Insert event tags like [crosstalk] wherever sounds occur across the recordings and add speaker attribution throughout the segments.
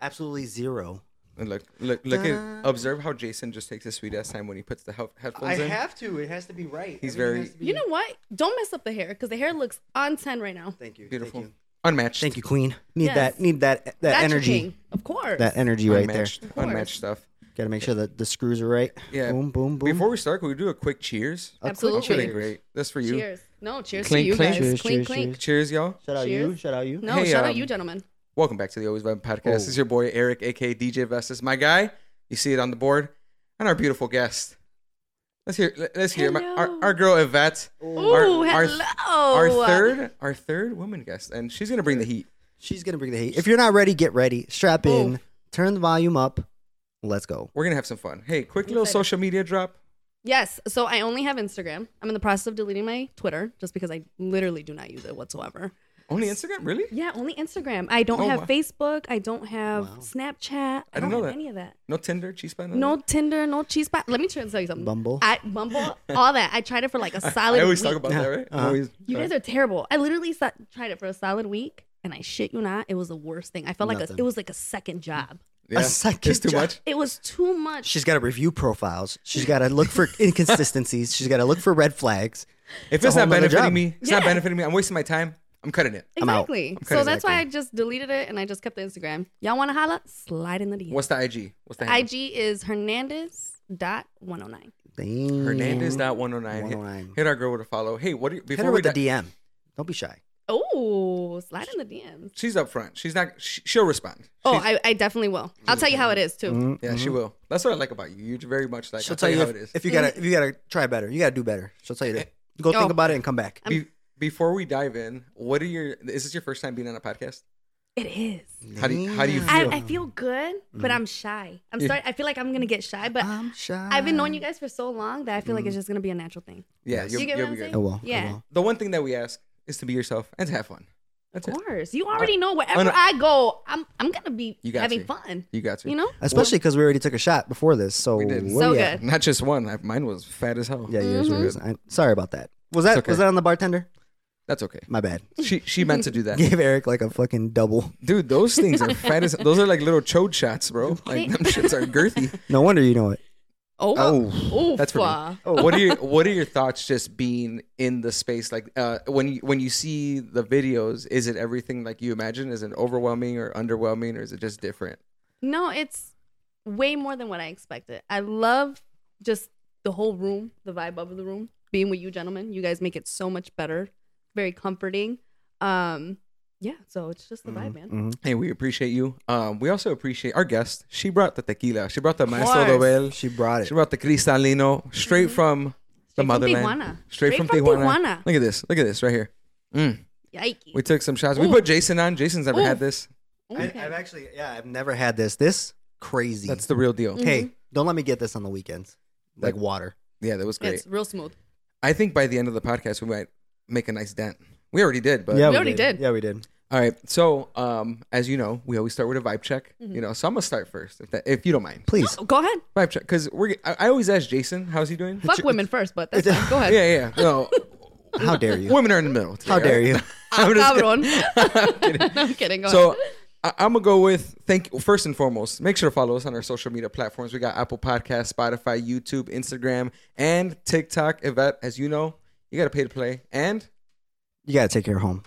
Speaker 1: Absolutely zero.
Speaker 2: And look, look, look at observe how Jason just takes his sweet ass time when he puts the health headphones
Speaker 1: I
Speaker 2: in.
Speaker 1: have to. It has to be right.
Speaker 2: He's
Speaker 1: Everything
Speaker 2: very-
Speaker 1: has to be-
Speaker 3: You know what? Don't mess up the hair because the hair looks on ten right now.
Speaker 1: Thank you.
Speaker 2: Beautiful,
Speaker 1: Thank you,
Speaker 2: unmatched,
Speaker 1: Thank you, Queen. Need
Speaker 3: Yes.
Speaker 1: that. Need that. That
Speaker 3: That's your
Speaker 1: energy.
Speaker 3: king, of course.
Speaker 1: That energy right there.
Speaker 2: unmatched,
Speaker 3: course.
Speaker 2: unmatched stuff.
Speaker 1: Got to make sure that the screws are right.
Speaker 2: Yeah.
Speaker 1: Boom, boom, boom.
Speaker 2: Before we start, can we do a quick cheers?
Speaker 1: A quick
Speaker 3: Absolutely.
Speaker 2: That's really
Speaker 1: cheers.
Speaker 2: great. That's for you. Cheers,
Speaker 3: Cheers. No, cheers
Speaker 2: Clink,
Speaker 3: to you
Speaker 2: clink.
Speaker 3: guys.
Speaker 1: Cheers,
Speaker 3: clink,
Speaker 1: cheers,
Speaker 3: clink.
Speaker 1: cheers.
Speaker 2: y'all.
Speaker 1: Shout out you.
Speaker 3: Cheers.
Speaker 1: Shout out you.
Speaker 3: No,
Speaker 2: Hey,
Speaker 3: shout
Speaker 2: um,
Speaker 3: out you, gentlemen.
Speaker 2: Welcome back to the Always Vibe Podcast. This
Speaker 1: Oh.
Speaker 2: is your boy Eric, aka DJ Vestas, my guy. You see it on the board, and our beautiful guest. Let's hear. let- Let's hear my,
Speaker 3: Hello.
Speaker 2: our, our girl Yvette.
Speaker 3: Ooh,
Speaker 2: our-
Speaker 3: hello.
Speaker 2: Our third, our third woman guest, and she's gonna bring the heat.
Speaker 1: She's gonna bring the heat. If you're not ready, get ready. Strap in. Turn the volume up. Let's go.
Speaker 2: We're gonna have some fun. Hey, quick little
Speaker 3: excited.
Speaker 2: social media drop.
Speaker 3: Yes. So I only have Instagram. I'm in the process of deleting my Twitter just because I literally do not use it whatsoever.
Speaker 2: Only Instagram, really?
Speaker 3: Yeah, only Instagram. I don't
Speaker 2: Oh,
Speaker 3: have
Speaker 2: wow.
Speaker 3: Facebook. I don't have Snapchat. I,
Speaker 2: didn't
Speaker 3: don't
Speaker 2: know that.
Speaker 3: have any of that.
Speaker 2: No Tinder, cheese pie.
Speaker 3: No Tinder, no cheese pie. Let me try to tell you something.
Speaker 1: Bumble.
Speaker 3: I Bumble, all that. I tried it for like a
Speaker 2: [laughs]
Speaker 3: solid
Speaker 2: I always
Speaker 3: week.
Speaker 2: talk about that, right? I
Speaker 1: Uh-huh.
Speaker 2: Always,
Speaker 3: you guys are terrible. I literally so- tried it for a solid week and I shit you not, it was the worst thing. I felt like a,
Speaker 1: Nothing.
Speaker 3: it was like a second job.
Speaker 2: yeah,
Speaker 1: A second
Speaker 2: It's too
Speaker 1: job.
Speaker 2: much.
Speaker 3: It was too much.
Speaker 1: She's got to review profiles. She's got to look
Speaker 2: [laughs]
Speaker 1: for inconsistencies. She's got to look for red flags.
Speaker 2: If it's,
Speaker 1: a whole
Speaker 2: not
Speaker 1: nother
Speaker 2: benefiting
Speaker 1: job.
Speaker 2: me, it's not
Speaker 3: Yeah.
Speaker 2: benefiting me. I'm wasting my time. I'm cutting it.
Speaker 1: I'm out.
Speaker 3: Exactly.
Speaker 2: I'm
Speaker 3: So
Speaker 2: cutting
Speaker 3: that's
Speaker 2: that
Speaker 3: why I just deleted it and I just kept the Instagram. Y'all want to holla? Slide in the DM.
Speaker 2: What's the IG? What's the handle?
Speaker 3: IG is Hernandez dot one oh nine.
Speaker 1: Damn.
Speaker 2: Hernandez dot one oh nine.
Speaker 1: 109.
Speaker 2: Hit our girl with a follow. Hey, what? Are you,
Speaker 1: Hit
Speaker 2: before
Speaker 1: her
Speaker 2: we
Speaker 1: with the
Speaker 2: di-
Speaker 1: DM. Don't be shy.
Speaker 3: Oh, slide in the DM.
Speaker 2: she's up front. She's not. She, she'll respond.
Speaker 3: Oh, I, I definitely will. I'll tell you how it is too.
Speaker 2: Yeah, she will. That's what I like about you. You're very much like.
Speaker 1: Mm-hmm. She'll
Speaker 2: I'll tell you how it is.
Speaker 1: if, if you gotta if you gotta try better. You gotta do better. She'll tell you
Speaker 3: [laughs]
Speaker 1: that. Go think
Speaker 3: Oh.
Speaker 1: about it and come back.
Speaker 2: Be- before we dive in, what are your? Is this your first time being on a podcast?
Speaker 3: It is.
Speaker 2: How do you, how do you
Speaker 3: I,
Speaker 2: feel?
Speaker 3: I feel good, but I'm shy. I'm
Speaker 2: Yeah.
Speaker 3: sorry. I feel like I'm gonna get shy, but
Speaker 1: I'm shy.
Speaker 3: I've been knowing you guys for so long that I feel like it's just gonna be a natural thing.
Speaker 2: yeah,
Speaker 1: Yes.
Speaker 2: Mm-hmm. you'll,
Speaker 3: You get
Speaker 2: you'll
Speaker 3: what
Speaker 2: be good.
Speaker 3: I'm
Speaker 2: Oh,
Speaker 3: saying?
Speaker 1: I will. I
Speaker 3: Yeah.
Speaker 1: will.
Speaker 2: The one thing that we ask is to be yourself and to have fun. That's
Speaker 3: Of
Speaker 2: it.
Speaker 3: course. You already know wherever
Speaker 2: Oh, no.
Speaker 3: I go, I'm I'm gonna be
Speaker 2: You got
Speaker 3: having
Speaker 2: to.
Speaker 3: fun.
Speaker 2: You got to.
Speaker 3: You know?
Speaker 1: Especially because we already took a shot before this. So
Speaker 2: We did.
Speaker 1: where [laughs]
Speaker 3: So
Speaker 1: we at?
Speaker 3: good. Mm-hmm.
Speaker 2: Not just one. I, mine was fat as hell.
Speaker 1: Yeah, yours were- I'm sorry about that. Was that
Speaker 2: okay.
Speaker 1: was that on the bartender?
Speaker 2: That's okay.
Speaker 1: My bad. [laughs]
Speaker 2: She she meant to do that.
Speaker 1: Gave Eric like a fucking double.
Speaker 2: Dude, those things are fat as those are like little chode shots, bro. Like them shits are girthy.
Speaker 1: No wonder you know it.
Speaker 3: Oh, uh,
Speaker 2: Oh, that's for
Speaker 3: oofa.
Speaker 2: me. What are your What are your thoughts just being in the space? Like uh, when you, when you see the videos, is it everything like you imagine? Is it overwhelming or underwhelming, or is it just different?
Speaker 3: No, it's way more than what I expected. I love just the whole room, the vibe of the room, being with you gentlemen. You guys make it so much better. Very comforting. Um, yeah, so it's just the vibe, man.
Speaker 2: Hey, we appreciate you. Um, we also appreciate our guest. She brought the tequila. She brought the Maestro
Speaker 3: course.
Speaker 2: Dobel.
Speaker 1: She brought
Speaker 2: She
Speaker 1: it.
Speaker 2: brought the Cristalino straight from the
Speaker 3: Mm-hmm. from
Speaker 2: motherland.
Speaker 3: Tijuana.
Speaker 2: Straight,
Speaker 3: Straight
Speaker 2: from,
Speaker 3: from
Speaker 2: Tijuana.
Speaker 3: Tijuana.
Speaker 2: Look at this. Look at this right here. Mm.
Speaker 3: Yikes.
Speaker 2: We took some shots. We
Speaker 3: Ooh.
Speaker 2: put Jason on. Jason's never
Speaker 3: Ooh.
Speaker 2: had this.
Speaker 1: I,
Speaker 3: Okay.
Speaker 1: I've actually yeah, I've never had this. This crazy.
Speaker 2: That's the real deal.
Speaker 3: Mm-hmm.
Speaker 1: hey, don't let me get this on the weekends. Like water.
Speaker 2: Yeah, that was great.
Speaker 3: It's real smooth.
Speaker 2: I think by the end of the podcast, we might make a nice dent. We already did, but
Speaker 3: we already did.
Speaker 1: Yeah, we did.
Speaker 2: all right. So, um, as you know, we always start with a vibe check.
Speaker 3: Mm-hmm.
Speaker 2: You know, so I'm gonna start first, if that, if you don't mind.
Speaker 1: Please.
Speaker 3: Oh, go ahead.
Speaker 2: Vibe check, because we're. I, I always ask Jason, how's he doing?
Speaker 3: Fuck women first, but that's fine. Go
Speaker 2: Yeah,
Speaker 3: ahead.
Speaker 2: yeah. yeah.
Speaker 3: [laughs]
Speaker 2: No,
Speaker 1: How dare you?
Speaker 2: women are in the middle. today,
Speaker 1: How dare
Speaker 2: right?
Speaker 1: you?
Speaker 2: [laughs] I'm just kidding.
Speaker 3: Cabron. I'm kidding. [laughs] Go
Speaker 2: So
Speaker 3: ahead.
Speaker 2: I, I'm gonna go with thank you first and foremost. Make sure to follow us on our social media platforms. We got Apple Podcasts, Spotify, YouTube, Instagram, and TikTok. Yvette, as you know, you gotta pay to play, and
Speaker 1: You gotta take your home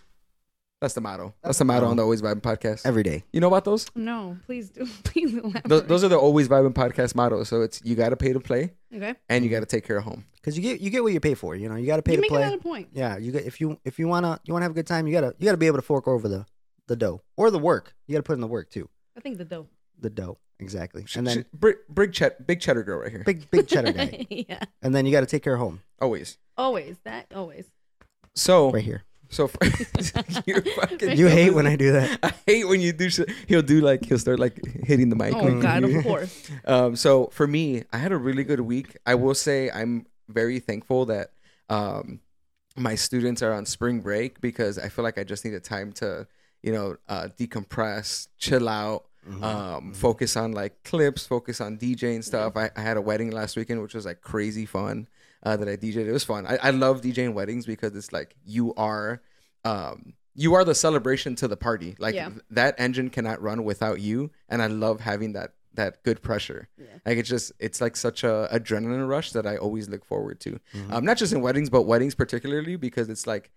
Speaker 2: that's the motto. That's the motto on the Always Vibing podcast.
Speaker 1: every day.
Speaker 2: You know about those?
Speaker 3: No, please do. [laughs] Please elaborate.
Speaker 2: Those, those are the Always Vibing podcast mottos. So it's you gotta pay to play,
Speaker 3: okay.
Speaker 2: and you
Speaker 1: Mm-hmm.
Speaker 2: gotta take care of home.
Speaker 1: Cause you get you get what you pay for. You know, you gotta pay
Speaker 3: You
Speaker 1: to
Speaker 3: make
Speaker 1: play.
Speaker 3: another point.
Speaker 1: Yeah, you get if you if you wanna you wanna have a good time, you gotta you gotta be able to fork over the the dough or the work. You gotta put in the work too.
Speaker 3: I think the dough.
Speaker 1: The dough exactly, and then
Speaker 2: Big, big, chet, big cheddar girl right here.
Speaker 1: big big cheddar
Speaker 3: [laughs]
Speaker 1: guy,
Speaker 3: yeah.
Speaker 1: and then you gotta take care of home
Speaker 2: Always.
Speaker 3: Always. That always.
Speaker 2: So
Speaker 1: right
Speaker 3: [laughs]
Speaker 1: here.
Speaker 2: so [laughs] you're fucking.
Speaker 1: You hate when I do
Speaker 2: [laughs]
Speaker 1: that.
Speaker 2: I hate when you do. shit. He'll do like he'll start like hitting the mic.
Speaker 3: Oh
Speaker 2: like, [laughs]
Speaker 3: God, of course.
Speaker 2: Um, so for me, I had a really good week. I will say I'm very thankful that um, my students are on spring break because I feel like I just needed time to, you know, uh, decompress, chill out, um, focus on like clips, focus on DJing stuff. I, I had a wedding last weekend, which was like crazy fun uh, that I DJed. It was fun. I, I love DJing weddings because it's like you are um, you are the celebration to the party. Like
Speaker 3: Yeah.
Speaker 2: th- that engine cannot run without you, and I love having that that good pressure.
Speaker 3: Yeah.
Speaker 2: Like it's just it's like such a adrenaline rush that I always look forward to.
Speaker 1: Mhm.
Speaker 2: Um, not just in weddings, but weddings particularly because it's like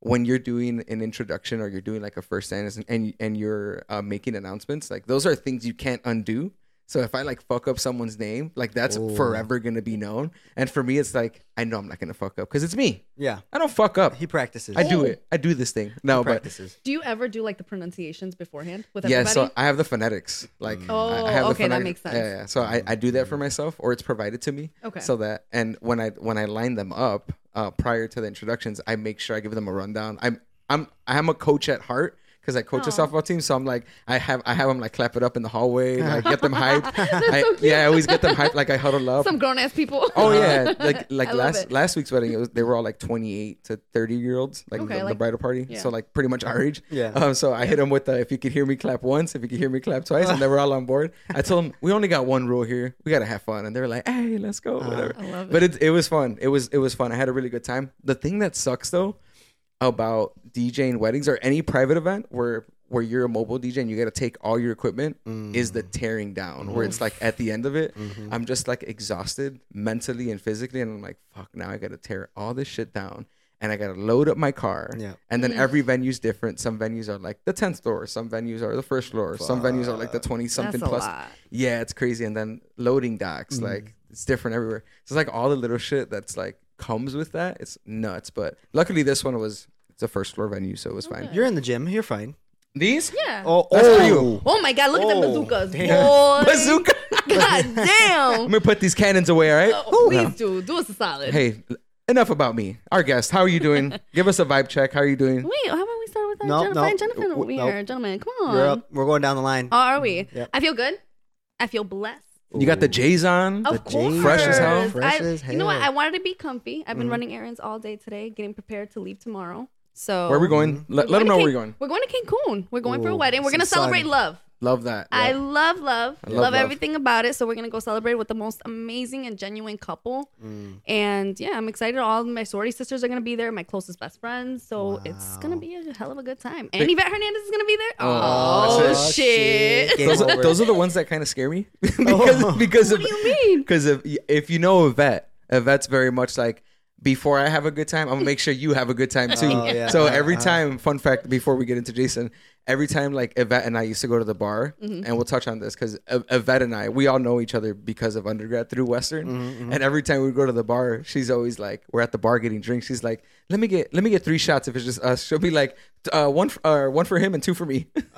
Speaker 2: when you're doing an introduction or you're doing like a first sentence and and, and you're uh, making announcements, like those are things you can't undo. So if I like fuck up someone's name, like that's
Speaker 1: Ooh.
Speaker 2: forever gonna be known. And for me, it's like I know I'm not gonna fuck up because it's me.
Speaker 1: Yeah,
Speaker 2: I don't fuck up.
Speaker 1: he practices.
Speaker 2: I do
Speaker 3: Oh.
Speaker 2: it. I do this thing. No,
Speaker 1: He
Speaker 2: but
Speaker 1: practices.
Speaker 3: Do you ever do like the pronunciations beforehand with
Speaker 2: yeah,
Speaker 3: everybody?
Speaker 2: so I have the phonetics. Like, I-
Speaker 3: Oh,
Speaker 2: I have
Speaker 3: okay, that makes sense.
Speaker 2: Yeah, yeah. So I, I do that for myself, or it's provided to me.
Speaker 3: Okay.
Speaker 2: So that, and when I when I line them up uh, prior to the introductions, I make sure I give them a rundown. I'm I'm I'm a coach at heart because I coach a
Speaker 3: Aw.
Speaker 2: softball team. So I'm like, I have I have them like clap it up in the hallway, like get them
Speaker 3: [laughs]
Speaker 2: hyped. I,
Speaker 3: so cute.
Speaker 2: Yeah, I always get them hyped. Like I huddle
Speaker 3: [laughs]
Speaker 2: up.
Speaker 3: Some grown ass people.
Speaker 2: [laughs] Oh yeah,
Speaker 3: [laughs]
Speaker 2: like
Speaker 3: I
Speaker 2: like
Speaker 3: love
Speaker 2: last
Speaker 3: it.
Speaker 2: last week's wedding, it was, they were all like 28 to 30 year olds, like,
Speaker 3: Okay,
Speaker 2: the, the
Speaker 3: like-
Speaker 2: bridal party.
Speaker 3: yeah.
Speaker 2: So like pretty much our age.
Speaker 1: Yeah.
Speaker 2: Um, so I hit them with the if you could hear me clap once, if you could hear me clap twice, and they were all on board. I told them we only got one rule here, we gotta have fun, and they were like, hey, let's go, whatever.
Speaker 3: I love
Speaker 2: But it it was fun. It was it was fun. I had a really good time. The thing that sucks though about DJing weddings or any private event where where you're a mobile DJ and you got to take all your equipment is the tearing down where it's like at the end of it I'm just like exhausted mentally and physically and I'm like fuck now I got to tear all this shit down and I got to load up my car
Speaker 1: Yeah.
Speaker 2: and then
Speaker 3: Mm.
Speaker 2: every venue's different some venues are like the 10th floor some venues are the first floor some venues are like the 20 something
Speaker 3: That's a
Speaker 2: plus
Speaker 3: lot.
Speaker 2: yeah, it's crazy. And then loading docks, like it's different everywhere. So it's like all the little shit that's like comes with that. It's nuts. But luckily, this one was it's a first floor venue, so it was fine.
Speaker 3: Okay.
Speaker 1: You're in the gym. You're fine.
Speaker 2: These
Speaker 3: Yeah. Oh,
Speaker 1: Oh,
Speaker 2: That's for you.
Speaker 1: oh.
Speaker 3: my God! Look at
Speaker 1: Oh,
Speaker 3: them bazookas,
Speaker 1: damn.
Speaker 3: boy.
Speaker 2: bazooka. [laughs]
Speaker 3: God
Speaker 2: I'm
Speaker 3: damn.
Speaker 2: gonna put these cannons away. All right.
Speaker 3: Oh,
Speaker 2: No.
Speaker 3: please do. Do us a solid.
Speaker 2: Hey, enough about me. Our guest, how are you
Speaker 3: [laughs]
Speaker 2: doing? Give us a vibe check. How are you doing?
Speaker 3: Wait, how about we start with our
Speaker 1: Nope,
Speaker 3: Jennifer?
Speaker 1: nope.
Speaker 3: and Jennifer
Speaker 1: W-
Speaker 3: over
Speaker 1: nope.
Speaker 3: here, gentlemen. Come on.
Speaker 1: You're up. We're going down the line.
Speaker 3: How are we?
Speaker 1: Yep.
Speaker 3: I feel good. I feel blessed.
Speaker 2: You got the J's on.
Speaker 3: Of course.
Speaker 1: jeans
Speaker 2: Fresh as hell.
Speaker 1: Fresh
Speaker 3: I-
Speaker 1: as
Speaker 3: You know what? I
Speaker 1: hell.
Speaker 3: wanted to be comfy. I've been
Speaker 1: Mhm.
Speaker 3: running errands all day today, getting prepared to leave tomorrow. So
Speaker 2: Where are we going? Let, let them know
Speaker 3: to
Speaker 2: where we're
Speaker 3: Can-
Speaker 2: going.
Speaker 3: We're going to Cancun. We're going for a
Speaker 1: Ooh,
Speaker 3: wedding. We're
Speaker 1: some
Speaker 3: going to celebrate
Speaker 1: sun.
Speaker 3: love.
Speaker 2: Love that.
Speaker 3: I
Speaker 2: Yep.
Speaker 3: love love.
Speaker 2: I love
Speaker 3: love.
Speaker 2: love.
Speaker 3: everything about it. So we're going to go celebrate with the most amazing and genuine couple.
Speaker 1: Mm.
Speaker 3: And yeah, I'm excited. All of my sorority sisters are going to be there, my closest best friends. So it's going to
Speaker 1: Wow.
Speaker 3: be a hell of a good time. And Yvette Hernandez is going to be there.
Speaker 2: Oh,
Speaker 3: Oh,
Speaker 2: that's
Speaker 3: shit.
Speaker 1: Oh, shit. Game
Speaker 2: Those, are-
Speaker 1: over.
Speaker 2: those are the ones that kind of scare me [laughs] because
Speaker 1: Oh.
Speaker 2: because
Speaker 3: what
Speaker 2: of
Speaker 3: do you mean?
Speaker 2: Because if if you know Yvette, Yvette's very much like before I have a good time, I'm gonna make sure you have a good time too.
Speaker 1: Oh, yeah.
Speaker 2: So
Speaker 1: Uh,
Speaker 2: every
Speaker 1: uh.
Speaker 2: time, fun fact before we get into Jason, every time like Yvette and I used to go to the bar,
Speaker 3: Mm-hmm.
Speaker 2: and we'll touch on this because Yvette and I, we all know each other because of undergrad through Western.
Speaker 1: Mm-hmm,
Speaker 2: And every time we go to the bar, she's always like, we're at the bar getting drinks. She's like, let me get let me get three shots if it's just us. She'll be like, "T- uh, one f- uh, one for him and two for me. [laughs]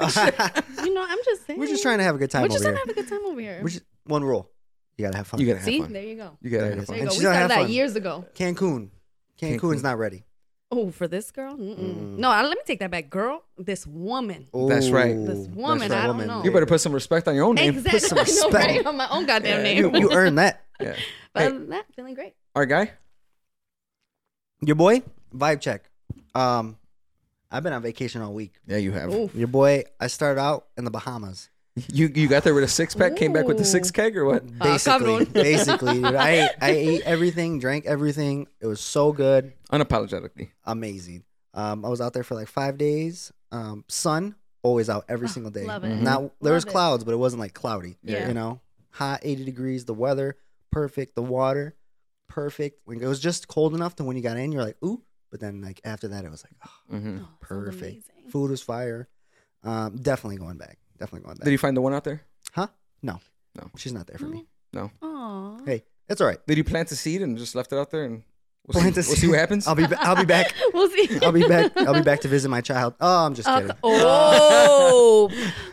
Speaker 3: You know, I'm just saying.
Speaker 1: We're just trying to have a good time
Speaker 3: We're just
Speaker 1: over
Speaker 3: trying
Speaker 1: here.
Speaker 3: to have a good time over here.
Speaker 1: We're just one rule. You gotta have fun.
Speaker 2: you gotta have
Speaker 3: See,
Speaker 2: fun.
Speaker 3: there you go.
Speaker 2: You gotta
Speaker 1: There it
Speaker 2: have
Speaker 1: is.
Speaker 2: fun.
Speaker 3: There you
Speaker 1: And
Speaker 3: go.
Speaker 1: she's
Speaker 3: We
Speaker 1: gonna
Speaker 3: started
Speaker 1: have
Speaker 3: that
Speaker 1: fun.
Speaker 3: years ago.
Speaker 1: Cancun. Cancun's
Speaker 2: Cancun.
Speaker 1: not ready.
Speaker 3: Oh, for this girl? Mm-mm.
Speaker 1: Mm.
Speaker 3: No, I, let me take that back. Girl, this woman.
Speaker 2: That's right.
Speaker 1: Ooh,
Speaker 3: This woman,
Speaker 1: that's
Speaker 3: I don't
Speaker 1: Woman.
Speaker 3: know.
Speaker 2: You better put some respect on your own name.
Speaker 3: Exactly.
Speaker 1: some
Speaker 3: [laughs] I know, right?
Speaker 1: respect.
Speaker 3: On my own goddamn
Speaker 2: Yeah,
Speaker 3: name.
Speaker 1: You, you earned that.
Speaker 2: [laughs] Yeah.
Speaker 3: but
Speaker 2: Hey.
Speaker 3: other than that, feeling great.
Speaker 2: Our guy.
Speaker 1: Your boy, vibe check. Um, I've been on vacation all week.
Speaker 2: Yeah, you have.
Speaker 3: Oof.
Speaker 1: Your boy, I started out in the Bahamas.
Speaker 2: You you got there with a six pack, came back with the six
Speaker 3: Ooh.
Speaker 2: keg or what?
Speaker 3: Ah,
Speaker 1: Basically, [laughs]
Speaker 3: cabrón.
Speaker 1: basically, dude. I ate, I ate everything, drank everything. It was so good,
Speaker 2: Unapologetically.
Speaker 1: amazing. Um, I was out there for like five days. Um, sun always out every single day.
Speaker 3: Ah, Love it. Oh,
Speaker 1: Not Mm-hmm. there was
Speaker 3: Love it.
Speaker 1: clouds, but it wasn't like cloudy.
Speaker 3: Yeah.
Speaker 1: You know, hot, eighty degrees. The weather perfect. The water perfect. Like, it was just cold enough to when you got in, you're like ooh. But then like after that, it was like oh,
Speaker 2: hmm
Speaker 3: Oh, that sounds
Speaker 1: perfect.
Speaker 3: amazing.
Speaker 1: Food was fire. Um, definitely going back. Definitely going back.
Speaker 2: Did you find the one out there?
Speaker 1: She's not there for me.
Speaker 2: No.
Speaker 3: Aw.
Speaker 1: Hey, it's all right.
Speaker 2: Did you plant a seed and just left it out there and we'll,
Speaker 1: Plant
Speaker 2: see,
Speaker 1: a
Speaker 2: we'll see
Speaker 1: seed.
Speaker 2: what happens?
Speaker 1: I'll be. Ba- I'll be
Speaker 3: [laughs]
Speaker 1: back.
Speaker 3: [laughs] We'll see.
Speaker 1: I'll be back.
Speaker 3: [laughs]
Speaker 1: I'll be back to visit my child. Oh, I'm just
Speaker 3: Uh,
Speaker 1: kidding.
Speaker 3: oh,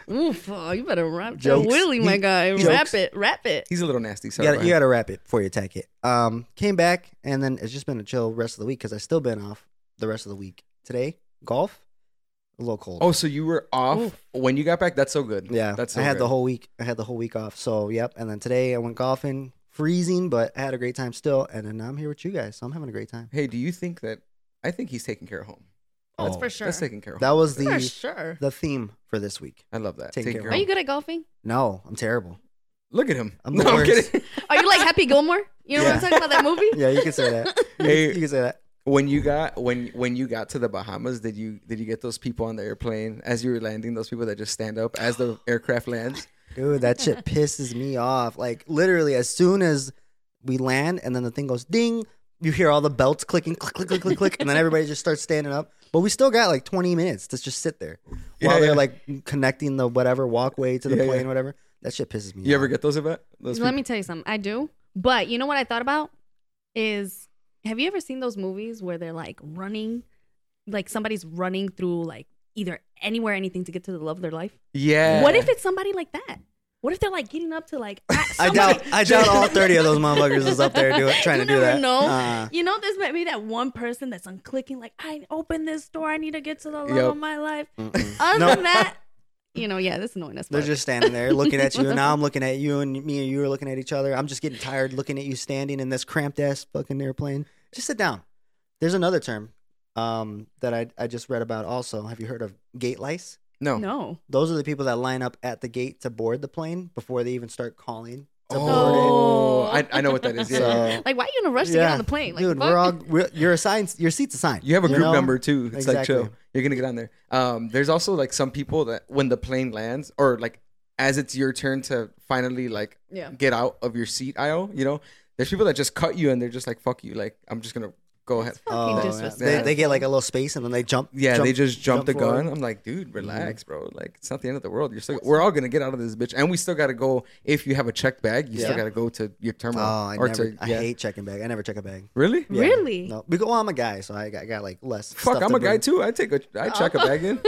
Speaker 3: oof! Oh, you better wrap
Speaker 1: Jokes.
Speaker 3: that Willie, my
Speaker 1: He-
Speaker 3: guy.
Speaker 1: jokes.
Speaker 3: Wrap it, wrap it.
Speaker 2: He's a little nasty. Sorry.
Speaker 1: You gotta, you
Speaker 2: Brian.
Speaker 1: gotta wrap it before you attack it. Um, came back and then it's just been a chill rest of the week because I still been off the rest of the week. Today, golf, a little cold.
Speaker 2: oh, so you were off when you got back? That's so good.
Speaker 1: yeah,
Speaker 2: That's so
Speaker 1: I had the
Speaker 2: good.
Speaker 1: whole week. I had the whole week off. So yep. And then today I went golfing, freezing, but I had a great time still. And then now I'm here with you guys, so I'm having a great time.
Speaker 2: Hey, do you think that I think he's taking care of home?
Speaker 3: Oh, that's
Speaker 1: Oh,
Speaker 3: for sure.
Speaker 2: That's taking care of home.
Speaker 1: That was
Speaker 3: for
Speaker 1: the
Speaker 3: sure.
Speaker 1: the theme for this week.
Speaker 2: I love that.
Speaker 1: Taking care
Speaker 2: Taking care
Speaker 1: of
Speaker 3: Are
Speaker 2: of
Speaker 3: you
Speaker 2: home.
Speaker 3: good at golfing?
Speaker 1: No, I'm terrible.
Speaker 2: Look at him. [laughs]
Speaker 1: I'm
Speaker 2: no,
Speaker 1: the
Speaker 2: I'm
Speaker 1: worst.
Speaker 2: kidding.
Speaker 3: Are you like Happy Gilmore? You know what I'm
Speaker 1: Yeah.
Speaker 3: talking about that movie? [laughs]
Speaker 1: Yeah, you can say that. You,
Speaker 2: Hey.
Speaker 1: can, you can say that.
Speaker 2: When you got when when you got to the Bahamas, did you did you get those people on the airplane as you were landing? Those people that just stand up as [gasps] the aircraft lands.
Speaker 1: Dude, that shit pisses me off. Like literally, as soon as we land, and then the thing goes ding, you hear all the belts clicking, click, click, click, click, click, and then everybody just starts standing up. But we still got like 20 minutes to just sit there while
Speaker 2: Yeah,
Speaker 1: they're
Speaker 2: yeah.
Speaker 1: like connecting the whatever walkway to the
Speaker 2: Yeah, yeah.
Speaker 1: plane, whatever. That shit pisses me.
Speaker 2: You
Speaker 1: off.
Speaker 2: ever get those about those?
Speaker 3: Let me tell you something. I do. But you know what I thought about is have you ever seen those movies where they're like running, like somebody's running through like either anywhere, anything to get to the love of their life?
Speaker 1: Eh.
Speaker 2: Yeah.
Speaker 3: What if it's somebody like that? What if they're like getting up
Speaker 1: [laughs]
Speaker 3: to like I,
Speaker 1: I
Speaker 3: somebody-
Speaker 1: doubt. I doubt
Speaker 3: [laughs]
Speaker 2: [laughs]
Speaker 1: all 30 of those motherfuckers is up there doing trying
Speaker 3: You
Speaker 1: to do
Speaker 3: never
Speaker 1: that.
Speaker 3: know.
Speaker 1: Uh-uh.
Speaker 3: You know, there's maybe that one person that's unclicking, like, I open this door, I need to get to the love
Speaker 2: Yep.
Speaker 3: of my life.
Speaker 1: Mm-mm.
Speaker 3: Other
Speaker 1: No.
Speaker 3: than that, you know, yeah, that's annoying as
Speaker 1: They're
Speaker 3: fuck.
Speaker 1: just standing there looking at you, and now I'm looking at you, and me and you are looking at each other. I'm just getting tired looking at you standing in this cramped ass fucking airplane. Just sit down. There's another term um, that I, I just read about also. Have you heard of gate lice?
Speaker 2: No.
Speaker 3: no.
Speaker 1: Those are the people that line up at the gate to board the plane before they even start calling to board
Speaker 2: Oh,
Speaker 3: Oh.
Speaker 2: I, I know what that is.
Speaker 1: it.
Speaker 3: [laughs]
Speaker 2: Yeah.
Speaker 1: So,
Speaker 3: Like, why are you in a rush to get
Speaker 1: Yeah.
Speaker 3: on the plane? Like,
Speaker 1: dude,
Speaker 3: fuck.
Speaker 1: we're all we're, you're assigned. Your seat's assigned.
Speaker 2: You have a group
Speaker 1: know?
Speaker 2: number too. It's like
Speaker 1: Exactly.
Speaker 2: chill. You're gonna get on there. Um, there's also like some people that when the plane lands or like as it's your turn to finally like
Speaker 3: Yeah.
Speaker 2: get out of your seat aisle, you know, there's people that just cut you and they're just like fuck you. Like I'm just gonna go ahead.
Speaker 3: fucking
Speaker 1: Oh,
Speaker 3: disrespectful.
Speaker 1: they, they get like a little space and then they jump.
Speaker 2: Yeah, they just
Speaker 1: jump
Speaker 2: jump, the
Speaker 1: forward. Mm-hmm.
Speaker 2: gun. I'm like, dude, relax, bro. Like it's not the end of the world. You're still we're all gonna get out of this bitch, and we still gotta go. If you have a checked bag, you still
Speaker 3: Yeah.
Speaker 2: gotta go to your
Speaker 1: Oh,
Speaker 2: terminal.
Speaker 1: I
Speaker 2: or
Speaker 1: never.
Speaker 2: to,
Speaker 1: I
Speaker 2: yeah.
Speaker 1: hate checking bag. I never check a bag.
Speaker 2: Really?
Speaker 1: Yeah.
Speaker 3: Really?
Speaker 1: No, because well, I'm a guy, so I got, I got like less.
Speaker 2: Fuck,
Speaker 1: stuff
Speaker 2: I'm
Speaker 1: to
Speaker 2: a guy
Speaker 1: bring.
Speaker 2: too. I take a I check a bag
Speaker 1: [laughs]
Speaker 2: in.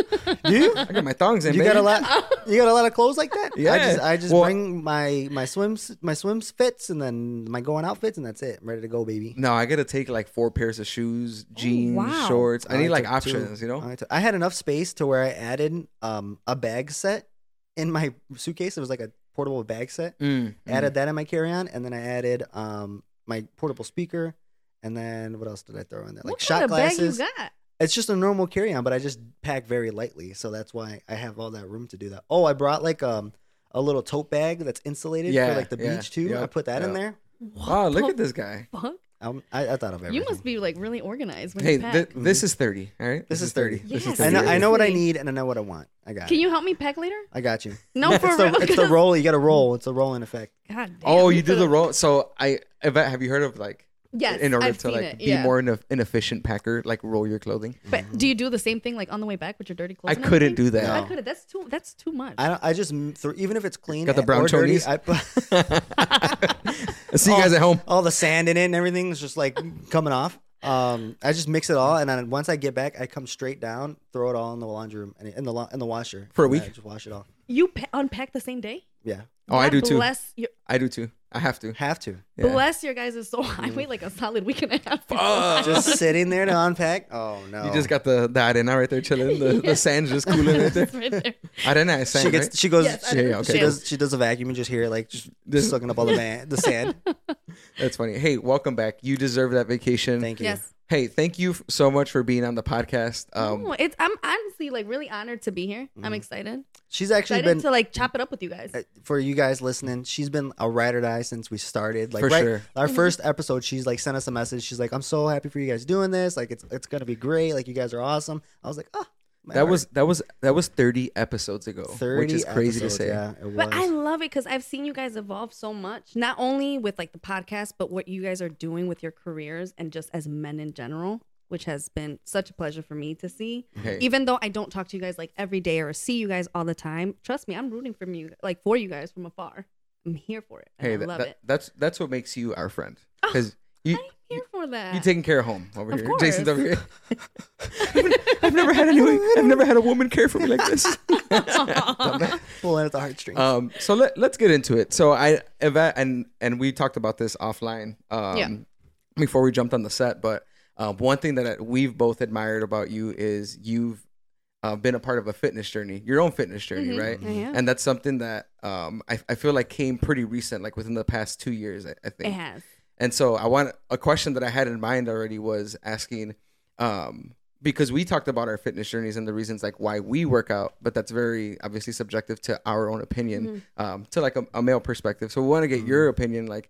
Speaker 1: Do you?
Speaker 2: I got my thongs in.
Speaker 1: You
Speaker 2: baby.
Speaker 1: got a
Speaker 3: [laughs]
Speaker 1: lot. You got a lot of clothes like that. I
Speaker 2: Yeah.
Speaker 1: just, I just
Speaker 2: Well-
Speaker 1: bring my my swims my swims fits and then my going outfits and that's it. I'm ready to go, baby.
Speaker 2: No, I gotta take like four pairs of shoes, jeans,
Speaker 3: wow.
Speaker 2: shorts. I need like
Speaker 1: Oh, took two.
Speaker 2: options, you know.
Speaker 1: I, took- I had enough space to where I added um a bag set in my suitcase. It was like a portable bag set.
Speaker 2: Mm, mm.
Speaker 3: Mm-hmm.
Speaker 1: Added that in my carry on, and then I added um my portable speaker. And then what else did I throw in there? Like
Speaker 3: what
Speaker 1: shot
Speaker 3: kind of
Speaker 1: glasses.
Speaker 3: bag you got?
Speaker 1: It's just a normal carry on, but I just pack very lightly, so that's why I have all that room to do that. Oh, I brought like um a little tote bag that's insulated
Speaker 2: Yeah,
Speaker 1: for like the
Speaker 2: yeah,
Speaker 1: beach too. I
Speaker 2: yep,
Speaker 1: put that in
Speaker 2: yep.
Speaker 1: there.
Speaker 2: Wow, look at this guy.
Speaker 3: Fuck?
Speaker 1: Um, I, I thought of everything.
Speaker 3: You must be like really organized when
Speaker 2: Hey,
Speaker 3: you
Speaker 2: thi-
Speaker 3: pack.
Speaker 2: this is thirty. All right,
Speaker 1: This is 30.
Speaker 2: This is
Speaker 3: Yes.
Speaker 1: I know. I know what I
Speaker 3: Seriously.
Speaker 1: need and I know what I want. I got.
Speaker 3: Can
Speaker 1: it.
Speaker 3: you help me pack later?
Speaker 1: I got
Speaker 3: [laughs]
Speaker 1: you.
Speaker 3: No, for
Speaker 1: it's the
Speaker 3: real.
Speaker 1: it's
Speaker 3: [laughs]
Speaker 1: the
Speaker 3: 'cause-
Speaker 1: roll. You got to roll. It's a rolling effect.
Speaker 3: God damn,
Speaker 2: Oh, you do
Speaker 3: feel-
Speaker 2: the roll. So I, Yvette, have you heard of like?
Speaker 3: Yes,
Speaker 2: In order
Speaker 3: I've
Speaker 2: to
Speaker 3: seen
Speaker 2: like
Speaker 3: it,
Speaker 2: be
Speaker 3: yeah.
Speaker 2: more an, an efficient packer, like roll your clothing.
Speaker 3: But do you do the same thing like on the way back with your dirty
Speaker 2: I
Speaker 3: clothes? and
Speaker 2: couldn't
Speaker 3: everything?
Speaker 2: do that.
Speaker 3: I
Speaker 1: No.
Speaker 3: couldn't. That's too. That's too much.
Speaker 1: I don't. I just m- throw, even if it's clean.
Speaker 2: Got the brown
Speaker 1: or dirty,
Speaker 2: chonies?
Speaker 1: I put
Speaker 2: See you guys
Speaker 3: Oh,
Speaker 2: at home.
Speaker 1: all the sand in it and everything is just like coming off. Um, I just mix it all, and then once I get back, I come straight down, throw it all in the laundry room and in the la- in the washer
Speaker 2: For a
Speaker 1: And
Speaker 2: week?
Speaker 1: I just wash it all.
Speaker 3: you pa- unpack the same day.
Speaker 1: Yeah,
Speaker 2: Oh, I
Speaker 3: God
Speaker 2: do too.
Speaker 3: Bless your
Speaker 2: I do too. I have to.
Speaker 1: have to.
Speaker 2: Yeah.
Speaker 3: bless your guys' soul. [laughs] I wait like a solid week and a half. before
Speaker 2: Fuck.
Speaker 3: I-
Speaker 2: [laughs]
Speaker 1: Just sitting there to unpack. Oh no!
Speaker 2: You just got the the arena right there chilling. The,
Speaker 3: [laughs]
Speaker 2: the sand's just cooling right there.
Speaker 3: It's
Speaker 1: [laughs]
Speaker 3: right there.
Speaker 2: Arena is
Speaker 1: She
Speaker 2: sand,
Speaker 1: gets.
Speaker 2: right?
Speaker 1: She goes.
Speaker 3: Yes, I
Speaker 1: she,
Speaker 2: Yeah,
Speaker 3: don't
Speaker 2: yeah, okay.
Speaker 1: she
Speaker 3: understand.
Speaker 1: does. She does a vacuum and just hear it like just
Speaker 2: This-
Speaker 1: sucking up all the man, the
Speaker 3: [laughs]
Speaker 1: sand.
Speaker 2: That's funny. Hey, welcome back. You deserve that vacation.
Speaker 1: Thank you.
Speaker 3: Yes.
Speaker 2: Hey, thank you f- so much for being on the podcast. Um,
Speaker 3: no, it's. I'm honestly like really honored to be here. I'm
Speaker 1: Mm.
Speaker 3: excited.
Speaker 1: She's actually
Speaker 3: Excited
Speaker 1: been
Speaker 3: to like chop it up with you guys.
Speaker 1: uh, for you guys listening, she's been a ride or die since we started. Like
Speaker 2: For
Speaker 1: right,
Speaker 2: sure.
Speaker 1: our first episode, she's like sent us a message. She's like, "I'm so happy for you guys doing this. Like it's it's gonna be great. Like you guys are awesome." I was like, "Oh, my
Speaker 2: that
Speaker 1: heart."
Speaker 2: was that was that was 30 episodes ago, which is crazy
Speaker 1: episodes,
Speaker 2: to say.
Speaker 1: Yeah, it was. [laughs]
Speaker 3: But I love it because I've seen you guys evolve so much, not only with like the podcast, but what you guys are doing with your careers and just as men in general, which has been such a pleasure for me to see.
Speaker 2: Hey.
Speaker 3: Even though I don't talk to you guys like every day or see you guys all the time, trust me, I'm rooting for you, like for you guys from afar. I'm here for it. And
Speaker 2: Hey,
Speaker 3: I
Speaker 2: that,
Speaker 3: love
Speaker 2: that-
Speaker 3: it. Oh,
Speaker 2: that's that's what makes you our friend because you
Speaker 3: I'm here for that.
Speaker 2: you taking care of home over
Speaker 3: Of
Speaker 2: here. Jason's
Speaker 3: course.
Speaker 2: over here. [laughs] I've never had anyone. I've never had a woman care for me like this.
Speaker 3: [laughs]
Speaker 1: pulling at the heartstrings.
Speaker 2: [laughs] Um, so let, let's get into it. So I, Yvette, and and we talked about this offline. Um,
Speaker 3: Yeah.
Speaker 2: Before we jumped on the set, but uh, one thing that we've both admired about you is you've uh, been a part of a fitness journey, your own fitness journey,
Speaker 3: Mhm.
Speaker 2: right?
Speaker 3: I am.
Speaker 2: And that's something that um, I, I feel like came pretty recent, like within the past two years, I, I
Speaker 3: it
Speaker 2: think.
Speaker 3: has.
Speaker 2: And so I want a question that I had in mind already was asking, um, because we talked about our fitness journeys and the reasons like why we work out, but that's very obviously subjective to our own opinion, um, to like a, a male perspective. So we want to get your opinion, like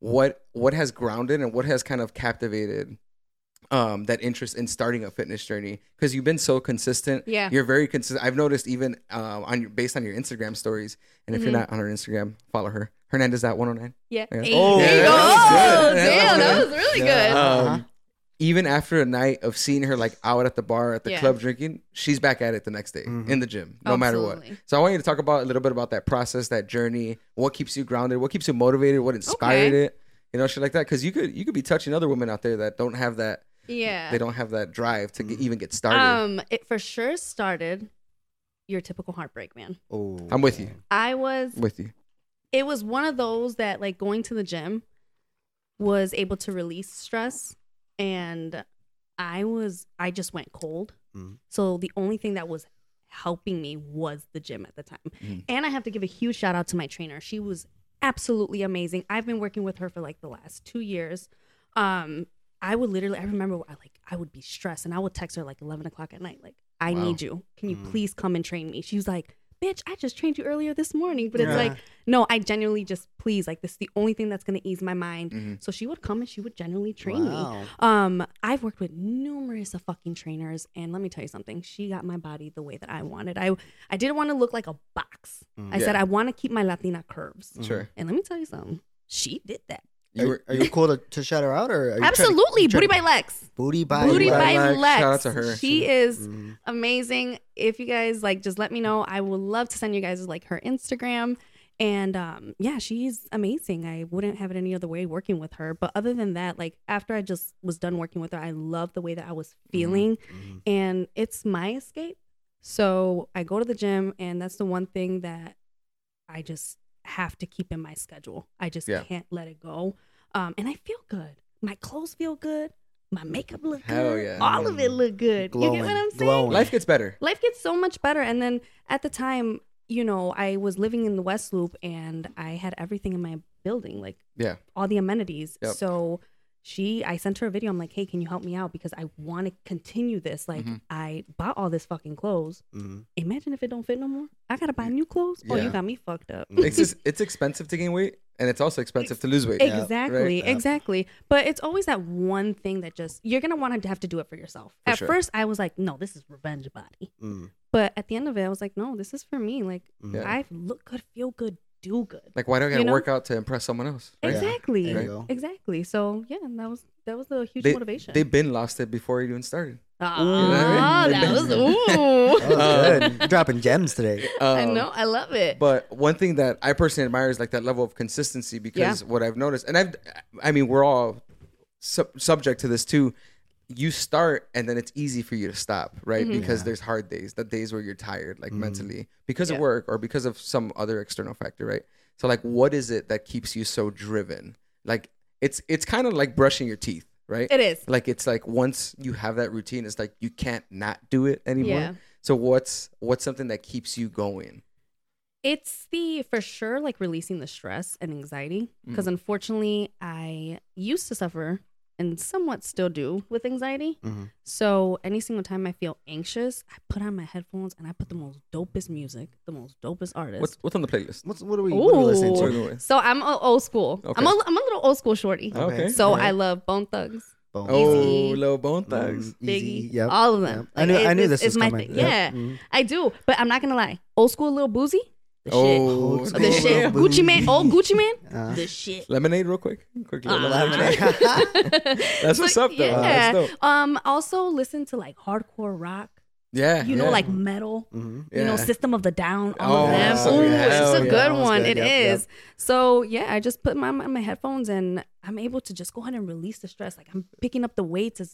Speaker 2: what what has grounded and what has kind of captivated um, that interest in starting a fitness journey because you've been so consistent.
Speaker 3: Yeah.
Speaker 2: You're very consistent. I've noticed even uh, on your, based on your Instagram stories. And if you're not on her Instagram, follow her. Hernandez.109.
Speaker 3: Yeah.
Speaker 2: Yeah.
Speaker 3: Hey,
Speaker 1: Oh,
Speaker 3: there you
Speaker 1: yeah,
Speaker 3: go.
Speaker 2: that was
Speaker 3: Oh,
Speaker 2: good. That
Speaker 3: damn, that
Speaker 2: was
Speaker 3: was really
Speaker 1: Yeah.
Speaker 3: good.
Speaker 1: Uh-huh.
Speaker 2: Um, even after a night of seeing her like out at the bar at the
Speaker 3: Yeah.
Speaker 2: club drinking, she's back at it the next day
Speaker 1: Mhm.
Speaker 2: in the gym, no matter what.
Speaker 3: Absolutely.
Speaker 2: So I want you to talk about a little bit about that process, that journey, what keeps you grounded, what keeps you motivated, what inspired
Speaker 3: Okay.
Speaker 2: it, you know, shit like that. Because you could you could be touching other women out there that don't have that
Speaker 3: Yeah.
Speaker 2: they don't have that drive to get,
Speaker 1: Mhm.
Speaker 2: even get started.
Speaker 3: Um, it for sure started your typical heartbreak, man.
Speaker 1: Oh,
Speaker 2: I'm with you.
Speaker 3: I was
Speaker 2: with you.
Speaker 3: it was one of those that like going to the gym was able to release stress and i was i just went cold
Speaker 1: Mhm.
Speaker 3: so the only thing that was helping me was the gym at the time
Speaker 2: Mhm.
Speaker 3: and i have to give a huge shout out to my trainer she was absolutely amazing i've been working with her for like the last two years um i would literally i remember i like i would be stressed and i would text her like 11 o'clock at night like i
Speaker 2: Wow.
Speaker 3: need you can you
Speaker 1: Mhm.
Speaker 3: please come and train me she was like bitch i just trained you earlier this morning but it's
Speaker 1: Yeah.
Speaker 3: like no, I genuinely just please like this is the only thing that's gonna ease my mind.
Speaker 2: Mhm.
Speaker 3: So she would come and she would genuinely train me.
Speaker 1: Mm-hmm. Wow.
Speaker 3: Um, I've worked with numerous of fucking trainers, and let me tell you something. She got my body the way that I wanted. I I didn't want to look like a box.
Speaker 1: Mm.
Speaker 3: I said
Speaker 2: Yeah.
Speaker 3: I want to keep my Latina curves,
Speaker 1: Mhm.
Speaker 2: Sure.
Speaker 3: and let me tell you something. She did that.
Speaker 1: Are,
Speaker 2: You were [laughs]
Speaker 1: are you cool to, to shout her out or are you trying to-
Speaker 3: Absolutely,
Speaker 1: you trying
Speaker 3: booty
Speaker 1: to-
Speaker 3: by Lex.
Speaker 1: booty by
Speaker 3: Booty
Speaker 2: Lex.
Speaker 3: by
Speaker 2: Lex.
Speaker 3: Lex.
Speaker 2: Shout out to her.
Speaker 3: She is
Speaker 1: Mhm.
Speaker 3: amazing. If you guys like, just let me know. I would love to send you guys like her Instagram. And um, yeah, she's amazing. I wouldn't have it any other way working with her. But other than that, like after I just was done working with her, I love the way that I was
Speaker 2: Mm-hmm.
Speaker 3: feeling,
Speaker 1: Mhm.
Speaker 3: and it's my escape. So I go to the gym, and that's the one thing that I just have to keep in my schedule. I just
Speaker 2: Yeah.
Speaker 3: can't let it go. Um, and I feel good. My clothes feel good. My makeup look
Speaker 2: Hell
Speaker 3: good.
Speaker 2: yeah.
Speaker 3: All of it look good. you
Speaker 1: Glowing,
Speaker 3: get what I'm saying?
Speaker 1: glowing.
Speaker 2: life
Speaker 1: [laughs]
Speaker 2: gets better.
Speaker 3: life gets so much better and then at the time you know i was living in the west loop and i had everything in my building like
Speaker 2: Yeah.
Speaker 3: all the amenities
Speaker 2: Yep.
Speaker 3: so she i sent her a video i'm like hey can you help me out because i want to continue this like
Speaker 2: Mhm.
Speaker 3: i bought all this fucking clothes
Speaker 1: Mhm.
Speaker 3: imagine if it don't fit no more i gotta buy new clothes oh
Speaker 2: Yeah.
Speaker 3: you got me fucked up
Speaker 2: It's
Speaker 3: [laughs]
Speaker 2: just, it's expensive to gain weight and it's also expensive to lose weight.
Speaker 1: Yeah,
Speaker 3: Exactly,
Speaker 1: right? Yeah.
Speaker 3: exactly. But it's always that one thing that just you're gonna want to have to do it for yourself.
Speaker 2: For
Speaker 3: At
Speaker 2: sure.
Speaker 3: first, I was like, "No, this is revenge body,"
Speaker 1: Mhm.
Speaker 3: but at the end of it, I was like, "No, this is for me." Like,
Speaker 1: Mhm.
Speaker 2: Yeah.
Speaker 3: I look good, feel good, do good.
Speaker 2: Like why do I got to
Speaker 3: You know?
Speaker 2: work out to impress someone else?
Speaker 1: Yeah.
Speaker 3: Exactly.
Speaker 1: There you go.
Speaker 3: Exactly. So yeah, and that was that was a huge
Speaker 2: They-
Speaker 3: motivation.
Speaker 2: They've been lost it before it even started.
Speaker 3: Ah,
Speaker 2: Ooh.
Speaker 3: that was
Speaker 1: That
Speaker 3: ooh.
Speaker 1: was Oh,
Speaker 2: Uh,
Speaker 1: good. You're dropping gems
Speaker 2: [laughs]
Speaker 1: today.
Speaker 3: I
Speaker 2: Um,
Speaker 3: know. I love it.
Speaker 2: But one thing that I personally admire is like that level of consistency because what I've noticed, and I've, I mean, we're all sub- subject to this too. You start and then it's easy for you to stop, right?
Speaker 3: Mm-hmm.
Speaker 2: Because there's hard days, the days where you're tired, like mentally, because of
Speaker 3: Yeah.
Speaker 2: work or because of some other external factor, right? So, like, what is it that keeps you so driven? Like, it's it's kind of like brushing your teeth, right?
Speaker 3: it is.
Speaker 2: like it's like once you have that routine it's like you can't not do it anymore
Speaker 3: Yeah.
Speaker 2: so what's what's something that keeps you going
Speaker 3: It's the for sure like releasing the stress and anxiety
Speaker 2: Mm.
Speaker 3: because unfortunately I used to suffer and somewhat still do with anxiety.
Speaker 1: Mhm.
Speaker 3: So any single time I feel anxious, I put on my headphones and I put the most dopest music, the most dopest artist.
Speaker 2: what's what's on the playlist Oh,
Speaker 1: What's, what are we, what are we listening
Speaker 3: Ooh.
Speaker 2: What are we
Speaker 1: to?
Speaker 2: going with?
Speaker 3: So I'm a old school. I'm, a,
Speaker 2: Okay.
Speaker 3: I'm a little old school shorty.
Speaker 2: Okay.
Speaker 1: Okay.
Speaker 3: So I
Speaker 2: Alright.
Speaker 3: love Bone Thugs,
Speaker 1: Boom.
Speaker 2: oh
Speaker 3: Easy.
Speaker 2: little bone
Speaker 1: Mm,
Speaker 2: thugs
Speaker 3: Biggie,
Speaker 1: Yep.
Speaker 3: all of
Speaker 1: yep.
Speaker 3: them.
Speaker 1: I knew,
Speaker 3: Like,
Speaker 1: I
Speaker 3: it-
Speaker 1: knew
Speaker 3: it's-
Speaker 1: this was
Speaker 3: it's my
Speaker 1: coming.
Speaker 3: thing. Yeah,
Speaker 1: Mhm.
Speaker 3: I do. But I'm not gonna lie, old school little boozy, the
Speaker 2: oh
Speaker 1: Old
Speaker 3: shit,
Speaker 1: school
Speaker 3: the
Speaker 1: Lil
Speaker 3: shit.
Speaker 1: Boozy.
Speaker 3: Gucci man, old Gucci man,
Speaker 1: Uh, [laughs]
Speaker 3: the shit.
Speaker 2: lemonade real quick quick little
Speaker 3: Ah.
Speaker 2: lemonade.
Speaker 3: [laughs]
Speaker 2: that's what's
Speaker 3: So,
Speaker 2: up though
Speaker 3: Yeah.
Speaker 2: that's dope.
Speaker 3: Um. Also, listen to like hardcore rock.
Speaker 2: yeah
Speaker 3: You
Speaker 2: yeah.
Speaker 3: know, like metal.
Speaker 1: mhm.
Speaker 3: You know,
Speaker 2: Yeah.
Speaker 3: System of the Down. All
Speaker 2: Oh,
Speaker 3: of them.
Speaker 1: so-
Speaker 3: Ooh,
Speaker 1: hell
Speaker 3: it's a
Speaker 1: yeah. That
Speaker 3: good
Speaker 1: one's
Speaker 3: one.
Speaker 1: good.
Speaker 3: It is.
Speaker 1: Yep, yep.
Speaker 3: So yeah, I just put my my my headphones and I'm able to just go ahead and release the stress. Like I'm picking up the weight to,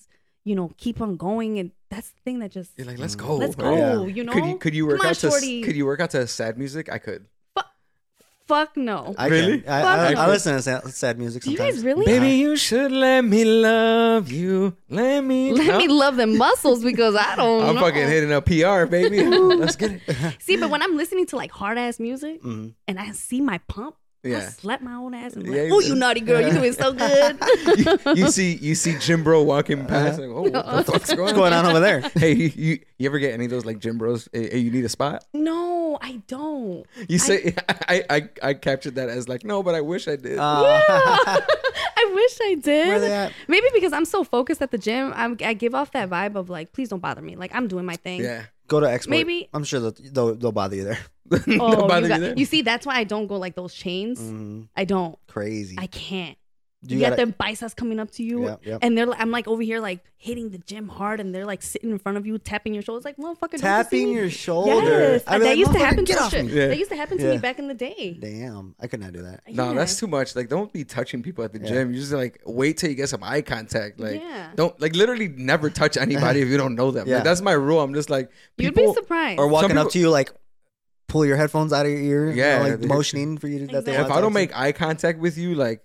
Speaker 3: you know, keep on going, and that's the thing that just
Speaker 2: you're like let's go
Speaker 3: let's
Speaker 2: right?
Speaker 3: go. You know,
Speaker 2: could you could you work
Speaker 3: Come on,
Speaker 2: out to s-
Speaker 3: shorty.
Speaker 2: could you work out to sad music i could
Speaker 3: Fuck no.
Speaker 1: I
Speaker 2: Really?
Speaker 1: can. I, I,
Speaker 3: Fuck.
Speaker 1: I listen to sad, sad music
Speaker 3: Do you
Speaker 1: sometimes.
Speaker 3: guys really?
Speaker 2: baby you should let me love you let me
Speaker 3: [laughs] Let me love the muscles because I don't.
Speaker 2: i'm
Speaker 3: know.
Speaker 2: fucking hitting a pr
Speaker 3: [laughs]
Speaker 2: baby let's get it
Speaker 3: See, but when I'm listening to like hard ass music
Speaker 1: Mhm.
Speaker 3: and I see my pump, I
Speaker 2: Yeah.
Speaker 3: slap my own ass and be
Speaker 2: Yeah,
Speaker 3: like,
Speaker 2: you
Speaker 3: "Oh,
Speaker 2: did.
Speaker 3: you naughty girl, you're doing so good."
Speaker 2: you, you see you see Jim Bro walking past like, oh,
Speaker 3: Uh-huh.
Speaker 2: what the fuck's
Speaker 1: What's
Speaker 2: going
Speaker 1: going
Speaker 2: on?
Speaker 1: on over
Speaker 3: [laughs]
Speaker 1: there?
Speaker 2: Hey, you, you, you ever get any of those like Jim Bros? Hey, hey, you need a spot?
Speaker 3: no, I don't.
Speaker 2: You say [laughs] I, I, I, captured that as like, no, but I wish I did.
Speaker 1: Uh,
Speaker 3: I wish I did.
Speaker 1: [laughs] Where they at?
Speaker 3: Maybe because I'm so focused at the gym, I'm, I give off that vibe of like, please don't bother me. Like I'm doing my
Speaker 1: [laughs]
Speaker 3: thing.
Speaker 2: yeah.
Speaker 1: Go to export.
Speaker 3: Maybe-
Speaker 1: I'm sure they'll, they'll, they'll bother you there. [laughs]
Speaker 2: [laughs]
Speaker 3: Oh,
Speaker 2: Don't bother
Speaker 3: you,
Speaker 2: me
Speaker 3: got-
Speaker 2: there.
Speaker 3: you see, that's why I don't go like those chains.
Speaker 1: Mm,
Speaker 3: I don't.
Speaker 1: crazy.
Speaker 3: I can't.
Speaker 1: You
Speaker 3: You, got
Speaker 1: gotta-
Speaker 3: them biceps coming up to you,
Speaker 1: Yeah, yeah.
Speaker 3: and they're. like I'm like over here, like hitting the gym hard, and they're like sitting in front of you, tapping your shoulders, like motherfucker. don't you see
Speaker 1: Tapping
Speaker 3: me?"
Speaker 1: your shoulder.
Speaker 3: Yes,
Speaker 1: I'd be
Speaker 3: that
Speaker 1: like,
Speaker 3: used to
Speaker 1: "Motherfucker,
Speaker 3: happen.
Speaker 1: Get
Speaker 3: to
Speaker 1: off
Speaker 3: shit.
Speaker 1: me.
Speaker 2: Yeah.
Speaker 3: That used to happen to
Speaker 1: Yeah.
Speaker 3: me back in the day.
Speaker 1: Damn, I could not do that.
Speaker 2: No,
Speaker 3: Yeah.
Speaker 2: that's too much. Like, don't be touching people at the gym. You just like wait till you get some eye contact. Like,
Speaker 3: Yeah.
Speaker 2: don't like literally never touch anybody if you don't know them.
Speaker 1: Yeah.
Speaker 3: [laughs]
Speaker 2: Like, that's my rule. I'm just like
Speaker 3: You'd be
Speaker 2: people-
Speaker 3: surprised.
Speaker 1: Or walking
Speaker 2: people-
Speaker 1: up to you like, pull your headphones out of your ear. you know,
Speaker 2: Yeah,
Speaker 1: like
Speaker 2: they-
Speaker 1: motioning for you to. That they
Speaker 3: Exactly.
Speaker 2: If
Speaker 1: want
Speaker 2: I
Speaker 1: to
Speaker 2: don't
Speaker 1: talk
Speaker 2: make eye contact with you, like,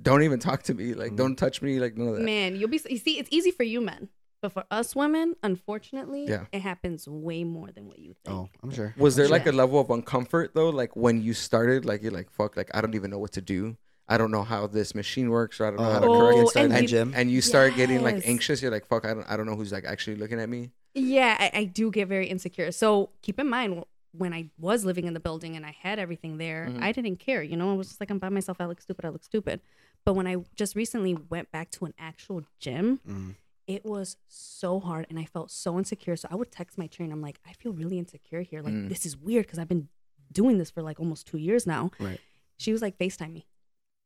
Speaker 2: don't even talk to me.
Speaker 3: Mm-hmm.
Speaker 2: Like, don't touch me. Like, none of that.
Speaker 3: man, you'll be. You see, it's easy for you men, but for us women, unfortunately,
Speaker 2: Yeah.
Speaker 3: it happens way more than what you
Speaker 1: to
Speaker 3: think.
Speaker 1: you. Oh, I'm sure.
Speaker 2: Was there like
Speaker 3: Yeah.
Speaker 2: a level of uncomfort though? Like when you started, like you're like, fuck, like I don't even know what to do. I don't know how this machine works, or I don't know how to
Speaker 3: Oh,
Speaker 2: correct
Speaker 3: and
Speaker 1: inside
Speaker 2: it.
Speaker 3: you-
Speaker 1: the gym.
Speaker 2: And you start getting
Speaker 3: Yes.
Speaker 2: like anxious. You're like, fuck, I don't, I don't know who's like actually looking at me.
Speaker 3: Yeah, I, I do get very insecure. So keep in mind when I was living in the building and I had everything there,
Speaker 2: Mm-hmm.
Speaker 3: I didn't care. You know, I was just like, I'm by myself. I look stupid. I look stupid. But when I just recently went back to an actual gym,
Speaker 1: Mm.
Speaker 3: it was so hard and I felt so insecure. So I would text my trainer, I'm like, I feel really insecure here. Like,
Speaker 2: Mm.
Speaker 3: this is weird because I've been doing this for like almost two years now.
Speaker 1: Right.
Speaker 3: She was like, FaceTime me.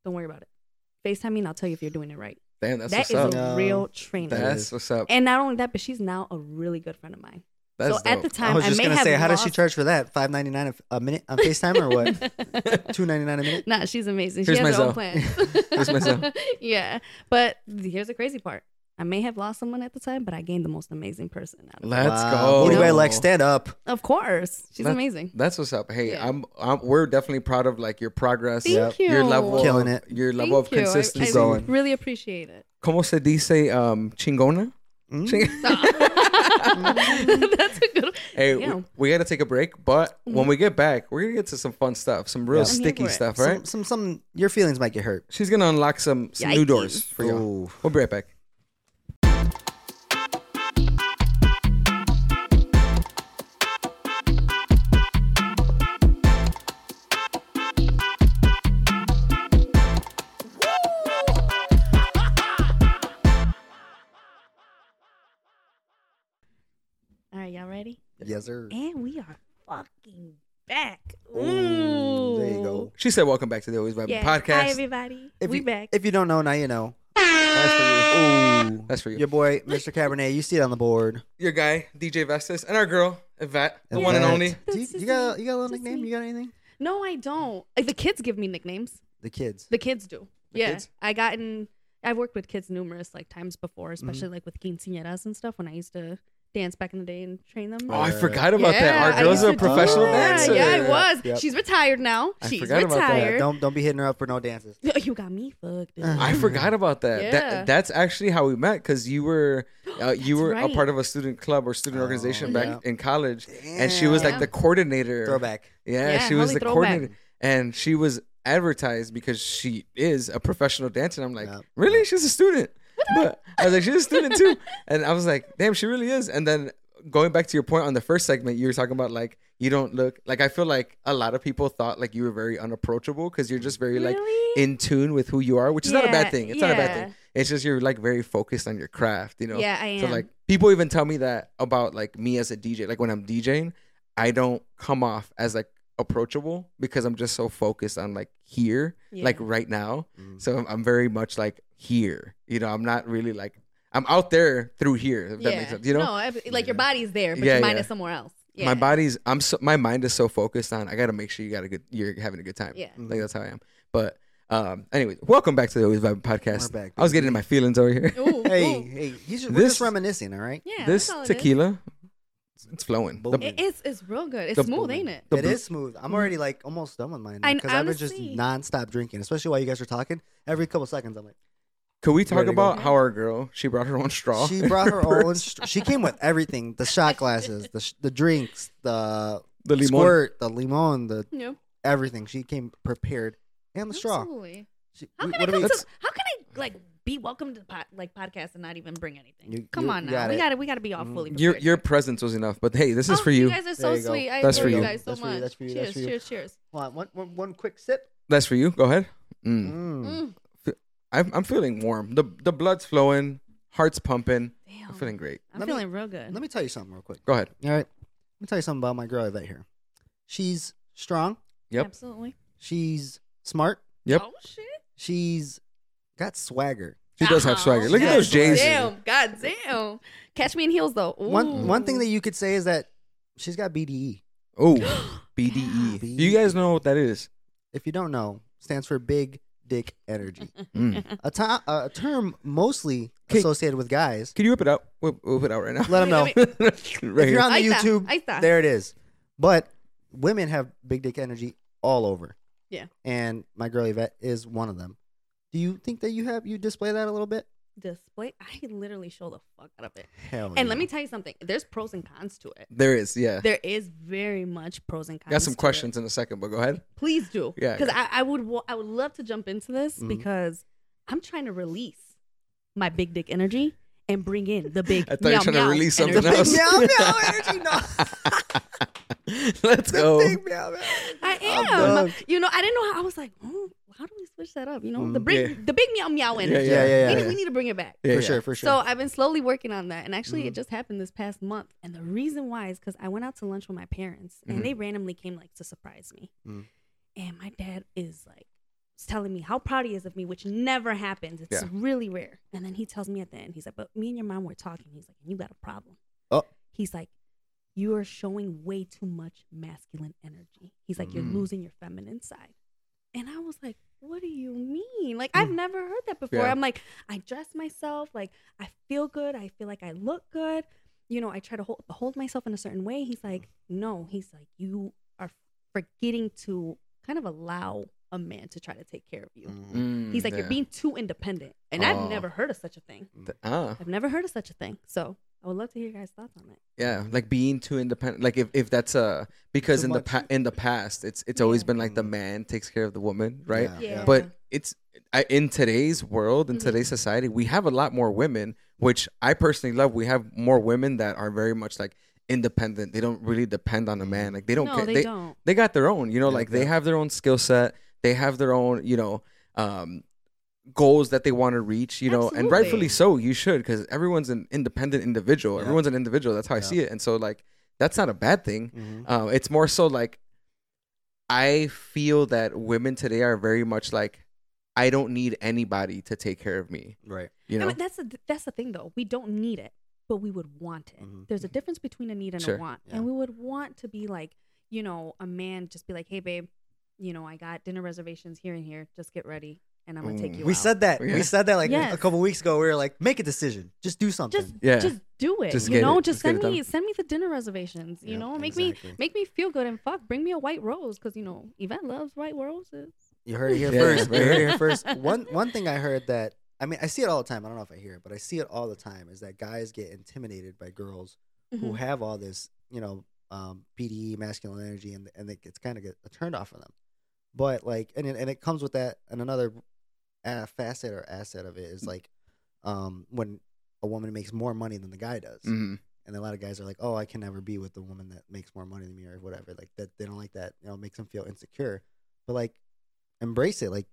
Speaker 3: Don't worry about it. FaceTime me and I'll tell you if you're doing it right.
Speaker 2: Damn, that's
Speaker 3: That
Speaker 2: what's
Speaker 3: is
Speaker 2: up.
Speaker 1: a-
Speaker 3: a
Speaker 1: No.
Speaker 3: real trainer.
Speaker 1: That
Speaker 2: That's
Speaker 1: is-
Speaker 2: what's up.
Speaker 3: and not only that, but she's now a really good friend of mine.
Speaker 2: That's
Speaker 3: so at the
Speaker 2: dope.
Speaker 3: time,
Speaker 1: I was
Speaker 3: I
Speaker 1: just
Speaker 3: may
Speaker 1: gonna
Speaker 3: have
Speaker 1: say, how does she
Speaker 3: lost-
Speaker 1: charge for that? Five ninety nine a minute on Facetime or what?
Speaker 3: [laughs]
Speaker 1: Two ninety nine a minute.
Speaker 3: Nah, she's amazing.
Speaker 2: Here's
Speaker 3: she has her own
Speaker 2: myself.
Speaker 3: plan.
Speaker 1: [laughs]
Speaker 3: [laughs]
Speaker 2: Here's myself.
Speaker 3: yeah, but here's the crazy part. I may have lost someone at the time, but I gained the most amazing person out of it.
Speaker 2: Let's
Speaker 1: Wow.
Speaker 2: go.
Speaker 1: What do I like? Stand up.
Speaker 3: Of course, she's
Speaker 2: That-
Speaker 3: amazing.
Speaker 2: That's what's up. Hey,
Speaker 3: Yeah.
Speaker 2: I'm, I'm. We're definitely proud of like your progress.
Speaker 3: Thank
Speaker 1: Yep.
Speaker 3: you.
Speaker 2: Your level,
Speaker 1: Killing
Speaker 2: of,
Speaker 1: it.
Speaker 2: Your
Speaker 3: Thank
Speaker 2: level of
Speaker 3: you. I-
Speaker 2: consistency.
Speaker 3: I,
Speaker 1: Going.
Speaker 3: really appreciate
Speaker 1: [laughs]
Speaker 3: it. [laughs]
Speaker 2: ¿Cómo se dice um, chingona?
Speaker 1: Mm.
Speaker 2: Ching- [laughs]
Speaker 3: That's a good. One.
Speaker 2: Hey,
Speaker 3: Yeah. Mm-hmm.
Speaker 2: we, we got to take a break, but when we get back, we're gonna get to some fun stuff, some real
Speaker 1: Yeah. I'm
Speaker 3: here
Speaker 2: sticky
Speaker 3: for it.
Speaker 2: stuff,
Speaker 1: Some,
Speaker 2: right?
Speaker 1: some some your feelings might get hurt.
Speaker 2: She's gonna unlock some, some new
Speaker 3: Yikes.
Speaker 2: doors for you.
Speaker 1: Ooh.
Speaker 2: We'll be right back.
Speaker 3: All right, y'all ready?
Speaker 1: Yes, sir.
Speaker 3: And we are fucking back. Ooh,
Speaker 1: Ooh, there you go.
Speaker 2: She said, "Welcome back to the Always Vibing
Speaker 3: Yeah. Hi
Speaker 2: Podcast."
Speaker 3: everybody.
Speaker 1: If
Speaker 3: we
Speaker 1: you,
Speaker 3: back.
Speaker 1: If you don't know, now you know.
Speaker 2: That's for you.
Speaker 1: Ooh.
Speaker 2: That's for you.
Speaker 1: Your boy, Mr. Cabernet, you see it on the board.
Speaker 2: Your guy, DJ Vestas, and our girl, Yvette, the one and
Speaker 1: Yvette.
Speaker 2: only.
Speaker 1: Do you,
Speaker 3: That's
Speaker 1: you
Speaker 3: just
Speaker 1: got
Speaker 3: me.
Speaker 1: you got a little
Speaker 3: Just
Speaker 1: nickname?
Speaker 3: me.
Speaker 1: You got anything?
Speaker 3: no, I don't. Like, the kids give me nicknames.
Speaker 1: The kids.
Speaker 3: The kids do.
Speaker 2: The
Speaker 3: yeah.
Speaker 2: kids?
Speaker 3: I gotten I've worked with kids numerous like times before,
Speaker 2: Mm-hmm.
Speaker 3: especially like with quinceañeras and stuff when I used to dance back in the day and train them.
Speaker 2: Oh, I
Speaker 1: Yeah.
Speaker 2: forgot about that.
Speaker 3: I
Speaker 2: Our girl's
Speaker 3: used
Speaker 2: a
Speaker 3: to do
Speaker 2: professional
Speaker 1: that.
Speaker 2: dancer.
Speaker 3: Yeah, I was.
Speaker 1: Yep.
Speaker 3: She's retired now.
Speaker 2: I
Speaker 3: She's
Speaker 2: forgot about that.
Speaker 1: Yeah,
Speaker 3: retired.
Speaker 1: don't don't be hitting her up for no dances.
Speaker 3: [laughs] you got me fucked. up.
Speaker 2: I forgot about that.
Speaker 3: Yeah.
Speaker 2: that that's actually how we met because you
Speaker 3: [gasps]
Speaker 2: were uh, you
Speaker 3: That's
Speaker 2: were
Speaker 3: right.
Speaker 2: a part of a student club or student
Speaker 1: Oh,
Speaker 2: organization
Speaker 1: yeah.
Speaker 2: back in college, and she was
Speaker 3: Yeah.
Speaker 2: like the coordinator.
Speaker 1: Throwback.
Speaker 2: Yeah,
Speaker 3: Yeah,
Speaker 2: she was
Speaker 3: holy
Speaker 2: the
Speaker 3: throwback.
Speaker 2: coordinator, and she was advertised because she is a professional dancer. And I'm like,
Speaker 1: Yep.
Speaker 2: really? She's a student. But I was like, she's a student too,
Speaker 3: [laughs]
Speaker 2: and I was like, damn, she really is. And then going back to your point on the first segment, you were talking about like you don't look like I feel like a lot of people thought like you were very unapproachable because you're just very like
Speaker 3: Really?
Speaker 2: in tune with who you are, which is not a
Speaker 3: Yeah,
Speaker 2: bad thing. It's not a bad
Speaker 3: yeah.
Speaker 2: thing. It's just you're like very focused on your craft, you know.
Speaker 3: Yeah, I
Speaker 2: So
Speaker 3: am.
Speaker 2: like people even tell me that about like me as a DJ. Like when I'm DJing, I don't come off as like approachable because I'm just so focused on like here,
Speaker 3: Yeah.
Speaker 2: like right now.
Speaker 1: Mm.
Speaker 2: So I'm, I'm very much like here. You know, I'm not really like I'm out there through here. If that makes sense, you know.
Speaker 3: No, I- like your body's there, but
Speaker 2: Yeah,
Speaker 3: your mind
Speaker 2: yeah.
Speaker 3: is somewhere else. Yeah.
Speaker 2: My body's I'm so my mind is so focused on I gotta make sure you got a good you're having a good time.
Speaker 3: Yeah.
Speaker 2: Like that's how I am. But um anyways, welcome back to the Always Vibe podcast.
Speaker 1: We're back,
Speaker 2: I was getting in my feelings over here.
Speaker 3: Ooh,
Speaker 1: Hey,
Speaker 3: ooh.
Speaker 1: hey, you should, we're
Speaker 2: Uh, This-
Speaker 1: just reminiscing, all right?
Speaker 3: Yeah,
Speaker 2: this
Speaker 3: that's all it is.
Speaker 2: tequila it's- it's flowing. The-
Speaker 1: Boom.
Speaker 3: It is. It's real good. It's
Speaker 2: The-
Speaker 3: smooth, ain't it?
Speaker 2: the
Speaker 1: It
Speaker 2: blue-
Speaker 1: is smooth. I'm already like almost done with mine
Speaker 3: I-
Speaker 1: because I've been just
Speaker 3: honestly-
Speaker 1: nonstop drinking, especially while you guys are talking. Every couple seconds, I'm like,
Speaker 2: Could we talk
Speaker 1: Ready to go.
Speaker 2: about how our girl she brought her own straw?
Speaker 1: she brought her own. str- She came with everything: the shot glasses, the sh- the drinks, the
Speaker 2: [laughs] the limon.
Speaker 1: squirt, the limon, the
Speaker 3: Yep.
Speaker 1: everything. She came prepared, Hand the straw.
Speaker 4: Absolutely.
Speaker 1: She-
Speaker 4: How
Speaker 1: we-
Speaker 4: can
Speaker 1: what
Speaker 4: I
Speaker 1: do
Speaker 4: come
Speaker 1: we-
Speaker 4: to? How can I like be welcome to the pod, like podcast and not even bring anything?
Speaker 1: You-
Speaker 4: come
Speaker 1: you-
Speaker 4: on
Speaker 1: you
Speaker 4: now,
Speaker 1: got
Speaker 4: we
Speaker 1: it.
Speaker 4: got to We got to be all
Speaker 1: Mhm.
Speaker 4: fully.
Speaker 2: Your
Speaker 4: prepared
Speaker 2: your
Speaker 4: here.
Speaker 2: presence was enough, but hey, Mm. this is
Speaker 4: Oh,
Speaker 2: for you.
Speaker 4: You guys are
Speaker 1: There
Speaker 4: so
Speaker 1: you go.
Speaker 4: sweet. I
Speaker 2: That's
Speaker 4: love
Speaker 2: for
Speaker 4: you
Speaker 2: you.
Speaker 4: guys so
Speaker 1: That's for you,
Speaker 4: much.
Speaker 1: that's for you,
Speaker 4: Cheers,
Speaker 1: that's for you.
Speaker 4: cheers, cheers.
Speaker 1: Hold on, one, one, one quick sip.
Speaker 2: That's for you. Go ahead. Mm.
Speaker 1: Mm.
Speaker 4: Mm,
Speaker 2: I'm I'm feeling warm. the The blood's flowing, heart's pumping.
Speaker 4: damn,
Speaker 3: Oh.
Speaker 2: I'm feeling great.
Speaker 4: I'm
Speaker 1: Let me-
Speaker 4: feeling real good.
Speaker 1: Let me tell you something real quick.
Speaker 2: Go ahead.
Speaker 1: All right. Let me tell you something about my girl Yvette here. She's strong.
Speaker 2: Yep.
Speaker 4: Absolutely.
Speaker 1: She's smart.
Speaker 2: Yep.
Speaker 4: Oh shit.
Speaker 1: She's got swagger.
Speaker 2: She does have
Speaker 4: Oh,
Speaker 2: swagger. Look at
Speaker 1: yes.
Speaker 2: those J's.
Speaker 4: Damn. God damn. Catch me in heels though.
Speaker 1: One
Speaker 4: Ooh.
Speaker 1: one thing that you could say is that she's got E. BDE.
Speaker 2: Oh,
Speaker 3: [gasps]
Speaker 2: BDE. E.
Speaker 1: E.
Speaker 2: Do you guys know what that is?
Speaker 1: If you don't know, stands for big dick energy.
Speaker 3: [laughs]
Speaker 2: Mm.
Speaker 1: a, to- a term mostly
Speaker 2: Okay.
Speaker 1: associated with guys.
Speaker 2: Can you whip it out? Whip, whip it out right now.
Speaker 1: Let them know.
Speaker 4: Wait,
Speaker 2: [laughs] right
Speaker 1: if you're
Speaker 2: here.
Speaker 1: on the
Speaker 4: Ahí está,
Speaker 1: YouTube,
Speaker 4: ahí
Speaker 3: Ah.
Speaker 4: está.
Speaker 1: there it is. But women have big dick energy all over.
Speaker 3: Yeah.
Speaker 1: And my girl Yvette is one of them. Do you think that you have you display that a little bit?
Speaker 3: Display. I literally show the fuck out of it.
Speaker 2: Oh,
Speaker 1: Hell
Speaker 3: And
Speaker 1: [laughs] yeah.
Speaker 3: let me tell you something. There's pros and cons to it.
Speaker 2: There is. Yeah.
Speaker 3: There is very much pros and cons.
Speaker 2: Got some
Speaker 3: to it.
Speaker 2: questions in a second, but go
Speaker 1: [laughs]
Speaker 2: ahead. [laughs]
Speaker 3: Please do.
Speaker 2: Yeah, Mm-hmm.
Speaker 3: Because I, I would wa- I would love to jump into this
Speaker 1: Mhm.
Speaker 3: because I'm trying to release my big dick energy and bring in the big.
Speaker 2: [laughs] I thought you were
Speaker 3: meow
Speaker 2: trying to
Speaker 3: meow
Speaker 2: release something
Speaker 3: energy.
Speaker 2: else.
Speaker 1: meow meow energy. No. [laughs]
Speaker 2: Let's go.
Speaker 1: Big meow meow.
Speaker 3: [laughs] I
Speaker 2: Oh,
Speaker 1: I'm
Speaker 3: am.
Speaker 1: done.
Speaker 3: You know, I didn't know how. I was like, oh, how do we switch that up? You know, the
Speaker 1: Mm,
Speaker 3: big
Speaker 2: yeah.
Speaker 3: the big meow meow
Speaker 2: Yeah,
Speaker 3: energy.
Speaker 1: Yeah, yeah,
Speaker 3: we,
Speaker 1: yeah.
Speaker 3: Need, we need to bring it back.
Speaker 2: Yeah,
Speaker 1: for
Speaker 2: yeah.
Speaker 1: sure, for sure.
Speaker 3: So I've been slowly working on that, and actually,
Speaker 1: Mhm.
Speaker 3: it just happened this past month. And the reason why is because I went out to lunch with my parents,
Speaker 2: Mhm.
Speaker 3: and they randomly came like to surprise me.
Speaker 1: Mm-hmm. Mm.
Speaker 3: And my dad is like is telling me how proud he is of me, which never happens. It's
Speaker 2: Yeah.
Speaker 3: really rare. And then he tells me at the end, he's like, "But me and your mom were talking." He's like, "You got a problem."
Speaker 1: Oh.
Speaker 3: He's like, "You are showing way too much masculine energy." He's like, "You're
Speaker 1: Mm.
Speaker 3: losing your feminine side." And I was like, what do you mean? Like, I've never heard that before.
Speaker 2: Mm. Yeah.
Speaker 3: I'm like, I dress myself, like, I feel good. I feel like I look good. You know, I try to hold, hold myself in a certain way. He's like, no, he's like, you are forgetting to kind of allow a man to try to take care of you.
Speaker 1: Mm.
Speaker 2: Mm,
Speaker 3: He's like,
Speaker 2: yeah.
Speaker 3: you're being too independent. And
Speaker 2: Oh.
Speaker 3: I've never heard of such a thing.
Speaker 2: Ah,
Speaker 3: I've never heard of such a thing. So I would love to hear your guys' thoughts on that.
Speaker 2: yeah, like being too independent. Like if, if that's a because
Speaker 1: Too
Speaker 2: in
Speaker 1: much.
Speaker 2: the pa- in the past, it's it's always
Speaker 3: Yeah. Mm-hmm.
Speaker 2: been like the man takes care of the woman, right?
Speaker 1: Yeah,
Speaker 3: Yeah.
Speaker 2: But it's I, in today's world, in
Speaker 3: Mhm.
Speaker 2: today's society, we have a lot more women, which I personally love. We have more women that are very much like independent. They don't really depend on a man. Like they don't.
Speaker 3: no,
Speaker 2: care.
Speaker 3: they,
Speaker 2: they
Speaker 3: don't.
Speaker 2: they got their own you know
Speaker 1: Yeah,
Speaker 2: like they
Speaker 1: yeah.
Speaker 2: have their own skill set they have their own you know um goals that they want to reach you know and
Speaker 3: Absolutely.
Speaker 2: rightfully so you should because everyone's an independent individual
Speaker 1: Yeah.
Speaker 2: everyone's an individual that's how i
Speaker 1: Yeah.
Speaker 2: see it and so like that's not a bad thing
Speaker 1: Mhm.
Speaker 2: uh, it's more so like i feel that women today are very much like i don't need anybody to take care of me
Speaker 1: Right.
Speaker 2: you
Speaker 3: I
Speaker 2: know
Speaker 3: mean, that's the that's the thing though. We don't need it, but we would want it.
Speaker 1: Mhm.
Speaker 3: There's a difference between a need and
Speaker 2: Mm-hmm. Sure.
Speaker 3: a want,
Speaker 1: Yeah.
Speaker 3: and we would want to be like, you know, a man just be like, hey babe, you know, I got dinner reservations here and here. Just get ready, and I'm gonna take
Speaker 2: Mm.
Speaker 3: you.
Speaker 1: We
Speaker 3: out.
Speaker 1: said that.
Speaker 2: Yeah.
Speaker 1: We said that like
Speaker 3: Yes.
Speaker 1: a couple weeks ago. We were like, make a decision. Just do something.
Speaker 3: just
Speaker 2: Yeah.
Speaker 3: just do it.
Speaker 2: Just
Speaker 3: you
Speaker 2: get
Speaker 3: know,
Speaker 2: it. Just
Speaker 3: just
Speaker 2: get it
Speaker 3: send me
Speaker 2: done.
Speaker 3: send me the dinner reservations. You
Speaker 1: Yep,
Speaker 3: know, make
Speaker 1: exactly.
Speaker 3: me make me feel good and fuck. Bring me a white rose because you know, Yvette loves white roses.
Speaker 1: You heard it here
Speaker 2: Yeah.
Speaker 1: first. You heard it here first.
Speaker 3: [laughs]
Speaker 1: One one thing I heard that I mean I see it all the time. I don't know if I hear it, but I see it all the time is that guys get intimidated by girls who
Speaker 3: Mhm.
Speaker 1: have all this, you know, um, PDE, masculine energy, and and it, it's kind of a turned off for them. But like, and it, and it comes with that, and another uh, facet or asset of it is
Speaker 3: Mm.
Speaker 1: like um, when a woman makes more money than the guy does,
Speaker 2: hmm
Speaker 1: and a lot of guys are like, oh, I can never be with the woman that makes more money than me or whatever. Like that, they don't like that. You know, it makes them feel insecure. But like, embrace it. Like,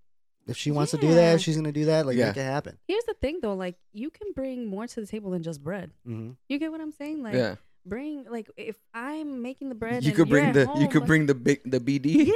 Speaker 1: if she wants to do
Speaker 3: Yeah.
Speaker 1: that, if she's gonna do that. Like,
Speaker 2: Yeah.
Speaker 1: make it happen.
Speaker 3: Here's the thing though, like you can bring more to the table than just bread.
Speaker 1: hmm
Speaker 3: You get what I'm saying? Like
Speaker 2: yeah
Speaker 3: bring like if I'm making the bread,
Speaker 2: you
Speaker 3: and
Speaker 2: could
Speaker 3: you're
Speaker 2: bring
Speaker 3: at
Speaker 2: the you
Speaker 3: home,
Speaker 2: could
Speaker 3: like- [laughs]
Speaker 2: bring the big the bd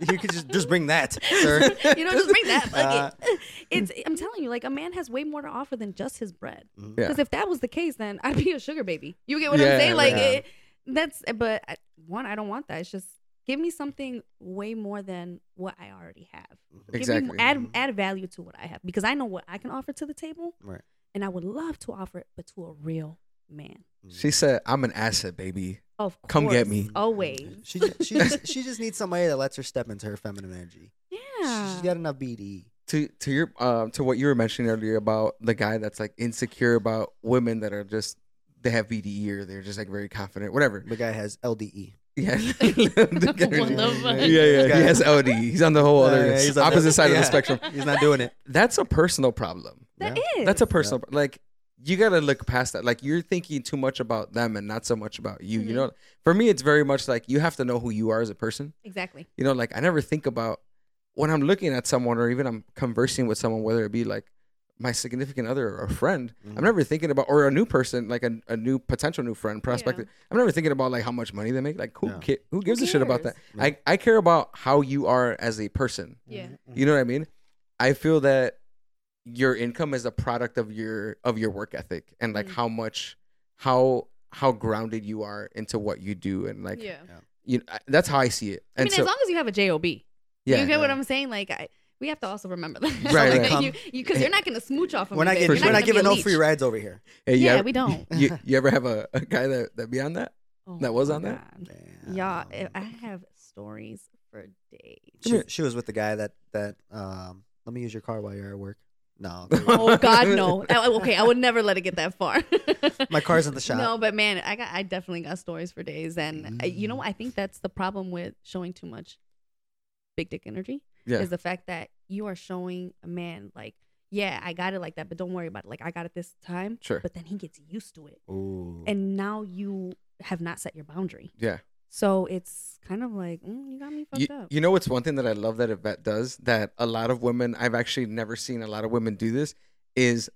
Speaker 1: [laughs]
Speaker 2: [laughs]
Speaker 1: You could just just bring that, sir. [laughs]
Speaker 3: [laughs] you know, just
Speaker 2: [laughs]
Speaker 3: bring
Speaker 2: Uh,
Speaker 3: that bucket.
Speaker 2: hmm.
Speaker 3: it's I'm telling you, like a man has way more to offer than just his bread.
Speaker 1: Mhm.
Speaker 2: Yeah.
Speaker 3: Because if that was the case, then I'd be a sugar baby. You get what
Speaker 2: Mm-hmm. Yeah,
Speaker 3: I'm saying? Like
Speaker 1: right.
Speaker 3: it, that's. But I, one, I don't want that. It's just give me something way more than what I already have.
Speaker 1: Mhm.
Speaker 3: Give me more-
Speaker 2: Exactly. Mm-hmm.
Speaker 3: add
Speaker 1: Mhm.
Speaker 3: add value to what I have because I know what I can offer to the table,
Speaker 1: Right.
Speaker 3: and I would love to offer it, but to a real man.
Speaker 2: [laughs] she said i'm an asset baby
Speaker 3: Of course,
Speaker 2: Come get me.
Speaker 3: always.
Speaker 1: She just, she
Speaker 3: [laughs]
Speaker 1: just, she just needs somebody that lets her step into her feminine energy.
Speaker 3: Yeah,
Speaker 1: She's got enough E BDE.
Speaker 2: to to your um to what you were mentioning earlier about the guy that's like insecure E about women that are just they have VDE or they're just like very confident, whatever.
Speaker 1: The guy has E. LDE.
Speaker 2: [laughs] Yeah.
Speaker 4: What the fuck?
Speaker 2: yeah, yeah. He has OD. He's on the whole
Speaker 1: Yeah,
Speaker 2: other
Speaker 1: yeah, he's on the-
Speaker 2: opposite side of
Speaker 1: yeah.
Speaker 2: the spectrum.
Speaker 1: He's not doing it.
Speaker 2: That's a personal problem.
Speaker 3: That
Speaker 1: Yeah.
Speaker 3: is.
Speaker 2: That's a personal pro- like you gotta look past that. Like you're thinking too much about them and not so much about you. You
Speaker 3: Mhm.
Speaker 2: know, for me, it's very much like you have to know who you are as a person.
Speaker 3: exactly.
Speaker 2: You know, like I never think about when I'm looking at someone or even I'm conversing with someone, whether it be like my significant other or a friend.
Speaker 1: Mhm.
Speaker 2: I'm never thinking about or a new person, like a, a new potential new friend prospect.
Speaker 3: Yeah.
Speaker 2: I'm never thinking about like how much money they make. Like who
Speaker 1: Yeah.
Speaker 2: ca- who gives a shit about that?
Speaker 3: cares?
Speaker 1: Yeah.
Speaker 2: I, I care about how you are as a person.
Speaker 3: Yeah.
Speaker 1: Mm-hmm.
Speaker 2: You know what I mean? I feel that your income is a product of your of your work ethic and like
Speaker 3: Mm.
Speaker 2: how much how how grounded you are into what you do and like
Speaker 3: yeah.
Speaker 2: you know, I- that's how I see it.
Speaker 3: I
Speaker 2: And
Speaker 3: mean, as long as you have a job,
Speaker 2: yeah,
Speaker 3: you get what
Speaker 1: yeah.
Speaker 3: I'm saying. Like, I, we have to also remember that,
Speaker 2: Right,
Speaker 3: [laughs]
Speaker 1: right.
Speaker 3: Because you, you, 'cause you're not gonna smooch off. Of
Speaker 1: We're not getting,
Speaker 3: me, babe.
Speaker 2: For
Speaker 1: we're
Speaker 3: You're
Speaker 2: sure.
Speaker 1: not
Speaker 3: gonna be
Speaker 1: giving
Speaker 3: a
Speaker 1: no
Speaker 3: leech.
Speaker 1: free rides over here.
Speaker 2: Hey, you
Speaker 3: Yeah,
Speaker 2: ever-
Speaker 3: we don't. [laughs]
Speaker 2: You, you ever have a, a guy that that be on that? [laughs] That was on that?
Speaker 3: Oh Yeah,
Speaker 1: Damn.
Speaker 3: I have stories for days.
Speaker 1: She, she was with the guy that that. Um, let me use your car while you're at work. No,
Speaker 3: [laughs] Oh God, no. I- I- okay, I would never let it get that
Speaker 2: [laughs]
Speaker 3: far.
Speaker 1: my car's at the shop.
Speaker 3: No, but man, I got I definitely got stories for days, and uh, you know, I think that's the problem with showing too much big dick energy
Speaker 2: Yeah.
Speaker 3: is the fact that you are showing a man like, yeah, I got it like that, but don't worry about it. Like I got it this time,
Speaker 2: Sure.
Speaker 3: but then he gets used to it,
Speaker 1: Ooh.
Speaker 3: and now you have not set your boundary.
Speaker 2: Yeah.
Speaker 3: So it's kind of like mm, you got me fucked
Speaker 2: You,
Speaker 3: up.
Speaker 2: you know what's one thing that I love that Yvette does that a lot of women I've actually never seen a lot of women do this is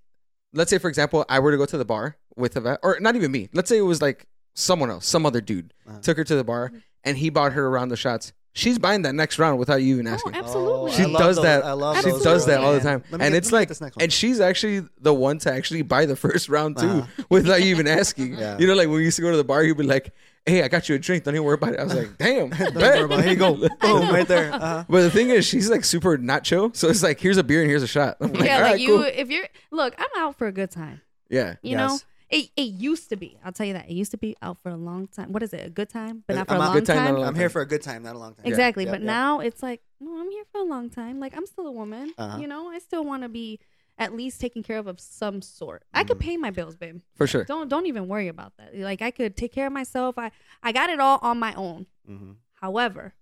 Speaker 2: let's say for example I were to go to the bar with Yvette or not even me let's say it was like someone else some other dude
Speaker 1: Uh-huh.
Speaker 2: took her to the
Speaker 3: Mm-hmm.
Speaker 2: bar and he bought her a round of shots she's buying that next round without you even asking
Speaker 3: ab- absolutely.
Speaker 1: I
Speaker 2: She
Speaker 1: love
Speaker 2: does
Speaker 1: those-
Speaker 2: that.
Speaker 1: I love
Speaker 2: she
Speaker 1: those
Speaker 2: does that all the
Speaker 1: girls, man.
Speaker 2: time
Speaker 1: Let me
Speaker 2: and
Speaker 1: get-
Speaker 2: it's
Speaker 1: let me get
Speaker 2: like
Speaker 1: this next one.
Speaker 2: and she's actually the one to actually buy the first round too
Speaker 1: Uh-huh.
Speaker 2: without you even asking
Speaker 1: Yeah. [laughs]
Speaker 2: you know like when we used to go to the bar you'd be like hey I got you a drink don't even worry about it I was like damn
Speaker 1: Don't worry about it. Here you
Speaker 2: [laughs]
Speaker 1: go. Boom,
Speaker 3: know.
Speaker 1: right there. Uh-huh.
Speaker 2: But the thing is, she's like super nacho. So it's like, here's a beer and here's a shot. I'm like, [laughs]
Speaker 3: yeah,
Speaker 2: all
Speaker 3: like
Speaker 2: right,
Speaker 3: you,
Speaker 2: cool.
Speaker 3: if you're look, I'm out for a good time.
Speaker 2: Yeah.
Speaker 3: You
Speaker 1: Yes.
Speaker 3: know, it it used to be. I'll tell you that it used to be out for a long time. What is it? A good time, but
Speaker 1: Uh,
Speaker 3: not for
Speaker 1: I'm
Speaker 3: a
Speaker 1: out-
Speaker 3: long
Speaker 2: good time, not a
Speaker 3: time.
Speaker 2: long
Speaker 1: I'm here for a good time, not a long time.
Speaker 3: Exactly.
Speaker 1: Yeah,
Speaker 3: but
Speaker 1: yeah.
Speaker 3: now it's like, no, I'm here for a long time. Like I'm still a woman.
Speaker 1: Uh-huh.
Speaker 3: You know, I still want to be at least taken care of of some sort. I
Speaker 1: Mm.
Speaker 3: could pay my bills, babe.
Speaker 2: For sure.
Speaker 3: Don't don't even worry about that. Like I could take care of myself. I I got it all on my own.
Speaker 1: Mhm.
Speaker 3: However,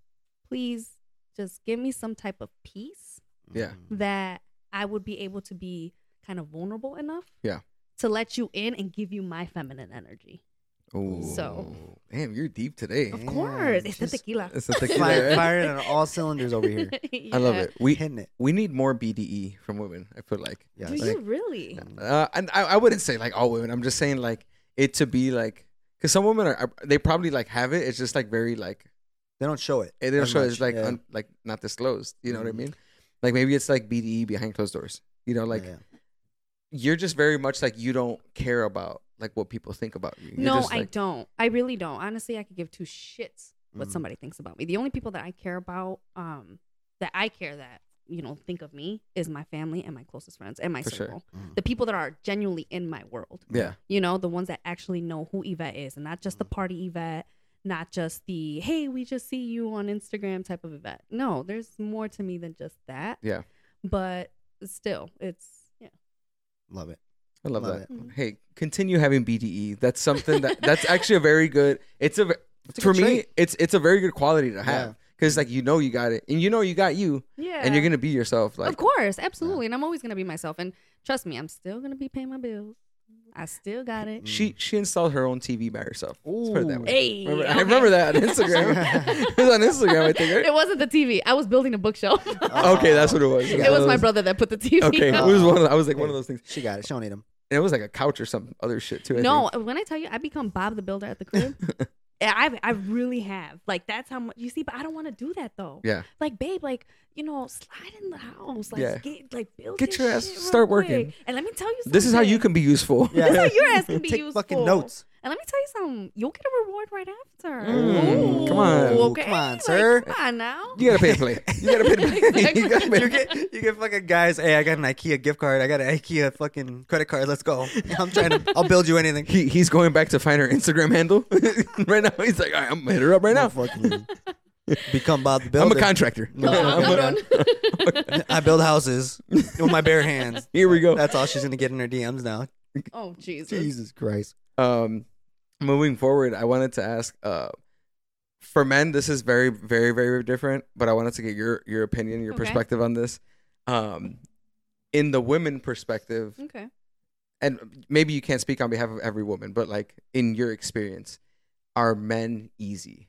Speaker 3: please just give me some type of peace
Speaker 1: Mm-hmm.
Speaker 2: Yeah.
Speaker 3: that I would be able to be kind of vulnerable enough.
Speaker 2: Yeah.
Speaker 3: To let you in and give you my feminine energy.
Speaker 2: Ooh.
Speaker 3: So-
Speaker 2: Damn, you're deep today. [laughs]
Speaker 3: Of
Speaker 1: Yeah,
Speaker 3: course. It's the
Speaker 1: just-
Speaker 3: tequila.
Speaker 2: It's a tequila,
Speaker 1: Fire,
Speaker 2: right? [laughs]
Speaker 1: firing on all cylinders over
Speaker 3: [laughs]
Speaker 1: here.
Speaker 2: I love it. We
Speaker 1: Hitting it.
Speaker 2: we need more BDE from women. I feel like.
Speaker 1: Yes.
Speaker 3: Do you really?
Speaker 2: Uh, and I, I wouldn't say like all women. I'm just saying like it to be like because some women are are- they probably like have it. It's just like very like
Speaker 1: They don't show it.
Speaker 2: it is
Speaker 1: as
Speaker 2: show
Speaker 1: much.
Speaker 2: it's like
Speaker 1: Yeah.
Speaker 2: un, like not disclosed. You know what I
Speaker 1: Mhm.
Speaker 2: mean? Like maybe it's like BDE behind closed doors. You know, like
Speaker 1: Yeah.
Speaker 2: you're just very much like you don't care about like what people think about you. You're
Speaker 3: No,
Speaker 2: just,
Speaker 3: I
Speaker 2: like,
Speaker 3: don't. I really don't. Honestly, I could give two shits what
Speaker 1: Mm.
Speaker 3: somebody thinks about me. The only people that I care about, um, that I care that, you know, think of me is my family and my closest friends and my
Speaker 2: For sure.
Speaker 3: circle.
Speaker 1: Mhm.
Speaker 3: The people that are genuinely in my world.
Speaker 2: Yeah.
Speaker 3: you know the ones that actually know who yvette is and not
Speaker 2: Mm.
Speaker 3: just the party yvette not just the hey we just see you on instagram type of yvette no there's more to me than just that
Speaker 2: Yeah.
Speaker 3: but still it's yeah
Speaker 1: Love it.
Speaker 2: I love,
Speaker 1: Love
Speaker 2: that.
Speaker 3: it. Mhm.
Speaker 2: Hey, continue having BDE. That's something that that's actually a very good. It's a ve-
Speaker 1: a
Speaker 2: for
Speaker 1: good
Speaker 2: me.
Speaker 1: trait.
Speaker 2: It's it's a very good quality to
Speaker 1: Yeah.
Speaker 2: have because like you know you got it and you know you got you
Speaker 3: yeah
Speaker 2: and you're gonna be yourself. Like
Speaker 3: of course absolutely and i'm always gonna be myself and trust me i'm still gonna be paying my bills i still got it
Speaker 2: she
Speaker 1: Mm.
Speaker 2: she installed her own TV by herself. Let's put it that
Speaker 1: Ooh.
Speaker 2: way. [laughs]
Speaker 3: hey
Speaker 2: Remember- I
Speaker 3: okay.
Speaker 2: remember that
Speaker 3: [laughs]
Speaker 2: on Instagram. it was on Instagram, I think.
Speaker 3: it
Speaker 2: right?
Speaker 3: wasn't the tv i was building a
Speaker 2: [laughs]
Speaker 3: bookshelf
Speaker 1: [laughs]
Speaker 2: Okay, that's
Speaker 1: Uh-huh.
Speaker 2: what it was.
Speaker 3: it was my brother that put the tv [laughs]
Speaker 2: Okay,
Speaker 3: up.
Speaker 2: it was one. Of, I was like one of those things.
Speaker 1: She got it. She don't need him.
Speaker 2: And it was like a couch or some other shit too. I
Speaker 3: No, when I tell you I become Bob the Builder at
Speaker 2: [laughs]
Speaker 3: the crib, I I really have. Like that's how much you see, but I don't want to do that though.
Speaker 2: Yeah.
Speaker 3: Like, babe, like, you know, slide in the house. Like
Speaker 2: Yeah.
Speaker 3: get like build
Speaker 2: Get
Speaker 3: this
Speaker 2: your ass-
Speaker 3: shit real
Speaker 2: start
Speaker 3: quick.
Speaker 2: working.
Speaker 3: And let me tell you
Speaker 2: think.
Speaker 3: something.
Speaker 2: This is how you can be useful.
Speaker 1: Yeah.
Speaker 3: This is how your ass can be
Speaker 1: Take
Speaker 3: useful.
Speaker 1: fucking notes.
Speaker 3: And let me tell you something. You'll get a reward right after.
Speaker 2: Mm, come on.
Speaker 3: Ooh, okay.
Speaker 1: Come on,
Speaker 3: Like,
Speaker 1: sir.
Speaker 3: come on now.
Speaker 2: [laughs] You gotta pay to play. You gotta pay
Speaker 3: [laughs]
Speaker 2: to play. [laughs] you gotta pay
Speaker 1: [laughs] you get you get fucking guys. Hey, I got an IKEA gift card. I got an IKEA fucking credit card. Let's go. [laughs] I'm trying to. I'll build you anything.
Speaker 2: He, he's going back to find her Instagram handle [laughs] right now. He's like, "All right, I'm gonna hit her up right now.
Speaker 1: Fucking become Bob the
Speaker 2: I'm
Speaker 1: Builder.
Speaker 2: a contractor.
Speaker 1: No,
Speaker 2: [laughs] I'm
Speaker 1: no,
Speaker 2: a-
Speaker 1: no, [laughs] I build houses with my bare [laughs] hands.
Speaker 2: Here we go.
Speaker 1: That's all she's gonna get in her DMs now.
Speaker 3: Oh Jesus.
Speaker 1: Jesus Christ.
Speaker 2: Um, moving forward, I wanted to ask, uh, for men, this is very, very, very different. But I wanted to get your your opinion, your
Speaker 3: Okay.
Speaker 2: perspective on this. Um, in the women perspective,
Speaker 3: Okay.
Speaker 2: and maybe you can't speak on behalf of every woman, but like in your experience, are men easy?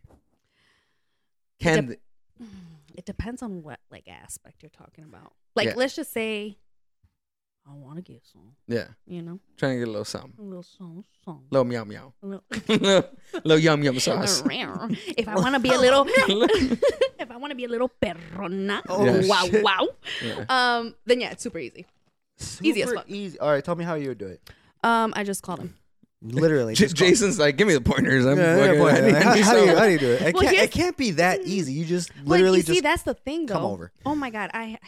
Speaker 2: Can
Speaker 3: Dep-
Speaker 4: It depends on what like aspect you're talking about.
Speaker 3: Like
Speaker 2: Yeah.
Speaker 3: let's just say
Speaker 4: I want to get some,
Speaker 2: yeah,
Speaker 4: you know,
Speaker 2: trying to get a little something,
Speaker 4: a little some, some.
Speaker 2: little meow meow, [laughs]
Speaker 4: a little-
Speaker 2: little yum yum
Speaker 3: [laughs]
Speaker 2: sauce.
Speaker 4: if
Speaker 1: [laughs]
Speaker 4: I want to be a little, [laughs] if I want to be a little perrona,
Speaker 1: Oh,
Speaker 2: Yeah.
Speaker 4: wow,
Speaker 1: shit.
Speaker 4: wow.
Speaker 2: Yeah.
Speaker 3: um then yeah, it's super easy. Easy as
Speaker 1: Super
Speaker 3: fuck.
Speaker 1: Easy. All right, tell me how you would do it.
Speaker 3: Um I just called him.
Speaker 1: Literally,
Speaker 2: J-
Speaker 1: just go-
Speaker 2: Jason's like, give me the pointers. I'm
Speaker 1: Yeah,
Speaker 2: fucking-
Speaker 1: yeah, boy,
Speaker 2: I [laughs] need-
Speaker 1: like,
Speaker 2: I
Speaker 1: how,
Speaker 2: need
Speaker 1: how do you,
Speaker 2: some-
Speaker 1: how do you do it? It
Speaker 3: Well,
Speaker 1: can't,
Speaker 3: here's-
Speaker 1: it can't be that easy. You just
Speaker 3: Well,
Speaker 1: literally
Speaker 3: you see
Speaker 1: just
Speaker 3: that's the thing though.
Speaker 1: come over.
Speaker 3: Oh my god, I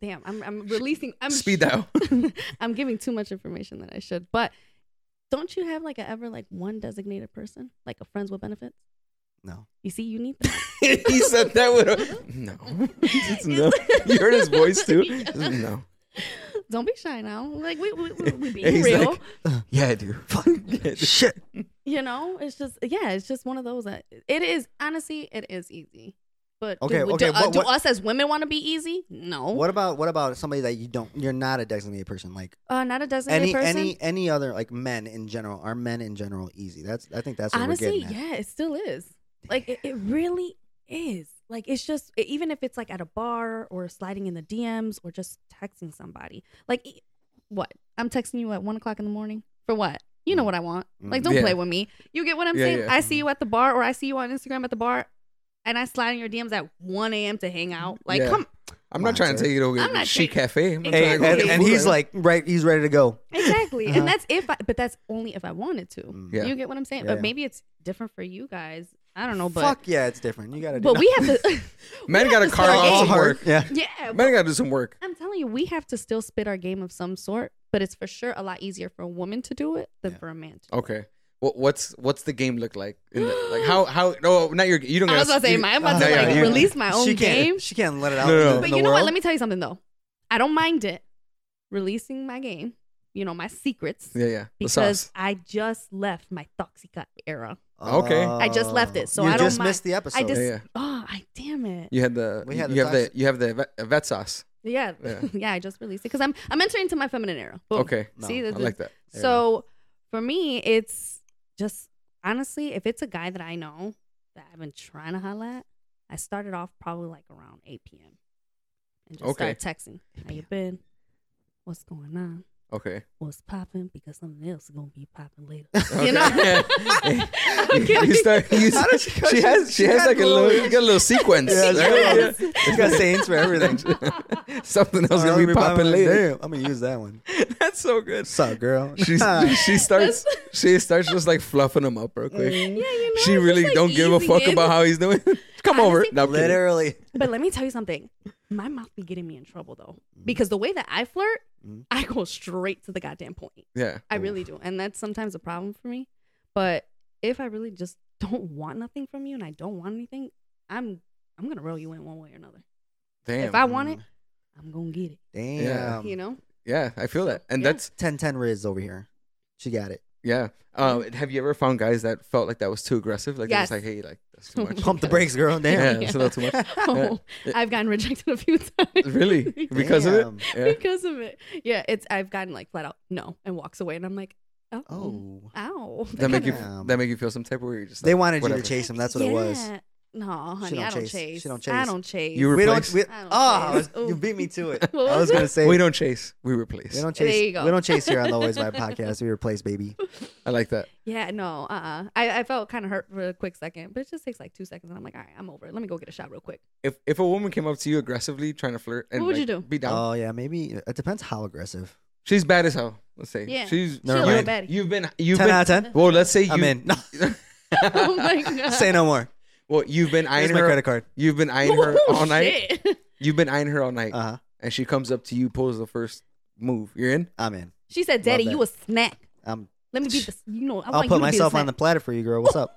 Speaker 3: damn, I'm I'm releasing I'm
Speaker 1: [laughs]
Speaker 2: Speed dial.
Speaker 3: [laughs] I'm giving too much information that I should. But don't you have like a ever like one designated person? Like a friends with benefits?
Speaker 1: No.
Speaker 3: You see, you need
Speaker 1: [laughs]
Speaker 3: that.
Speaker 2: [laughs] he said that with a no. [laughs] It's no. You heard his voice
Speaker 3: [laughs]
Speaker 2: too. No.
Speaker 3: Don't be shy now. Like we we,
Speaker 1: [laughs]
Speaker 3: we, we
Speaker 2: And
Speaker 3: being
Speaker 2: he's
Speaker 3: real.
Speaker 2: like, yeah, I do. [laughs]
Speaker 1: Fuck.
Speaker 2: Yeah,
Speaker 1: [laughs]
Speaker 2: dude.
Speaker 1: Shit.
Speaker 3: you know, it's just yeah, it's just one of those that it is honestly it is easy. But
Speaker 1: Okay,
Speaker 3: do,
Speaker 1: okay,
Speaker 3: do, uh,
Speaker 1: what-
Speaker 3: do
Speaker 1: what-
Speaker 3: us as women want to be easy? No.
Speaker 1: What about what about somebody that you don't? You're not a designated person. Like
Speaker 3: Uh, not a designated
Speaker 1: any
Speaker 3: person.
Speaker 1: any any other like men in general. Are men in general easy? That's I think that's what we're
Speaker 3: honestly
Speaker 1: getting at.
Speaker 3: yeah it still is like it, it really is like it's just e- even if it's like at a bar or sliding in the dms or just texting somebody like e- what i'm texting you at one o'clock in the morning for what you know what i want like
Speaker 1: Mm.
Speaker 3: don't
Speaker 2: Yeah.
Speaker 3: play with me you get what i'm
Speaker 2: Yeah,
Speaker 3: saying
Speaker 2: yeah.
Speaker 3: i see you at the bar or i see you on instagram at the bar and i slide in your dms at 1 a.m to hang out like
Speaker 2: Yeah.
Speaker 3: come
Speaker 2: [laughs] I'm not trying to take you to
Speaker 3: I'm
Speaker 2: a
Speaker 3: not
Speaker 2: chic
Speaker 3: taking-
Speaker 2: cafe. I'm not
Speaker 3: Hey,
Speaker 2: trying to go
Speaker 1: and,
Speaker 2: get
Speaker 1: and
Speaker 2: food
Speaker 1: he's
Speaker 2: right
Speaker 1: like right. He's ready to go.
Speaker 3: exactly
Speaker 1: Uh-huh.
Speaker 3: and that's if i but that's only if i wanted to
Speaker 1: Mm.
Speaker 2: Yeah.
Speaker 3: you get what i'm saying
Speaker 1: Yeah,
Speaker 3: but
Speaker 1: yeah.
Speaker 3: maybe it's different for you guys i don't know but
Speaker 1: Fuck yeah, it's different. You gotta. do
Speaker 3: but we have to [laughs]
Speaker 2: now. [laughs] men got to
Speaker 3: to [laughs]
Speaker 2: carve
Speaker 3: start
Speaker 2: out some
Speaker 3: getting-
Speaker 2: work.
Speaker 1: Yeah.
Speaker 3: yeah
Speaker 2: Men got to do some work.
Speaker 3: I'm telling you, we have to still spit our game of some sort, but it's for sure a lot easier for a woman to do it than
Speaker 1: Yeah.
Speaker 3: for a man. To do
Speaker 2: Okay. What what's what's the game look like? In the,
Speaker 3: [gasps]
Speaker 2: like how how no not your you don't.
Speaker 3: it. I
Speaker 2: gotta
Speaker 3: was about to say,
Speaker 2: you-
Speaker 3: am I
Speaker 2: no,
Speaker 3: about to
Speaker 2: Uh-huh. yeah,
Speaker 3: like
Speaker 2: you-
Speaker 3: release my own
Speaker 1: she can't,
Speaker 3: game?
Speaker 1: She can't let it out.
Speaker 2: No,
Speaker 1: in
Speaker 2: no.
Speaker 1: the- in
Speaker 3: But
Speaker 1: the
Speaker 3: you know
Speaker 1: world.
Speaker 3: what? Let me tell you something though. I don't mind it releasing my game, you know, my secrets,
Speaker 2: Yeah, yeah. The
Speaker 3: because
Speaker 2: sauce.
Speaker 3: I just left my Toxica era.
Speaker 2: Okay.
Speaker 3: I just left it, so
Speaker 1: Oh. you
Speaker 3: I don't
Speaker 1: just
Speaker 3: mind-
Speaker 1: missed the episode.
Speaker 3: I just,
Speaker 2: [laughs] yeah.
Speaker 3: oh, I damn it.
Speaker 2: You had the
Speaker 1: We had the
Speaker 2: you have the you have the vet, vet sauce.
Speaker 3: Yeah.
Speaker 2: [laughs] Yeah.
Speaker 3: [laughs] Yeah, I just released it because I'm, I'm entering into my feminine era. Boom.
Speaker 2: Okay,
Speaker 1: No,
Speaker 3: See,
Speaker 1: I
Speaker 2: I
Speaker 3: this is-
Speaker 2: like that.
Speaker 1: There you
Speaker 3: So for me, it's just honestly, if it's a guy that I know that I've been trying to holla at, I started off probably like around 8 p.m. and just
Speaker 2: Okay.
Speaker 3: started texting. How you been? What's going on?
Speaker 2: Okay,
Speaker 4: What's popping? Because something else is gonna be popping later.
Speaker 2: [laughs] Okay.
Speaker 3: You know? [laughs]
Speaker 2: [laughs] you, you start. You,
Speaker 1: How did she-
Speaker 2: she has she has
Speaker 1: got
Speaker 2: like a little [laughs] you got a little sequence.
Speaker 1: Yeah,
Speaker 2: right?
Speaker 1: it's You got sayings for
Speaker 2: [laughs]
Speaker 1: everything.
Speaker 2: Yeah. Something else gonna be popping later.
Speaker 1: Damn, I'm gonna use that one.
Speaker 2: [laughs] That's so good.
Speaker 1: What's up, girl? [laughs]
Speaker 2: She's, [laughs] she
Speaker 3: [laughs]
Speaker 2: starts she starts just like fluffing him up real quick.
Speaker 3: Yeah, you know.
Speaker 2: she
Speaker 3: it's
Speaker 2: really
Speaker 3: just, like,
Speaker 2: don't give a
Speaker 3: easing
Speaker 2: fuck
Speaker 3: in.
Speaker 2: about how he's doing. [laughs] Come over.
Speaker 3: Honestly,
Speaker 2: No, I'm kidding.
Speaker 1: literally.
Speaker 3: But let me tell you something. My mouth be getting me in trouble though,
Speaker 2: Mm.
Speaker 3: because the way that I flirt,
Speaker 1: Mhm.
Speaker 3: I go straight to the goddamn point.
Speaker 2: Yeah.
Speaker 3: I really do. And that's sometimes a problem for me. But if I really just don't want nothing from you and I don't want anything, I'm I'm gonna roll you in one way or another.
Speaker 2: Damn.
Speaker 3: If I want it, I'm gonna get it.
Speaker 1: Mm. Damn.
Speaker 2: Yeah.
Speaker 3: you know?
Speaker 2: yeah, I feel that, and
Speaker 3: Yeah.
Speaker 2: that's
Speaker 1: 1010 Riz over here. She got it.
Speaker 2: yeah. Um, have you ever found guys that felt like that was too aggressive? Like
Speaker 3: Yes.
Speaker 2: it was like, hey, like
Speaker 1: [laughs]
Speaker 2: that's too much.
Speaker 1: Pump the brakes, girl.
Speaker 2: Yeah,
Speaker 1: Damn.
Speaker 2: it's a little
Speaker 3: [laughs]
Speaker 2: too much.
Speaker 3: Oh, I've gotten rejected a few times. [laughs]
Speaker 2: Really? Because of
Speaker 1: Damn. [laughs]
Speaker 2: it?
Speaker 3: because of it. Yeah, it's I've gotten like flat out no and walks away and I'm like, oh,
Speaker 1: Oh.
Speaker 3: ow.
Speaker 2: Yeah. That make
Speaker 3: [laughs]
Speaker 2: you
Speaker 1: Damn.
Speaker 2: that make you feel some type of way. You're just
Speaker 1: They
Speaker 2: like,
Speaker 1: wanted you
Speaker 2: whatever.
Speaker 1: to chase him. That's what it was.
Speaker 3: Yeah. No, honey,
Speaker 1: don't
Speaker 3: I don't
Speaker 1: chase.
Speaker 3: chase.
Speaker 1: She don't
Speaker 3: I
Speaker 1: chase.
Speaker 3: don't chase.
Speaker 2: You
Speaker 1: We
Speaker 2: replace.
Speaker 1: don't. We,
Speaker 3: I don't
Speaker 1: oh,
Speaker 3: chase. Ooh.
Speaker 1: you beat me to it.
Speaker 3: [laughs] What
Speaker 1: I was
Speaker 3: was
Speaker 1: gonna
Speaker 3: it?
Speaker 1: say
Speaker 2: "Ah, we don't chase. We replace.
Speaker 1: We don't
Speaker 3: There
Speaker 1: chase.
Speaker 3: you go.
Speaker 1: We don't chase here on the
Speaker 3: [laughs]
Speaker 1: Always Vibe podcast. We replace, baby.
Speaker 2: I like that.
Speaker 3: Yeah, no, uh uh I, I felt kind of hurt for a quick second, but it just takes like two seconds. And I'm like, all right, I'm over it. Let me go get a shot real quick. [laughs]
Speaker 2: If if a woman came up to you aggressively trying to flirt, and
Speaker 3: What would
Speaker 2: like,
Speaker 3: you do?
Speaker 2: Be down.
Speaker 1: Oh yeah, maybe it depends how aggressive.
Speaker 2: She's bad as hell. Let's say.
Speaker 3: Yeah.
Speaker 2: She's.
Speaker 1: Never
Speaker 2: you-
Speaker 1: mind.
Speaker 3: Bad.
Speaker 2: You've been. You've
Speaker 1: Ten
Speaker 2: been.
Speaker 1: out of ten.
Speaker 2: Well, let's say you.
Speaker 1: I'm in. [laughs] No,
Speaker 3: oh
Speaker 1: [laughs]
Speaker 3: my God.
Speaker 1: say no more.
Speaker 2: Well, you've been
Speaker 1: Here's
Speaker 2: eyeing
Speaker 1: my
Speaker 2: her.
Speaker 1: credit card.
Speaker 2: You've been eyeing
Speaker 1: [laughs]
Speaker 2: her
Speaker 3: Oh,
Speaker 2: all night.
Speaker 3: shit. [laughs]
Speaker 2: You've been eyeing her all night,
Speaker 1: Uh huh.
Speaker 2: and she comes up to you, pulls the first move. You're in.
Speaker 1: I'm in.
Speaker 3: She said, Daddy,
Speaker 1: that.
Speaker 3: you a snack.
Speaker 1: I'm.
Speaker 3: Let me be the, you know, I
Speaker 1: I'll
Speaker 3: want
Speaker 1: put
Speaker 3: you to
Speaker 1: myself
Speaker 3: be
Speaker 1: on the platter for you, girl. What's up?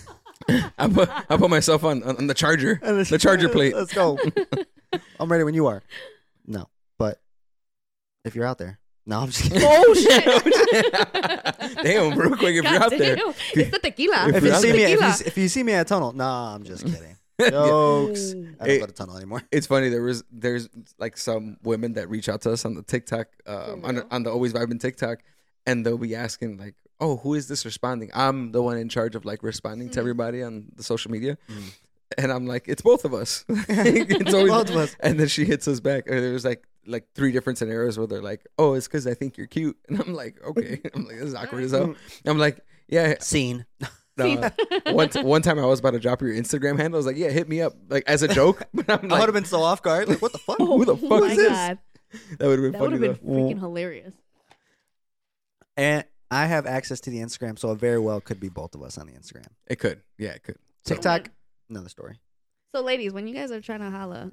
Speaker 2: [laughs] I put I put myself on on, on
Speaker 1: [laughs]
Speaker 2: the charger, the charger plate.
Speaker 1: Let's go. I'm ready when you are. No, but if you're out there, No, I'm [laughs] just kidding.
Speaker 3: Oh shit!
Speaker 1: Oh,
Speaker 3: [laughs]
Speaker 2: Damn, real quick, if you're out there,
Speaker 3: Goddamn. it's the tequila.
Speaker 2: If
Speaker 1: if
Speaker 2: you're
Speaker 1: you
Speaker 2: out
Speaker 1: see
Speaker 2: there-
Speaker 1: me, if you,
Speaker 3: Tequila.
Speaker 1: s- if you see me at a tunnel, nah, I'm just [laughs] kidding. Jokes. I don't
Speaker 2: It-
Speaker 1: go to tunnel anymore.
Speaker 2: it's funny. There was there's like some women that reach out to us on the TikTok, uh,
Speaker 3: For
Speaker 2: on,
Speaker 3: real?
Speaker 2: the- on the Always Vibing TikTok, and they'll be asking like, "Oh, who is this responding?" I'm the one in charge of like responding
Speaker 1: Mm-hmm.
Speaker 2: to everybody on the social media,
Speaker 1: Mhm.
Speaker 2: and I'm like, "It's both of us." [laughs] it's always
Speaker 1: Both of us.
Speaker 2: And then she hits us back. Or there's like like three different scenarios where they're like, "Oh, it's because I think you're cute," [laughs] and I'm like, "Okay," [laughs] I'm like, "This is awkward as hell."
Speaker 1: Mm-hmm.
Speaker 2: I'm like, "Yeah."
Speaker 1: [laughs] Scene.
Speaker 2: No. one t- one time I was about to drop your Instagram handle. I was like, "Yeah, hit me up," like as a joke. [laughs] But
Speaker 1: [laughs]
Speaker 2: I'm
Speaker 1: I would
Speaker 2: like,
Speaker 1: have been so off guard. Like, what the fuck?
Speaker 2: who the fuck
Speaker 3: Oh my
Speaker 2: is this?
Speaker 3: God.
Speaker 2: That would have been
Speaker 3: That would
Speaker 2: funny
Speaker 3: have been
Speaker 2: though.
Speaker 3: freaking hilarious.
Speaker 1: [laughs] And I have access to the Instagram, so it very well could be both of us on the Instagram.
Speaker 2: It could. Yeah, it could. So-
Speaker 1: TikTok, another story.
Speaker 3: So, ladies, when you guys are trying to holla,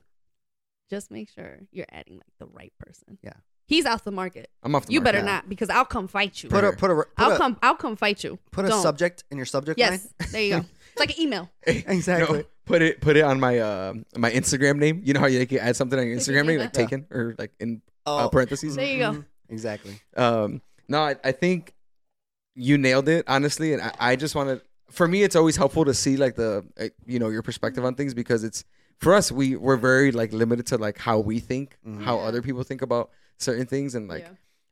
Speaker 3: just make sure you're adding like the right person.
Speaker 1: Yeah.
Speaker 3: He's off the market.
Speaker 2: I'm off the
Speaker 3: You
Speaker 2: market.
Speaker 3: better
Speaker 1: Yeah.
Speaker 3: not because I'll come fight you.
Speaker 1: Put a
Speaker 2: Right.
Speaker 1: put a put
Speaker 3: I'll
Speaker 1: a,
Speaker 3: come. I'll come fight you.
Speaker 1: put a
Speaker 3: Don't.
Speaker 1: subject in your subject
Speaker 3: Yes.
Speaker 1: line.
Speaker 2: [laughs]
Speaker 3: There you go. It's like an email.
Speaker 1: Exactly.
Speaker 2: No, put it put it on my uh my Instagram name. You know how you like, you add something on your Instagram name, like
Speaker 1: Yeah.
Speaker 2: taken or like in
Speaker 1: Oh,
Speaker 2: uh, parentheses.
Speaker 3: There you go.
Speaker 1: mhm. Exactly.
Speaker 2: Um, no, I, I think you nailed it honestly, and I, I just want to. For me, it's always helpful to see like the uh, you know your perspective on things because it's for us we we're very like limited to like how we think,
Speaker 1: Mhm.
Speaker 2: how
Speaker 3: Yeah.
Speaker 2: other people think about certain things, and like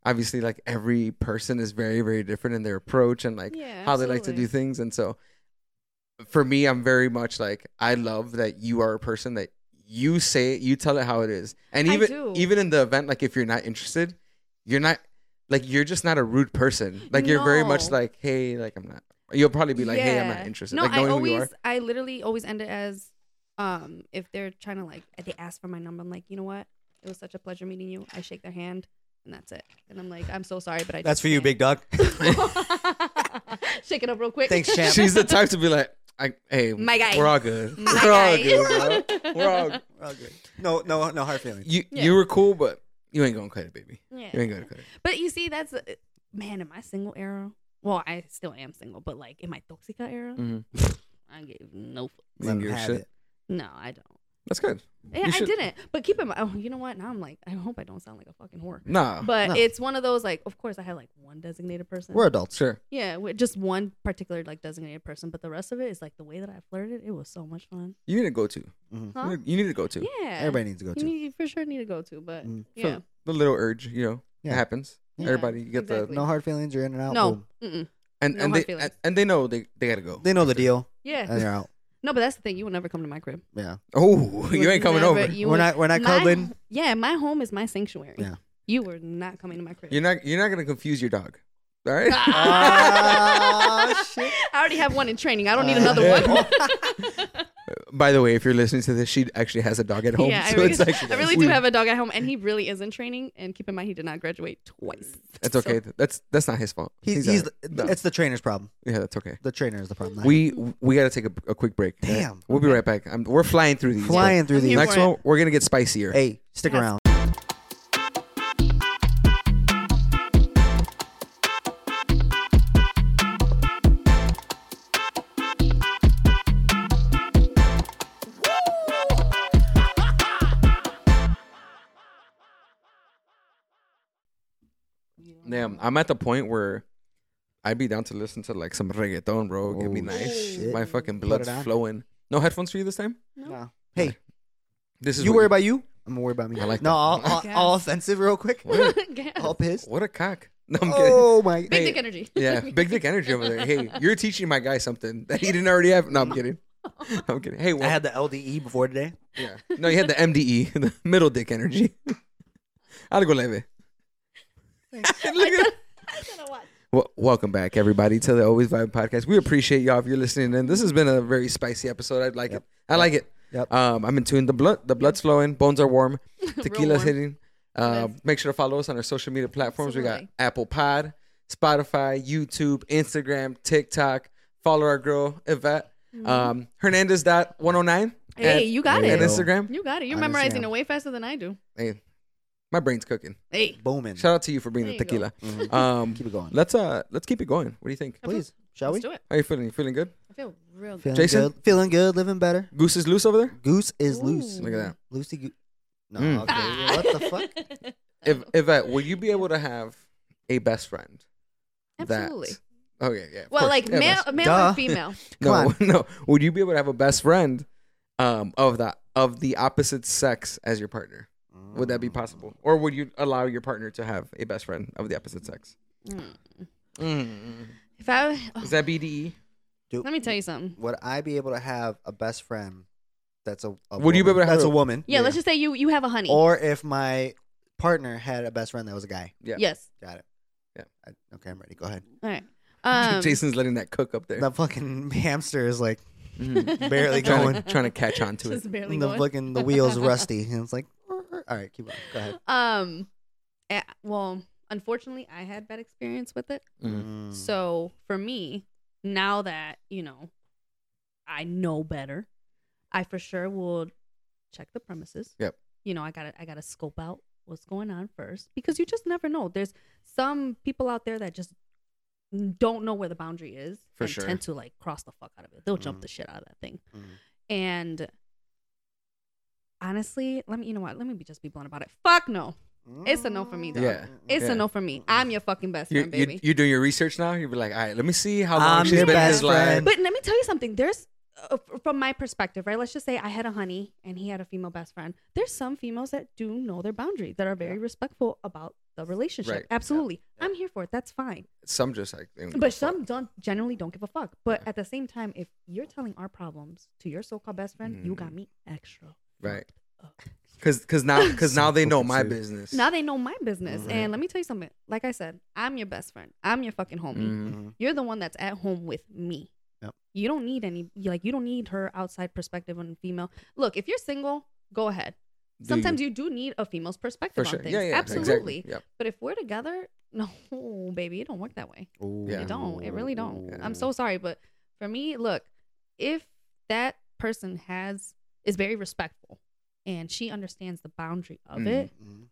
Speaker 2: obviously like every person is very very different in their approach and like
Speaker 3: Yeah,
Speaker 2: how they like to
Speaker 3: absolutely.
Speaker 2: do things and so for me i'm very much like i love that you are a person that you say it you tell it how it is and
Speaker 3: I
Speaker 2: even
Speaker 3: do.
Speaker 2: even in the event like if you're not interested you're not like you're just not a rude person like you're very much
Speaker 3: No.
Speaker 2: like hey like i'm not you'll probably be like hey i'm
Speaker 3: Yeah.
Speaker 2: not interested
Speaker 3: No,
Speaker 2: like
Speaker 3: I
Speaker 2: knowing who you
Speaker 3: always, [laughs]
Speaker 2: are
Speaker 3: I literally always end it as, um, if they're trying to like, if they ask for my number, I'm like, you know what? It was such a pleasure meeting you. I shake their hand, and that's it. And I'm like, I'm so sorry, but I.
Speaker 1: That's
Speaker 3: just
Speaker 1: for you,
Speaker 3: can't."
Speaker 1: big [laughs] dog.
Speaker 3: [laughs] shake it up real quick.
Speaker 1: Thanks, champ.
Speaker 2: she's the type to be like I, hey
Speaker 3: [laughs] My guy. [laughs]
Speaker 2: we're all good
Speaker 3: My
Speaker 2: [laughs] we're all
Speaker 3: guy.
Speaker 2: good bro. we're
Speaker 3: [laughs]
Speaker 2: all
Speaker 1: Oh, good. No, no, no hard feelings.
Speaker 2: you
Speaker 3: Yeah.
Speaker 2: you were cool but you ain't gonna cut it baby you ain't
Speaker 3: Yeah.
Speaker 2: gonna cut it
Speaker 3: But you see, that's man in my single era. Well, I still am single, but like in my toxica era,
Speaker 2: Mhm.
Speaker 1: Mm-hmm.
Speaker 3: [laughs] I gave no. fu-
Speaker 1: Let
Speaker 2: You
Speaker 1: him
Speaker 2: give a
Speaker 1: have
Speaker 2: shit.
Speaker 1: it.
Speaker 3: No, I don't.
Speaker 2: That's good.
Speaker 3: Yeah,
Speaker 2: You
Speaker 3: I
Speaker 2: should-
Speaker 3: didn't. But keep in mind, oh, you know what? Now I'm like, I hope I don't sound like a fucking whore.
Speaker 2: Nah,
Speaker 3: But
Speaker 1: No.
Speaker 3: it's one of those like, of course, I had like one designated person.
Speaker 1: We're adults.
Speaker 2: sure.
Speaker 3: Yeah, with just one particular like designated person, but the rest of it is like the way that I flirted. It was so much fun.
Speaker 2: You need to go to. You
Speaker 1: Mm-hmm.
Speaker 3: Huh?
Speaker 2: need- You need to go to.
Speaker 3: Yeah,
Speaker 1: Everybody needs to go
Speaker 3: You,
Speaker 1: to.
Speaker 3: need, you for sure need to go to, but
Speaker 1: Mm.
Speaker 3: yeah,
Speaker 2: So the little urge, you know,
Speaker 1: Yeah.
Speaker 2: it happens.
Speaker 3: Yeah,
Speaker 2: Everybody, you get
Speaker 3: exactly.
Speaker 1: No hard feelings. You're in and out.
Speaker 3: no,
Speaker 1: boom.
Speaker 3: mm-mm.
Speaker 2: the and
Speaker 3: No
Speaker 2: and
Speaker 3: hard
Speaker 2: they
Speaker 3: feelings.
Speaker 2: and, and they know they they gotta go.
Speaker 1: They know the deal, and
Speaker 3: yeah.
Speaker 1: they're
Speaker 3: [laughs]
Speaker 1: out.
Speaker 3: No, but that's the thing. You will never come to my crib.
Speaker 1: Yeah.
Speaker 2: Oh, you
Speaker 3: would
Speaker 2: ain't coming
Speaker 3: never-
Speaker 2: over.
Speaker 3: You
Speaker 1: we're
Speaker 3: would-
Speaker 1: not. We're not
Speaker 3: my- [laughs]
Speaker 1: cuddling.
Speaker 3: Yeah, my home is my sanctuary.
Speaker 1: Yeah.
Speaker 3: You were not coming to my crib.
Speaker 2: You're not you're not gonna confuse your dog. All right.
Speaker 3: [laughs]
Speaker 2: [laughs]
Speaker 1: Ah, shit.
Speaker 3: I already have one in training. I don't need
Speaker 1: Ah.
Speaker 3: another
Speaker 1: [laughs]
Speaker 3: one.
Speaker 2: By the way, if you're listening to this, she actually has a dog at home.
Speaker 3: yeah, I
Speaker 2: so
Speaker 3: really,
Speaker 2: it's like
Speaker 3: I really
Speaker 2: we-
Speaker 3: do have a dog at home, and he really is in training. And keep in mind, he did not graduate twice.
Speaker 2: That's
Speaker 3: So- [laughs]
Speaker 2: okay. That's that's not his fault.
Speaker 1: He's.
Speaker 2: all
Speaker 1: he's
Speaker 2: right.
Speaker 1: the, It's the trainer's problem.
Speaker 2: yeah, that's okay.
Speaker 1: The trainer is the problem.
Speaker 2: We we gotta take a, a quick break.
Speaker 1: Damn.
Speaker 2: We'll be right back. I'm, we're flying through these. but
Speaker 1: flying through
Speaker 3: I'm
Speaker 1: these.
Speaker 3: here
Speaker 2: Next
Speaker 3: for it.
Speaker 2: one, we're gonna get spicier.
Speaker 1: Hey, stick around.
Speaker 2: Damn, I'm at the point where I'd be down to listen to like some reggaeton, bro. It'd be
Speaker 1: Oh,
Speaker 2: nice.
Speaker 1: shit.
Speaker 2: My fucking
Speaker 1: Put
Speaker 2: blood's
Speaker 1: it on.
Speaker 2: flowing. No headphones for you this time.
Speaker 1: No. Hey,
Speaker 2: This is
Speaker 1: you
Speaker 2: what
Speaker 1: worry about you. I'm gonna worry about me.
Speaker 2: I like
Speaker 1: no,
Speaker 2: that.
Speaker 1: all, all,
Speaker 3: Okay.
Speaker 1: all offensive, real quick.
Speaker 3: [laughs] Gas.
Speaker 1: All pissed.
Speaker 2: What a cock. No, [laughs] I'm kidding.
Speaker 1: Oh my.
Speaker 3: Big
Speaker 2: Hey, [laughs]
Speaker 3: dick energy.
Speaker 1: [laughs]
Speaker 2: Yeah, big dick energy over there. Hey, you're teaching my guy something that he didn't already have. No, I'm
Speaker 1: [laughs]
Speaker 2: kidding. I'm kidding. Hey,
Speaker 1: I
Speaker 2: well,
Speaker 1: had the LDE before today.
Speaker 2: yeah. no, you had the MDE, [laughs] the middle dick energy. [laughs] Algo [laughs] leve. Look at- [laughs] Well, welcome back, everybody, to the Always Vibe podcast. We appreciate y'all if you're listening in. This has been a very spicy episode. I like
Speaker 1: Yep.
Speaker 2: it. I like it.
Speaker 1: Yep.
Speaker 2: Um, I'm in tune. The blood, the blood's flowing. Bones are
Speaker 3: [laughs]
Speaker 2: warm. Tequila's
Speaker 3: warm.
Speaker 2: hitting. Um,
Speaker 3: Yes.
Speaker 2: make sure to follow us on our social media platforms. We got
Speaker 3: Absolutely.
Speaker 2: Apple Pod, Spotify, YouTube, Instagram, TikTok. Follow our girl Yvette. Um, Hernandez dot one oh nine.
Speaker 3: Mm-hmm. Hey, you got
Speaker 2: and
Speaker 3: it.
Speaker 2: Instagram.
Speaker 3: You got it. You're
Speaker 1: I
Speaker 3: memorizing
Speaker 1: understand.
Speaker 3: it way faster than I do.
Speaker 2: Hey, my brain's cooking.
Speaker 3: Hey,
Speaker 1: Booming.
Speaker 2: Shout out to you for being
Speaker 3: There
Speaker 2: the
Speaker 3: you go. Mm-hmm.
Speaker 2: tequila. Um,
Speaker 1: Keep it going.
Speaker 2: let's uh, let's keep it going. What do you think?
Speaker 1: Please, shall we?
Speaker 3: let's do it.
Speaker 2: How you feeling? You feeling good?
Speaker 3: I feel real good.
Speaker 1: Feeling
Speaker 2: Jason?
Speaker 1: good. Feeling good. Living better.
Speaker 2: Goose is loose over there.
Speaker 1: Goose is loose.
Speaker 3: Ooh.
Speaker 2: Look at that.
Speaker 1: Loosey goose. No.
Speaker 2: Mm. [laughs]
Speaker 1: Okay. What the fuck?
Speaker 2: if Yvette, will you be able to have a best friend?
Speaker 3: Absolutely.
Speaker 2: That, okay, yeah. of
Speaker 3: [laughs] Well,
Speaker 2: course.
Speaker 3: like
Speaker 2: Yeah,
Speaker 3: male,
Speaker 2: best-
Speaker 3: male
Speaker 1: Duh.
Speaker 3: and female.
Speaker 2: No,
Speaker 1: Come
Speaker 2: [laughs] no. Would you be able to have a best friend um, of that of the opposite sex as your partner? Would
Speaker 1: Mm.
Speaker 2: that be possible, or would you allow your partner to have a best friend of the opposite sex?
Speaker 3: Mm.
Speaker 2: Mm.
Speaker 3: If I, oh,
Speaker 2: Is that E? BDE?
Speaker 1: Do-
Speaker 3: let me tell you something.
Speaker 1: Would I be able to have a best friend that's a, a
Speaker 2: Would you be
Speaker 1: woman-
Speaker 2: able to have
Speaker 1: that's
Speaker 2: a-
Speaker 1: a woman?
Speaker 3: Yeah,
Speaker 2: Yeah.
Speaker 3: let's just say you you have a honey.
Speaker 1: Or if my partner had a best friend that was a guy.
Speaker 2: Yeah.
Speaker 3: yes.
Speaker 1: Got it.
Speaker 2: Yeah.
Speaker 1: I, okay, I'm ready. Go ahead.
Speaker 2: [laughs]
Speaker 3: All right. Um,
Speaker 2: Jason's letting that cook up there,
Speaker 1: The fucking [laughs] hamster is like
Speaker 2: Mhm.
Speaker 3: [laughs]
Speaker 1: barely
Speaker 2: trying,
Speaker 1: going.
Speaker 2: to, trying to catch on to it.
Speaker 3: just barely
Speaker 1: the
Speaker 3: going.
Speaker 1: fucking the
Speaker 3: [laughs]
Speaker 1: wheels rusty, and it's like, all right, keep going. Go ahead.
Speaker 3: Um, eh, well, unfortunately, I had bad experience with it.
Speaker 2: Mhm.
Speaker 1: Mm.
Speaker 3: So for me, now that you know, I know better, I for sure will check the premises.
Speaker 2: Yep.
Speaker 3: You know, I gotta I gotta scope out what's going on first because you just never know. There's some people out there that just don't know where the boundary is
Speaker 2: For
Speaker 3: and
Speaker 2: sure.
Speaker 3: tend to like cross the fuck out of it. They'll jump
Speaker 1: Mm.
Speaker 3: the shit out of that thing.
Speaker 1: Mm.
Speaker 3: And honestly, let me you know what? Let me be just be blunt about it. Fuck no. It's a no for me, dog.
Speaker 2: Yeah.
Speaker 1: Mm.
Speaker 3: It's
Speaker 2: Yeah.
Speaker 3: a no for me. I'm your fucking best
Speaker 2: You,
Speaker 3: friend, baby.
Speaker 2: you, you're doing your research now. You'd be like, all right, let me see how long
Speaker 1: I'm
Speaker 2: she's
Speaker 1: your
Speaker 2: been in
Speaker 1: best
Speaker 2: his life.
Speaker 1: friend.
Speaker 3: But let me tell you something. There's, uh, f- from my perspective, right? Let's just say I had a honey and he had a female best friend. There's some females that do know their boundary, that are very respectful about the relationship.
Speaker 2: Right. Yeah.
Speaker 3: Absolutely.
Speaker 1: Yeah.
Speaker 3: I'm here for it. That's fine.
Speaker 2: Some just like, they don't give a
Speaker 3: But
Speaker 2: fuck.
Speaker 3: some don't generally don't give a fuck. But
Speaker 2: Yeah.
Speaker 3: at the same time, if you're telling our problems to your so-called best friend, you
Speaker 2: Mm.
Speaker 3: got me extra.
Speaker 2: right,
Speaker 3: fucked up.
Speaker 2: because because now because now they know
Speaker 1: Fucking
Speaker 2: my
Speaker 1: serious.
Speaker 2: business.
Speaker 3: Now they know my business.
Speaker 1: Right.
Speaker 3: And let me tell you something. Like I said, I'm your best friend. I'm your fucking homie.
Speaker 2: Mhm.
Speaker 1: Mhm.
Speaker 3: You're the one that's at home with me.
Speaker 1: Yep.
Speaker 3: You don't need any you- like you don't need her outside perspective on female. Look, if you're single, go ahead.
Speaker 2: Do you-
Speaker 3: Sometimes you? do need a female's
Speaker 2: for
Speaker 3: perspective
Speaker 2: sure.
Speaker 3: on things.
Speaker 2: Yeah, yeah,
Speaker 3: Absolutely.
Speaker 2: Exactly. Yep.
Speaker 3: But if we're together, no, [laughs] baby, it don't work that way.
Speaker 2: Yeah.
Speaker 3: It don't. It really don't.
Speaker 2: Ooh.
Speaker 3: I'm so sorry, but for me, look, if that person has is very respectful and she understands the boundary of
Speaker 2: Mhm.
Speaker 3: it,
Speaker 1: Mhm.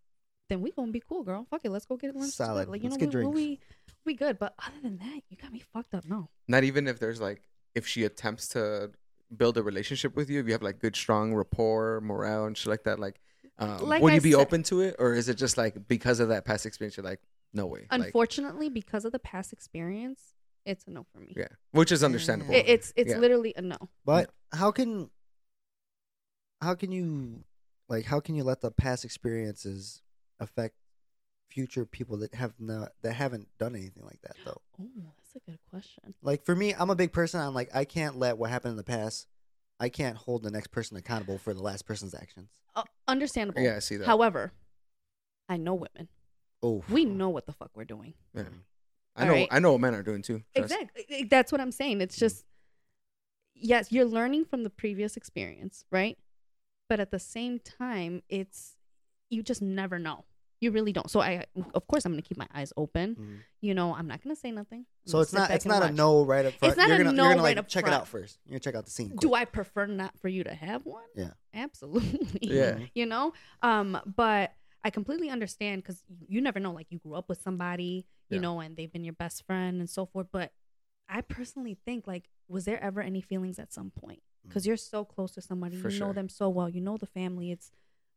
Speaker 3: then we gonna be cool, girl. Fuck it, let's go get lunch. It's good.
Speaker 1: Solid.
Speaker 3: Like you
Speaker 1: Let's
Speaker 3: know,
Speaker 1: get
Speaker 3: we,
Speaker 1: drinks.
Speaker 3: we we good. But other than that, you got me fucked up. No.
Speaker 2: Not even if there's like if she attempts to build a relationship with you, if you have like good strong rapport, morale, and shit like that, like, um,
Speaker 3: Like
Speaker 2: would
Speaker 3: I
Speaker 2: you be
Speaker 3: said-
Speaker 2: open to it, or is it just like because of that past experience, you're like, no way. like-
Speaker 3: Unfortunately, because of the past experience, it's a no for me.
Speaker 2: yeah, which is understandable.
Speaker 3: It- it's it's
Speaker 2: Yeah.
Speaker 3: literally a no.
Speaker 1: But how can how can you like how can you let the past experiences affect future people that have not that haven't done anything like that though?
Speaker 3: Oh, that's a good question.
Speaker 1: Like for me, I'm a big person. I'm like I can't let what happened in the past. I can't hold the next person accountable for the last person's actions.
Speaker 3: Uh, understandable.
Speaker 2: yeah, I see that.
Speaker 3: However, I know women.
Speaker 1: Oh,
Speaker 3: We know what the fuck we're doing.
Speaker 2: Yeah. I know.
Speaker 3: Alright.
Speaker 2: I know what men are doing too. trust. Mm.
Speaker 3: Exactly. I- I- e, That's what I'm saying. It's just yes, you're learning from the previous experience, right? But at the same time, it's you just never know. You really don't. So I of course I'm going to keep my eyes open.
Speaker 2: Mm-hmm.
Speaker 1: Mhm.
Speaker 3: You know, I'm not going to say nothing. I'm
Speaker 1: So
Speaker 3: gonna
Speaker 1: it's
Speaker 3: sit
Speaker 1: not
Speaker 3: back
Speaker 1: it's
Speaker 3: and
Speaker 1: not a
Speaker 3: watch.
Speaker 1: no right up front.
Speaker 3: not
Speaker 1: you're
Speaker 3: a
Speaker 1: gonna,
Speaker 3: no
Speaker 1: you're gonna,
Speaker 3: right
Speaker 1: like,
Speaker 3: up
Speaker 1: check it
Speaker 3: front.
Speaker 1: out first. You're gonna check out the scene.
Speaker 3: Do I prefer not for you to have one?
Speaker 1: Yeah.
Speaker 3: Absolutely.
Speaker 2: Yeah.
Speaker 3: You know? Um, but I completely understand because you never know. Like you grew up with somebody, you
Speaker 2: Yeah.
Speaker 3: know, and they've been your best friend and so forth. But I personally think like, was there ever any feelings at some point? Because you're so close to somebody,
Speaker 2: For
Speaker 3: you know
Speaker 2: sure.
Speaker 3: them so well, you know the family. It's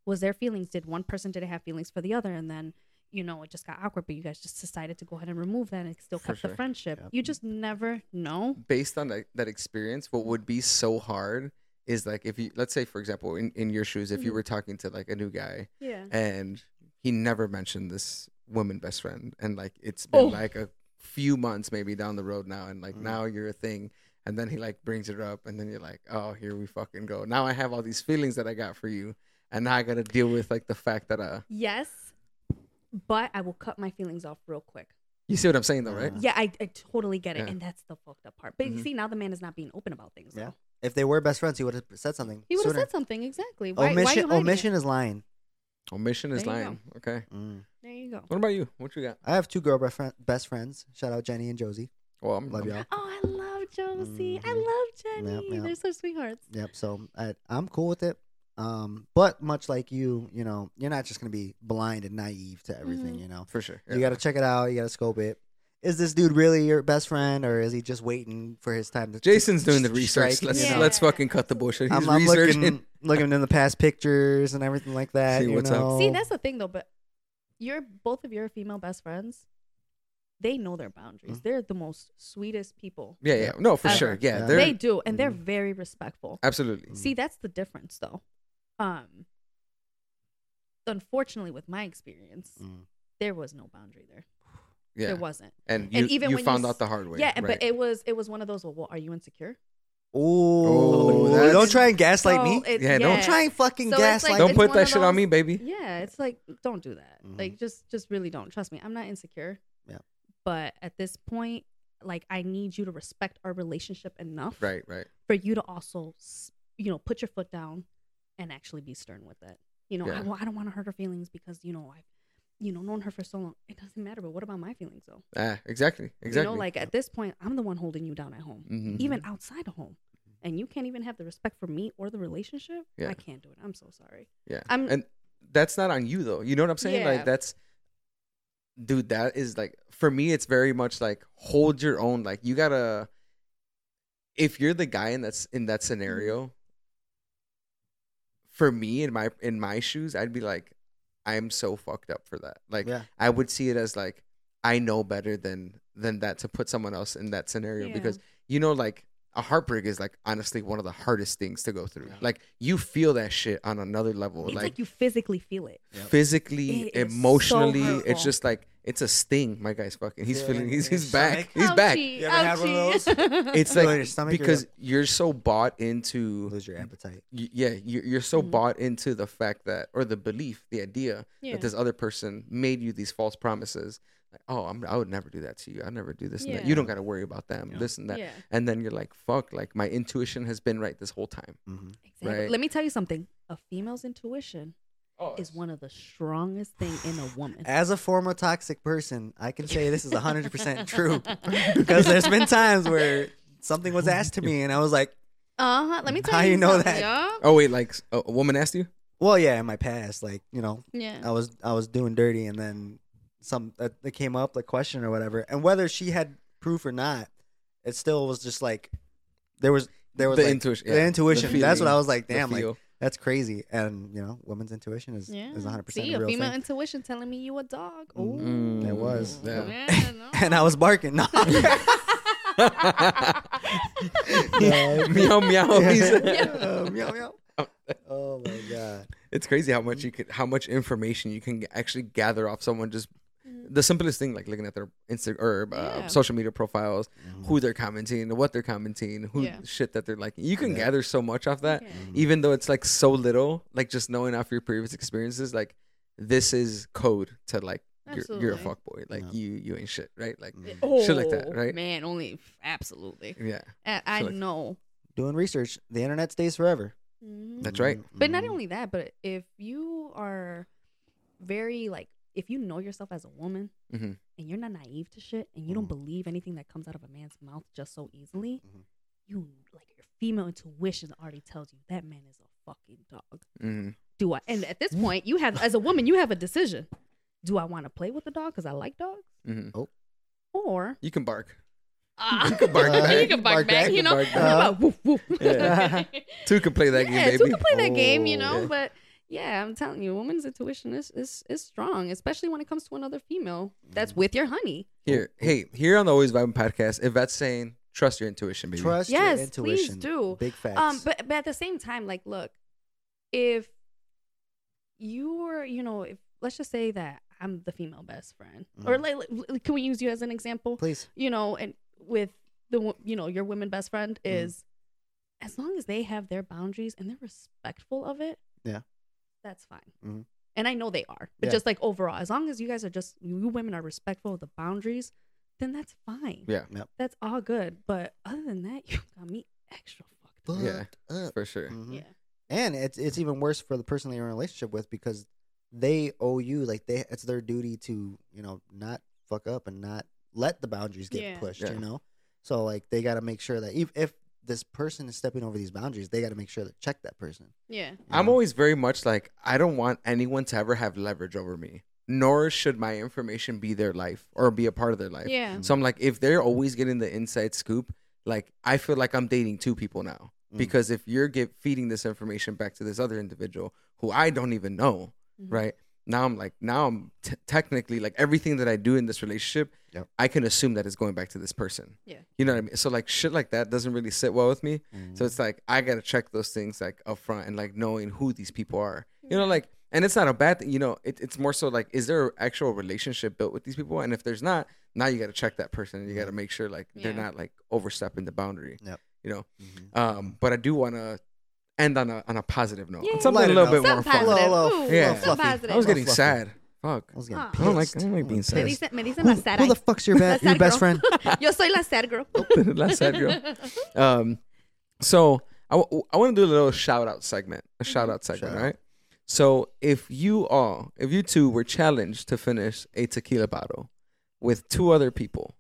Speaker 3: was there feelings? Did one person did it have feelings for the other? And then you know it just got awkward, but you guys just decided to go ahead and remove that, and it still
Speaker 2: For
Speaker 3: kept
Speaker 2: sure.
Speaker 3: the friendship.
Speaker 1: Yep.
Speaker 3: You just never know.
Speaker 2: based on that, that experience, what would be so hard is like if you let's say for example in, in your shoes, if you
Speaker 3: Mhm.
Speaker 2: were talking to like a new guy
Speaker 3: Yeah.
Speaker 2: and he never mentioned this woman best friend and like it's been
Speaker 3: Oh.
Speaker 2: like a few months maybe down the road now and like
Speaker 1: Mhm.
Speaker 2: now you're a thing and then he like brings it up and then you're like, Oh, here we fucking go. Now I have all these feelings that I got for you and now I gotta deal with like the fact that uh
Speaker 3: Yes, but I will cut my feelings off real quick.
Speaker 2: you see what I'm saying though, right?
Speaker 1: Mhm.
Speaker 3: Yeah, I, I totally get it,
Speaker 2: Yeah.
Speaker 3: and that's the fucked up part. But you
Speaker 2: Mhm.
Speaker 3: see, now the man is not being open about things.
Speaker 1: Mm-hmm. Yeah.
Speaker 3: Yeah,
Speaker 1: If they were best friends, he would have said something.
Speaker 3: he would have
Speaker 1: sooner.
Speaker 3: said something exactly. Why, why are you
Speaker 1: omission
Speaker 3: hiding it?
Speaker 1: omission is lying.
Speaker 2: Omission is
Speaker 3: There you
Speaker 2: lying. Okay.
Speaker 1: Mm.
Speaker 3: There you go.
Speaker 2: What about you? What you got?
Speaker 1: I have two girl best, friend, best friends. Shout out Jenny and Josie.
Speaker 2: Well, I'm,
Speaker 1: Love y'all.
Speaker 3: Oh, I love Josie.
Speaker 1: Mhm.
Speaker 3: I love Jenny.
Speaker 1: yep.
Speaker 3: They're so sweethearts.
Speaker 1: Yep. So I, I'm cool with it. Um, but much like you, you know, you're not just gonna be blind and naive to everything.
Speaker 3: Mhm.
Speaker 1: You know,
Speaker 2: for sure.
Speaker 1: you
Speaker 2: Mm-hmm. Yeah.
Speaker 1: gotta check it out. You gotta scope it. Is this dude really your best friend, or is he just waiting for his time to?
Speaker 2: Jason's
Speaker 1: to
Speaker 2: doing the research.
Speaker 1: strike,
Speaker 2: let's
Speaker 1: you know?
Speaker 3: Yeah.
Speaker 2: let's fucking cut the bullshit. He's
Speaker 1: I'm, I'm [laughs]
Speaker 2: researching.
Speaker 1: looking looking in the past pictures and everything like that.
Speaker 2: See
Speaker 1: you
Speaker 2: what's up.
Speaker 1: know?
Speaker 3: See, that's the thing though. But your both of your female best friends, they know their boundaries.
Speaker 1: Mm.
Speaker 3: They're the most sweetest people.
Speaker 2: Yeah, yeah. No, for
Speaker 3: Ever.
Speaker 2: sure. Yeah,
Speaker 1: Yeah.
Speaker 2: they're
Speaker 3: Uh-huh. they do, and they're
Speaker 1: Mhm.
Speaker 3: very respectful.
Speaker 2: absolutely.
Speaker 3: See, that's the difference, though. Um, unfortunately, with my experience,
Speaker 1: Mm.
Speaker 3: there was no boundary there.
Speaker 2: Yeah,
Speaker 3: There wasn't.
Speaker 2: and you,
Speaker 3: and even
Speaker 2: you
Speaker 3: when you
Speaker 2: found
Speaker 3: s-
Speaker 2: out the hard way.
Speaker 3: yeah, and
Speaker 2: right.
Speaker 3: but it was it was one of those. Well, well, are you insecure?
Speaker 1: Ooh,
Speaker 2: that's-
Speaker 1: don't try and gaslight
Speaker 3: So
Speaker 1: me.
Speaker 3: it-
Speaker 2: Yeah, don't
Speaker 1: Don't try and fucking
Speaker 3: So it's
Speaker 1: gaslight.
Speaker 3: like-
Speaker 2: don't
Speaker 1: me.
Speaker 3: it's
Speaker 2: put
Speaker 3: one
Speaker 2: that
Speaker 3: of
Speaker 2: shit on
Speaker 3: those-
Speaker 2: me, baby.
Speaker 3: Yeah, it's like don't do that.
Speaker 2: Mm-hmm.
Speaker 1: Mhm.
Speaker 3: Like just just really don't. Trust me, I'm not insecure.
Speaker 1: Yeah.
Speaker 3: But at this point, like I need you to respect our relationship enough
Speaker 2: Right, right.
Speaker 3: for you to also, s- you know, put your foot down and actually be stern with it. You know, I,
Speaker 2: Yeah.
Speaker 3: well, I don't want to hurt her feelings because you know I've, you know, known her for so long. It doesn't matter. But what about my feelings though?
Speaker 2: Ah, exactly, exactly.
Speaker 3: You know, like at this point, I'm the one holding you down at home,
Speaker 2: Mhm.
Speaker 3: even outside of home. And you can't even have the respect for me or the relationship.
Speaker 2: Yeah.
Speaker 3: I can't do it. I'm so sorry.
Speaker 2: Yeah.
Speaker 3: I'm-
Speaker 2: and that's not on you though. You know what I'm saying?
Speaker 3: Yeah.
Speaker 2: Like that's dude, that is like for me it's very much like hold your own. Like you gotta if you're the guy in that's in that scenario, for me in my in my shoes, I'd be like, I'm so fucked up for that. Like
Speaker 1: Yeah.
Speaker 2: I would see it as like I know better than than that to put someone else in that scenario
Speaker 3: Yeah.
Speaker 2: because you know like a heartbreak is like honestly one of the hardest things to go through.
Speaker 1: Yeah.
Speaker 2: Like you feel that shit on another level,
Speaker 3: It's like,
Speaker 2: like,
Speaker 3: you physically feel it.
Speaker 1: Yep.
Speaker 2: physically,
Speaker 3: It is so
Speaker 2: emotionally. it's
Speaker 3: hurtful.
Speaker 2: just like it's a sting. My guy's fucking. He's
Speaker 1: Yeah,
Speaker 2: feeling.
Speaker 1: yeah,
Speaker 2: He's
Speaker 1: yeah.
Speaker 2: he's
Speaker 1: Stomach.
Speaker 2: back. He's back.
Speaker 3: Ouchie,
Speaker 1: You ever had one of
Speaker 3: ouchie. [laughs]
Speaker 2: It's
Speaker 1: Feel
Speaker 2: like
Speaker 1: your stomach, you're
Speaker 2: because you're so bought into
Speaker 1: lose your appetite.
Speaker 2: y- yeah you- you're so
Speaker 3: Mhm.
Speaker 2: bought into the fact that or the belief the idea
Speaker 3: Yeah.
Speaker 2: that this other person made you these false promises like oh I'm, i would never do that to you i'll never do this and that you
Speaker 3: Yeah.
Speaker 2: don't got to worry about them
Speaker 1: Yeah.
Speaker 2: this and that
Speaker 3: yeah,
Speaker 2: and then you're like fuck like my intuition has been right this whole time
Speaker 1: Mm-hmm.
Speaker 3: exactly.
Speaker 2: Right.
Speaker 3: Let me tell you something. A female's intuition
Speaker 2: oh
Speaker 3: is one of the strongest thing in a woman.
Speaker 1: As a former toxic person, I can say this is 100% [laughs]
Speaker 3: [laughs]
Speaker 1: true because there's been times where something was asked to me and I was like,
Speaker 3: Uh huh. Let me tell
Speaker 1: How
Speaker 3: you.
Speaker 1: you know
Speaker 3: something,
Speaker 1: that?
Speaker 3: y'all.
Speaker 2: oh wait like a, a woman asked you
Speaker 1: well, yeah, in my past, like, you know,
Speaker 3: Yeah.
Speaker 1: I was I was doing dirty and then some uh, it came up like question or whatever. And whether she had proof or not, it still was just like there was there was
Speaker 2: the
Speaker 1: like,
Speaker 2: intuition
Speaker 1: the
Speaker 2: yeah.
Speaker 1: intuition. That's what I
Speaker 2: feeling,
Speaker 1: was like,
Speaker 2: the
Speaker 1: damn, like
Speaker 3: [laughs]
Speaker 2: feel.
Speaker 1: that's crazy. And you know, women's intuition is
Speaker 3: Yeah.
Speaker 1: is 100%
Speaker 3: See,
Speaker 1: a
Speaker 3: a
Speaker 1: real
Speaker 3: female
Speaker 1: thing.
Speaker 3: intuition telling me you a dog. Ooh.
Speaker 2: Mm.
Speaker 1: It was,
Speaker 2: yeah.
Speaker 1: [laughs]
Speaker 3: Yeah, no.
Speaker 1: And I was barking.
Speaker 2: [laughs]
Speaker 1: No.
Speaker 2: [laughs]
Speaker 1: [laughs]
Speaker 2: meow
Speaker 3: [laughs] Oh,
Speaker 2: meow he's-
Speaker 3: um,
Speaker 1: Uh, meow,
Speaker 2: [laughs]
Speaker 1: meow. Oh my god.
Speaker 2: it's crazy how much you could how much information you can actually gather off someone just the simplest thing like looking at their insta or uh,
Speaker 3: Mm. Yeah.
Speaker 2: social media profiles
Speaker 1: Mm.
Speaker 2: who they're commenting what they're commenting who
Speaker 3: Yeah.
Speaker 2: shit that they're like you can
Speaker 1: Yeah.
Speaker 2: gather so much off that
Speaker 3: Yeah.
Speaker 1: Mm-hmm.
Speaker 2: even though it's like so little like just knowing off your previous experiences like this is code to like you're, you're a
Speaker 3: Absolutely.
Speaker 2: fuckboy like
Speaker 1: Yeah.
Speaker 2: you you ain't shit right like
Speaker 1: Mm-hmm.
Speaker 3: Oh,
Speaker 2: Shit like that, right?
Speaker 3: Man, only absolutely.
Speaker 1: Mm.
Speaker 2: yeah
Speaker 3: I, I
Speaker 2: Shit like-
Speaker 3: know.
Speaker 1: Doing research. The internet stays forever. Mm-hmm.
Speaker 3: Mhm.
Speaker 2: That's right.
Speaker 3: But not only that, but if you are very like, if you know yourself as a woman
Speaker 2: Mhm.
Speaker 3: and you're not naive to shit and you don't
Speaker 1: Mhm.
Speaker 2: Mm-hmm.
Speaker 3: believe anything that comes out of a man's mouth just so easily,
Speaker 1: Mhm.
Speaker 3: you like your female intuition already tells you that man is a fucking dog.
Speaker 2: hmm
Speaker 3: Do I? And at this point, you have as a woman, you have a decision. Do I want to play with the dog because I like dogs,
Speaker 2: hmm
Speaker 3: or
Speaker 2: you can bark
Speaker 3: Ah. you
Speaker 2: can
Speaker 3: [laughs]
Speaker 2: bark back.
Speaker 3: You can bark, back, you know.
Speaker 2: bark back.
Speaker 3: Uh, woof, woof.
Speaker 2: Yeah.
Speaker 3: Yeah, [laughs]
Speaker 2: two can play that game
Speaker 3: two
Speaker 2: baby Oh,
Speaker 3: can play that game, you know.
Speaker 2: Yeah.
Speaker 3: But yeah, I'm telling you, a woman's intuition is, is is strong, especially when it comes to another female that's
Speaker 2: Mm.
Speaker 3: with your honey.
Speaker 2: Here, hey, here on the Always Vibing podcast, Yvette's saying, trust your intuition, baby.
Speaker 1: Trust your
Speaker 3: Yes, please
Speaker 1: intuition.
Speaker 3: do.
Speaker 1: Big facts.
Speaker 3: Um, but but at the same time, like, look, if you were, you know, if let's just say that I'm the female best friend, or
Speaker 2: Mm.
Speaker 3: like, like, can we use you as an example?
Speaker 1: please.
Speaker 3: you know, and with the wo- you know your women best friend
Speaker 1: Mhm.
Speaker 3: is as long as they have their boundaries and they're respectful of it.
Speaker 1: Yeah.
Speaker 3: that's fine.
Speaker 1: Mhm.
Speaker 3: And I know they are, but
Speaker 1: Yeah.
Speaker 3: just like overall, as long as you guys are just you women are respectful of the boundaries, then that's fine.
Speaker 2: Yeah.
Speaker 1: Yep.
Speaker 3: that's all good. But other than that, you got me extra fucked. up.
Speaker 2: Yeah.
Speaker 1: Fucked up.
Speaker 2: For sure.
Speaker 1: Mhm.
Speaker 3: Yeah,
Speaker 1: And it's it's even worse for the person that you're in a relationship with because they owe you like they it's their duty to you know not fuck up and not let the boundaries get
Speaker 3: Yeah.
Speaker 1: pushed.
Speaker 2: Yeah.
Speaker 1: You know, so like they got to make sure that if, if this person is stepping over these boundaries, they got to make sure to check that person.
Speaker 3: yeah,
Speaker 1: you
Speaker 2: I'm
Speaker 1: know?
Speaker 2: always very much like, I don't want anyone to ever have leverage over me, nor should my information be their life or be a part of their life.
Speaker 3: yeah.
Speaker 2: So I'm like, if they're always getting the inside scoop, like, I feel like I'm dating two people now.
Speaker 1: Mm.
Speaker 2: Because if you're get, feeding this information back to this other individual who I don't even know,
Speaker 3: Mhm.
Speaker 2: right? now I'm like now I'm t- technically like everything that I do in this relationship,
Speaker 1: Yep.
Speaker 2: I can assume that it's going back to this person.
Speaker 3: Yeah.
Speaker 2: you know what I mean. So like shit like that doesn't really sit well with me.
Speaker 1: Mm-hmm.
Speaker 2: So it's like I gotta check those things like up front and like knowing who these people are. You know, like and it's not a bad thing. You know, it, it's more so like is there an actual relationship built with these people? And if there's not, now you gotta check that person. and You gotta make sure like they're
Speaker 3: Yeah.
Speaker 2: not like overstepping the boundary.
Speaker 1: Yep.
Speaker 2: You know,
Speaker 1: Mhm.
Speaker 2: um, but I do wanna end on a on a positive note.
Speaker 3: Yay.
Speaker 2: Something
Speaker 1: Lighten
Speaker 2: a little
Speaker 1: up.
Speaker 2: bit more
Speaker 3: Some
Speaker 2: fun.
Speaker 1: Little-
Speaker 3: positive.
Speaker 1: little-
Speaker 3: Ooh,
Speaker 2: yeah.
Speaker 3: some
Speaker 1: fluffy.
Speaker 3: positive.
Speaker 2: I was getting
Speaker 1: Fluffy.
Speaker 2: sad. Fuck.
Speaker 1: I was getting
Speaker 3: Aw.
Speaker 1: pissed.
Speaker 2: I don't like- I don't like
Speaker 1: was
Speaker 2: being
Speaker 3: Me
Speaker 2: sad.
Speaker 1: pissed.
Speaker 3: dicen, me dicen
Speaker 1: Who,
Speaker 3: la
Speaker 1: who
Speaker 3: Sarai.
Speaker 1: the fuck's your,
Speaker 3: La
Speaker 1: ba- your
Speaker 3: sad
Speaker 1: best
Speaker 3: girl.
Speaker 1: [laughs] friend?
Speaker 3: Yo soy la sad girl.
Speaker 2: [laughs] Last sad girl. Um, so I want to do a little shout out segment, a shout out segment,
Speaker 1: Shout out.
Speaker 2: right? So if you all, if you two were challenged to finish a tequila bottle with two other people,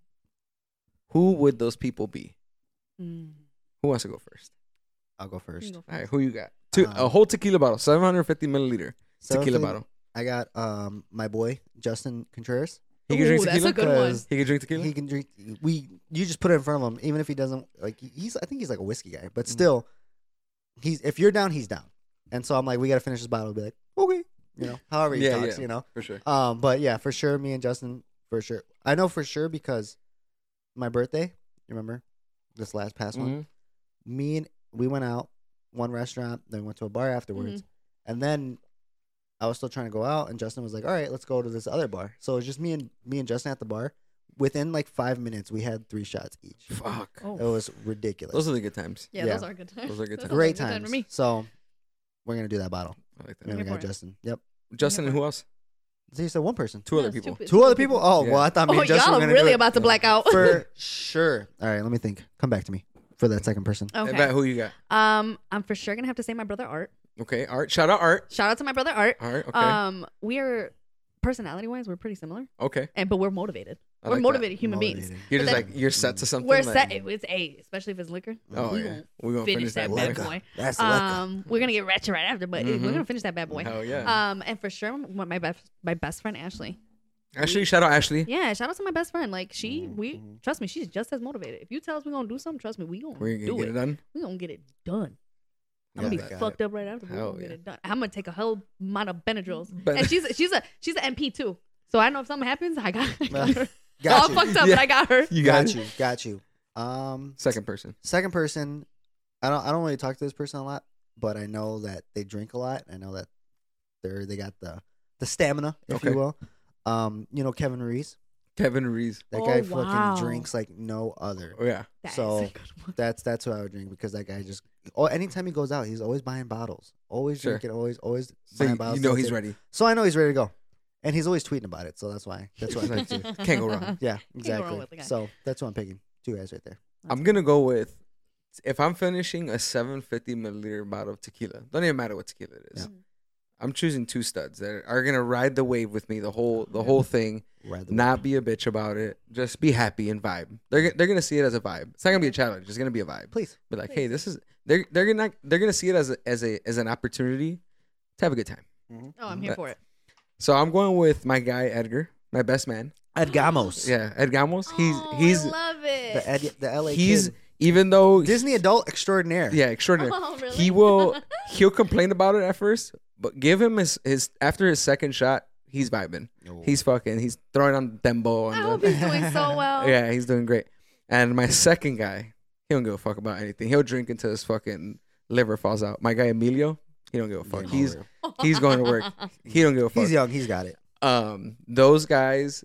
Speaker 2: who would those people be?
Speaker 3: Mm.
Speaker 2: Who wants to go first?
Speaker 1: I'll go first.
Speaker 2: All right, who you got? Two, a
Speaker 1: Um,
Speaker 2: whole tequila bottle, 750 milliliter
Speaker 1: So
Speaker 2: tequila
Speaker 1: if it-
Speaker 2: bottle.
Speaker 1: I got um my boy Justin Contreras.
Speaker 2: He can drink
Speaker 3: Ooh, that's
Speaker 2: tequila.
Speaker 3: a good one.
Speaker 1: 'Cause
Speaker 2: He can drink tequila.
Speaker 1: He can drink. We you just put it in front of him, even if he doesn't like. He's I think he's like a whiskey guy, but
Speaker 2: Mhm.
Speaker 1: still, he's if you're down, he's down. And so I'm like, we got to finish this bottle. Be like, okay, you know, however he
Speaker 2: Yeah,
Speaker 1: talks,
Speaker 2: yeah.
Speaker 1: you know.
Speaker 2: for sure.
Speaker 1: Um, but yeah, for sure, me and Justin, for sure. I know for sure because my birthday. Remember this last past one?
Speaker 2: Mhm.
Speaker 1: me and we went out one restaurant, then we went to a bar afterwards,
Speaker 3: Mm-hmm.
Speaker 1: and then I was still trying to go out, and Justin was like, "All right, let's go to this other bar." So it was just me and me and Justin at the bar. Within like five minutes, we had three shots each.
Speaker 2: Fuck.
Speaker 1: It was ridiculous.
Speaker 2: Mm-hmm. Oh. Those are the good times.
Speaker 3: Oh. Yeah,
Speaker 1: Oh. Yeah.
Speaker 3: those are good times.
Speaker 2: Those are good
Speaker 3: Those
Speaker 2: times.
Speaker 1: great
Speaker 3: good time
Speaker 1: times.
Speaker 3: for me.
Speaker 1: So we're gonna do that bottle.
Speaker 2: I like
Speaker 1: And we
Speaker 2: that.
Speaker 3: Here
Speaker 1: got
Speaker 3: for it.
Speaker 1: Justin. Yep.
Speaker 2: Justin and who else?
Speaker 1: So you said one person,
Speaker 2: Two
Speaker 3: No,
Speaker 2: other
Speaker 3: it's
Speaker 2: people.
Speaker 1: two other people. Oh
Speaker 2: Yeah.
Speaker 1: well, I thought me
Speaker 3: oh,
Speaker 1: and Justin
Speaker 3: y'all
Speaker 1: were
Speaker 3: are
Speaker 1: gonna
Speaker 3: really
Speaker 1: do it.
Speaker 3: about to black out.
Speaker 1: for sure. All right, let me think. Come back to me for that second person.
Speaker 2: And
Speaker 3: [laughs] okay.
Speaker 2: Matt, who you got?
Speaker 3: Um, I'm for sure gonna have to say my brother Art.
Speaker 2: Okay, Art. Shout out Art.
Speaker 3: Shout out to my brother Art.
Speaker 2: Art. Okay.
Speaker 3: Um, we are personality wise, we're pretty similar,
Speaker 2: okay.
Speaker 3: and but we're motivated.
Speaker 2: I
Speaker 3: we're
Speaker 2: like that.
Speaker 3: motivated human beings.
Speaker 1: Motivated.
Speaker 2: You're
Speaker 3: But
Speaker 2: just
Speaker 3: then-
Speaker 2: like you're set to
Speaker 1: Mm.
Speaker 2: something.
Speaker 3: We're
Speaker 2: like-
Speaker 3: set. It's a, especially if it's liquor.
Speaker 2: Oh
Speaker 3: we
Speaker 2: yeah,
Speaker 3: won't
Speaker 2: we're gonna
Speaker 3: finish
Speaker 2: finish, that
Speaker 3: that bad
Speaker 2: later.
Speaker 1: liquor.
Speaker 3: boy.
Speaker 1: That's liquor.
Speaker 3: Um, we're gonna get ratchet right after, but
Speaker 2: Mhm.
Speaker 3: we're gonna finish that
Speaker 1: [laughs]
Speaker 3: bad boy.
Speaker 2: Hell yeah.
Speaker 3: Um, and for sure, my my best my best friend Ashley.
Speaker 2: Ashley, shout out Ashley.
Speaker 3: Yeah, shout out to my best friend. Like she, we trust me, she's just as motivated. If you tell us we're gonna do something, trust me, we gonna
Speaker 2: We're gonna
Speaker 3: do
Speaker 2: get
Speaker 3: it.
Speaker 2: it done.
Speaker 3: We gonna get it done.
Speaker 1: Yeah,
Speaker 3: I'm gonna
Speaker 1: I
Speaker 3: be
Speaker 1: got
Speaker 3: fucked up right after. We're
Speaker 2: Hell
Speaker 3: gonna get
Speaker 2: yeah.
Speaker 3: it done. I'm gonna take a whole amount of Benadryls.
Speaker 2: Ben-
Speaker 3: and she's she's a she's an MP too. So I know if something happens,
Speaker 2: [laughs]
Speaker 3: I got, [laughs] I got her.
Speaker 1: Got
Speaker 3: All
Speaker 1: you.
Speaker 3: fucked up,
Speaker 2: Yeah.
Speaker 3: but I got her.
Speaker 2: You
Speaker 1: got,
Speaker 2: got it.
Speaker 1: you. Got you. Um,
Speaker 2: Second person.
Speaker 1: second person, I don't. I don't really talk to this person a lot, but I know that they drink a lot. I know that they're they got the the stamina, if
Speaker 2: Okay.
Speaker 1: you will. Um, you know Kevin Reese.
Speaker 2: Kevin Reese.
Speaker 1: That
Speaker 3: Oh,
Speaker 1: guy
Speaker 3: wow.
Speaker 1: fucking drinks like no other.
Speaker 2: Oh yeah.
Speaker 3: That is
Speaker 1: So-
Speaker 3: a good one.
Speaker 1: That's that's who I would drink because that guy just. Oh, anytime he goes out, he's always buying bottles. Always
Speaker 2: Sure.
Speaker 1: drinking. Always always
Speaker 2: So
Speaker 1: buying
Speaker 2: you,
Speaker 1: bottles.
Speaker 2: you know he's
Speaker 1: something.
Speaker 2: ready.
Speaker 1: So I know he's ready to go, and he's always tweeting about it. So that's why. That's why. I
Speaker 2: [laughs] Like,
Speaker 1: picked you.
Speaker 2: Can't go wrong.
Speaker 1: Yeah,
Speaker 3: go wrong
Speaker 1: exactly.
Speaker 3: with the guy.
Speaker 1: So that's what I'm picking. Two guys right there.
Speaker 2: I'm gonna go with if I'm finishing a 750 milliliter bottle of tequila. Don't even matter what tequila it is. Mm.
Speaker 3: Yeah.
Speaker 2: I'm choosing two studs that are gonna ride the wave with me the whole the whole thing.
Speaker 1: Rather than-
Speaker 2: Not be a bitch about it. Just be happy and vibe. They're they're gonna see it as a vibe. It's not gonna be a challenge. It's gonna be a vibe.
Speaker 1: please.
Speaker 2: be like, hey, this is they're they're gonna they're gonna see it as a, as a as an opportunity to have a good time.
Speaker 3: [laughs] Oh, I'm here
Speaker 2: That-
Speaker 3: for it.
Speaker 2: So I'm going with my guy Edgar, my best man.
Speaker 1: Adgamos.
Speaker 2: Yeah, Ed Gamos. He's
Speaker 3: oh,
Speaker 2: he's
Speaker 3: I love it.
Speaker 1: The,
Speaker 3: [laughs]
Speaker 1: Ed, the LA
Speaker 2: he's
Speaker 1: kid.
Speaker 2: even though
Speaker 1: Disney adult extraordinaire.
Speaker 2: [laughs] yeah extraordinary.
Speaker 3: Oh, really?
Speaker 2: He
Speaker 3: [laughs]
Speaker 2: will he'll complain about it at first, but give him his his after his second shot, he's vibing. He's fucking he's throwing on dembo
Speaker 3: I
Speaker 2: and
Speaker 3: hope
Speaker 2: the, [laughs]
Speaker 3: he's doing so well.
Speaker 2: yeah, he's doing great. And my second guy, he don't give a fuck about anything. He'll drink until his fucking liver falls out. My guy Emilio, he don't give a fuck. He's he's going to
Speaker 3: [laughs]
Speaker 2: work. He don't give a fuck.
Speaker 1: he's young. He's got it.
Speaker 2: um, those guys,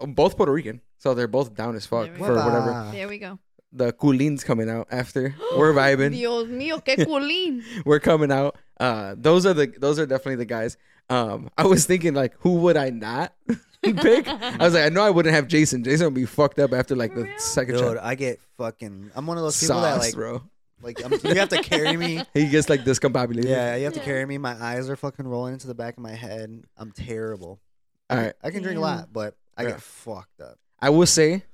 Speaker 2: um, both Puerto Rican, so they're both down as fuck
Speaker 3: There we
Speaker 2: for
Speaker 3: go.
Speaker 2: whatever.
Speaker 3: There we go.
Speaker 2: The culins coming out
Speaker 3: [gasps]
Speaker 2: after [gasps] we're vibing,
Speaker 3: Dios
Speaker 2: [laughs]
Speaker 3: mío, qué culín.
Speaker 2: we're coming out. Uh, those are the those are definitely the guys. Um, I was thinking like, who would I not [laughs] pick? I was like, I know I wouldn't have Jason. Jason would be fucked up after like the
Speaker 3: For real?
Speaker 2: second
Speaker 1: Dude,
Speaker 2: shot.
Speaker 1: I get fucking. I'm one of those people that
Speaker 2: Sauce,
Speaker 1: like,
Speaker 2: bro.
Speaker 1: like I'm, you have to carry
Speaker 2: [laughs]
Speaker 1: me.
Speaker 2: He gets like discombobulated.
Speaker 1: Yeah, you have to
Speaker 3: Yeah.
Speaker 1: carry me. My eyes are fucking rolling into the back of my head. I'm terrible.
Speaker 2: All right.
Speaker 1: I can drink a
Speaker 3: Damn.
Speaker 1: lot, but I
Speaker 2: Yeah.
Speaker 1: get fucked up.
Speaker 2: I will say,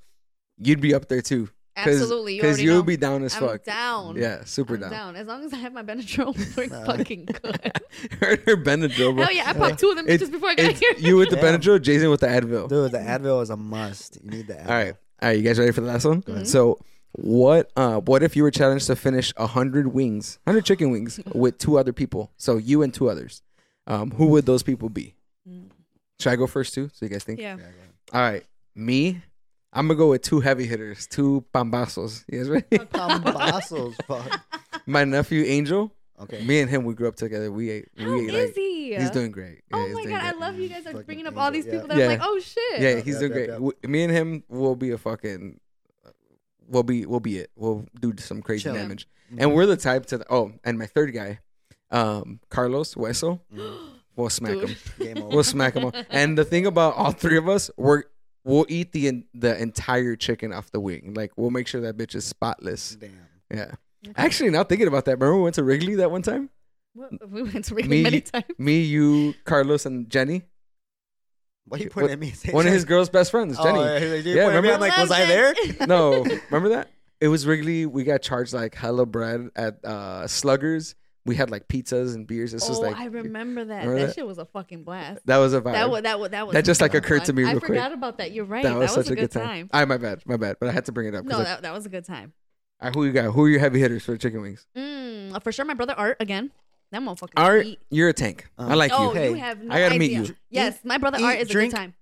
Speaker 2: you'd be up there too.
Speaker 3: Absolutely.
Speaker 2: Because
Speaker 3: you
Speaker 2: you'll
Speaker 3: will
Speaker 2: be down as
Speaker 3: I'm
Speaker 2: fuck.
Speaker 3: down.
Speaker 2: Yeah, super
Speaker 3: I'm down.
Speaker 2: down.
Speaker 3: As long as I have my Benadryl, [laughs] we're
Speaker 1: Nah.
Speaker 3: fucking good.
Speaker 2: Heard [laughs] her Benadryl. bro.
Speaker 3: Hell yeah, I
Speaker 2: [laughs]
Speaker 3: popped two of them
Speaker 2: It's-
Speaker 3: just before I got
Speaker 2: It's [laughs]
Speaker 3: here.
Speaker 2: you with the
Speaker 1: Damn.
Speaker 2: Benadryl, Jason with the Advil.
Speaker 1: Dude, the Advil is a must. You need the Advil.
Speaker 2: All right, all right. You guys ready for the last one? So, what? Uh, what if you were challenged to finish hundred
Speaker 3: [laughs]
Speaker 2: wings, hundred chicken wings, with two other people? So you and two others. Um, who would those people be? Should I go first too? So you guys think?
Speaker 3: Mm. Yeah.
Speaker 2: All right, me. I'm gonna go with two heavy hitters, two pambazos. You guys ready?
Speaker 1: Pambazos, fuck.
Speaker 2: [laughs] My nephew Angel.
Speaker 1: Okay.
Speaker 2: Me and him, we grew up together. We ate. We
Speaker 3: How
Speaker 2: ate,
Speaker 3: is
Speaker 2: like,
Speaker 3: he?
Speaker 2: He's doing great.
Speaker 3: oh
Speaker 2: he's
Speaker 3: my
Speaker 2: doing
Speaker 3: god, I
Speaker 2: great.
Speaker 3: love you guys are
Speaker 1: Fucking
Speaker 3: bringing up all these
Speaker 1: angel,
Speaker 3: people that I'm
Speaker 2: yeah.
Speaker 3: like, oh shit.
Speaker 2: Yeah, he's
Speaker 1: Yep, yep,
Speaker 2: doing great.
Speaker 1: yep.
Speaker 2: W Me and him will be a fucking. We'll be we'll be it. We'll do some crazy
Speaker 1: Chill.
Speaker 2: damage. And we're the type to. Oh, and my third guy, um, Carlos Hueso. We'll smack him.
Speaker 1: Mm-hmm. Game over.
Speaker 2: We'll smack [laughs] him. Up. And the thing about all three of us, we're we'll eat the en- the entire chicken off the wing. Like we'll make sure that bitch is spotless.
Speaker 1: Damn.
Speaker 2: Yeah. Actually, now thinking about that, remember we went to Wrigley that one time?
Speaker 3: What- We went to really
Speaker 2: Me- [laughs]
Speaker 3: many times.
Speaker 2: Me, you, Carlos, and Jenny.
Speaker 1: Why you
Speaker 2: What-
Speaker 1: pointing at me? [laughs] Say
Speaker 2: One of
Speaker 1: Jenny.
Speaker 2: his girl's best friends, Jenny.
Speaker 1: Oh, yeah, like, you pointed
Speaker 2: Yeah,
Speaker 1: at me,
Speaker 2: remember-
Speaker 1: I'm like, was I there?
Speaker 2: [laughs] no, remember that? It was Wrigley. We got charged like hella bread at uh, Sluggers. We had like pizzas and beers. This
Speaker 3: oh,
Speaker 2: was like
Speaker 3: I remember that.
Speaker 2: remember
Speaker 3: that.
Speaker 2: that?
Speaker 3: shit was a fucking blast.
Speaker 2: that was a vibe.
Speaker 3: That was that was that was
Speaker 2: That just, like,
Speaker 3: so
Speaker 2: occurred to
Speaker 3: fun.
Speaker 2: me
Speaker 3: I
Speaker 2: real quick.
Speaker 3: forgot about that. You're right.
Speaker 2: That was
Speaker 3: such a good time.
Speaker 2: I my bad, my bad. But I had to bring it up. 'cause
Speaker 3: No,
Speaker 2: I-
Speaker 3: that, that was a good time.
Speaker 2: All right, who you got? Who are your heavy hitters for chicken wings?
Speaker 3: Mm, for sure, my brother Art again. That motherfucker.
Speaker 2: Art,
Speaker 3: eat.
Speaker 2: you're a tank.
Speaker 1: Um,
Speaker 2: I like
Speaker 3: E- Oh,
Speaker 2: you.
Speaker 1: Hey,
Speaker 3: you have no
Speaker 2: I gotta meet
Speaker 3: idea.
Speaker 2: you.
Speaker 3: Yes, my brother
Speaker 1: eat,
Speaker 3: Art is
Speaker 1: drink.
Speaker 3: a good time.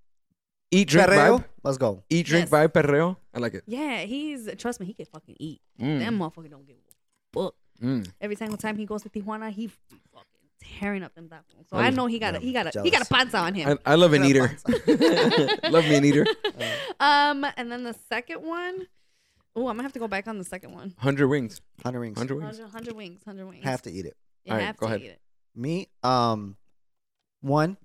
Speaker 2: Eat, drink,
Speaker 1: Perreo?
Speaker 2: vibe.
Speaker 1: Let's go.
Speaker 2: Eat, drink,
Speaker 3: Yes.
Speaker 2: vibe, perreo. I like it.
Speaker 3: Yeah, he's trust me, he can fucking eat.
Speaker 2: Mm,
Speaker 3: That motherfucker don't give a fuck.
Speaker 2: mm.
Speaker 3: Every single time he goes to Tijuana, he fucking tearing up them tacos. So
Speaker 2: Oh,
Speaker 3: I know he got a
Speaker 1: yeah,
Speaker 3: he got a he
Speaker 1: jealous.
Speaker 3: got a panza on him.
Speaker 2: I, I love an eater. [laughs] love me an eater.
Speaker 3: Um, and then the second one, oh, I'm gonna have to go back on the second one.
Speaker 2: Hundred wings.
Speaker 1: Hunter rings.
Speaker 2: Hundred wings.
Speaker 3: 100, 100 wings, 100 wings.
Speaker 1: Have to eat it.
Speaker 3: you
Speaker 2: all right,
Speaker 3: have
Speaker 2: go
Speaker 3: to
Speaker 2: ahead.
Speaker 3: eat it.
Speaker 1: Me, um, one,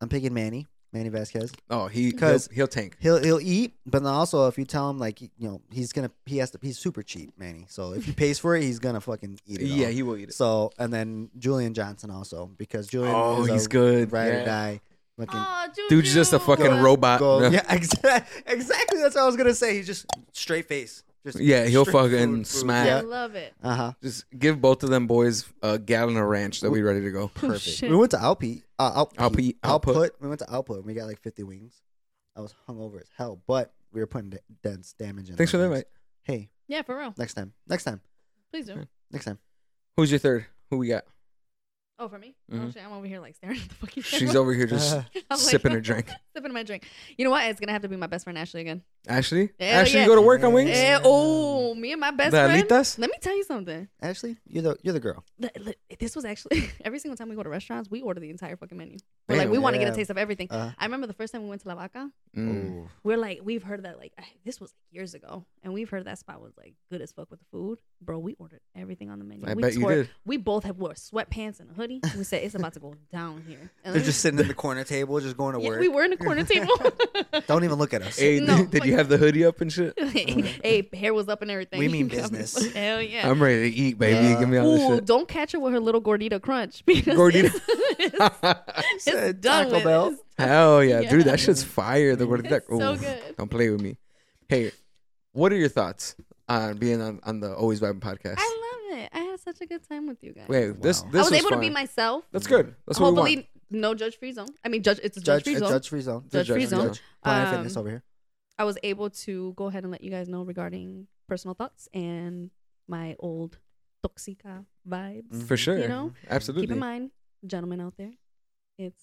Speaker 1: I'm picking Manny, Manny Vasquez.
Speaker 2: Oh, he
Speaker 1: Because-
Speaker 2: because he'll, he'll tank.
Speaker 1: He'll he'll eat, but then also if you tell him like you know he's gonna he has to he's super cheap, Manny. So if he pays for it, he's gonna fucking eat it.
Speaker 2: Yeah,
Speaker 1: all.
Speaker 2: he will eat it.
Speaker 1: So and then Julian Johnson also because Julian
Speaker 2: Oh,
Speaker 1: is a
Speaker 2: he's good.
Speaker 1: ride
Speaker 2: Yeah. Uh,
Speaker 1: or die. Fucking
Speaker 3: Oh,
Speaker 2: Dude's just a
Speaker 3: Juju.
Speaker 2: fucking robot.
Speaker 1: go.
Speaker 2: Yeah.
Speaker 1: Yeah, [laughs] exactly. Exactly. That's what I was gonna say. He's just straight face. Just
Speaker 2: Yeah, he'll
Speaker 1: straight
Speaker 2: fucking
Speaker 1: food, food.
Speaker 2: smack.
Speaker 3: I
Speaker 1: Yeah.
Speaker 2: [laughs]
Speaker 3: love it.
Speaker 1: Uh huh.
Speaker 2: Just give both of them boys a gallon of ranch. They'll be ready to go.
Speaker 1: Perfect.
Speaker 3: Oh, shit.
Speaker 1: we went to Outpe, uh, Outpe,
Speaker 2: Outpe- Output.
Speaker 1: We went to Output. and We got like 50 wings. I was hungover as hell, but we were putting d- dense damage in.
Speaker 2: Thanks for
Speaker 1: those
Speaker 2: that,
Speaker 1: wings.
Speaker 2: mate.
Speaker 1: Hey,
Speaker 3: Yeah, for real.
Speaker 1: next time. Next time.
Speaker 3: Please do.
Speaker 1: Next time.
Speaker 2: Who's your third? Who we got?
Speaker 3: Oh, for me? Oh
Speaker 2: Mhm.
Speaker 3: shit, I'm over here like staring at the fucking.
Speaker 2: She's
Speaker 3: camera.
Speaker 2: over
Speaker 1: [laughs]
Speaker 2: here just
Speaker 1: Uh,
Speaker 3: [laughs] I'm, like,
Speaker 2: sipping her drink.
Speaker 3: sipping my drink. You know what? It's gonna have to be my best friend Ashley again.
Speaker 2: Ashley,
Speaker 3: Hell
Speaker 2: Ashley,
Speaker 3: yeah.
Speaker 2: you go to work on wings.
Speaker 1: Yeah.
Speaker 3: Eh, oh, me and my best
Speaker 2: the
Speaker 3: friend.
Speaker 2: alitas.
Speaker 3: Let me tell you something.
Speaker 1: Ashley, you're the you're the girl.
Speaker 3: Li- li- This was actually [laughs] every single time we go to restaurants, we order the entire fucking menu. We're like,
Speaker 2: Damn.
Speaker 3: we want to get
Speaker 1: Yeah.
Speaker 3: a taste of everything.
Speaker 1: Uh,
Speaker 3: I remember the first time we went to La Vaca.
Speaker 2: Mm.
Speaker 1: ooh.
Speaker 3: We're like, we've heard that like [sighs] ah, this was years ago, and we've heard that spot was like good as fuck with the food, bro. We ordered everything on the menu.
Speaker 2: I
Speaker 3: we
Speaker 2: bet you
Speaker 3: tore-
Speaker 2: did.
Speaker 3: We both have wore sweatpants and a hoodie. We said it's about to go down here. And
Speaker 1: [laughs] They're
Speaker 3: let me-
Speaker 1: just sitting
Speaker 2: [laughs]
Speaker 1: in the corner table, just going to
Speaker 3: [laughs] Yeah,
Speaker 1: work.
Speaker 3: we were in
Speaker 1: [laughs]
Speaker 3: a corner table. [laughs]
Speaker 1: Don't even look at us.
Speaker 2: Hey,
Speaker 3: No,
Speaker 2: did, did you
Speaker 3: fuck.
Speaker 2: have the hoodie up and shit?
Speaker 3: hey, hair was up and everything.
Speaker 1: We
Speaker 3: [laughs]
Speaker 1: mean business.
Speaker 3: Hell [laughs] yeah.
Speaker 2: I'm ready to eat, baby.
Speaker 1: Yeah.
Speaker 2: Give me all this
Speaker 3: Ooh,
Speaker 2: shit.
Speaker 3: don't catch her with her little gordita crunch. [laughs] Because
Speaker 2: Gordita.
Speaker 3: It's, it's, [laughs] it's
Speaker 1: Said [laughs]
Speaker 3: done
Speaker 1: Taco
Speaker 3: with.
Speaker 1: Bell.
Speaker 3: It's-
Speaker 2: [laughs] Hell yeah, dude,
Speaker 3: Yeah.
Speaker 2: that shit's fire. The word
Speaker 3: It's so
Speaker 2: Ooh,
Speaker 3: good.
Speaker 2: Don't play with me. Hey, what are your thoughts on being on, on the Always Vibing podcast?
Speaker 3: I love it. I had such a good time with you guys. Oh,
Speaker 2: Wait, this
Speaker 1: Wow.
Speaker 2: this
Speaker 3: I was, able
Speaker 2: fun.
Speaker 3: to be myself.
Speaker 2: That's good. That's what we want.
Speaker 3: Hopefully, no judge free zone. I mean, judge. It's a
Speaker 1: Judge,
Speaker 3: judge, free
Speaker 1: uh,
Speaker 3: zone.
Speaker 1: judge free zone.
Speaker 3: Judge free zone.
Speaker 1: Planet
Speaker 3: Um,
Speaker 1: Fitness over here.
Speaker 3: I was able to go ahead and let you guys know regarding personal thoughts and my old toxica vibes.
Speaker 2: For sure.
Speaker 3: You know,
Speaker 2: Absolutely.
Speaker 3: Keep in mind, gentlemen out there, it's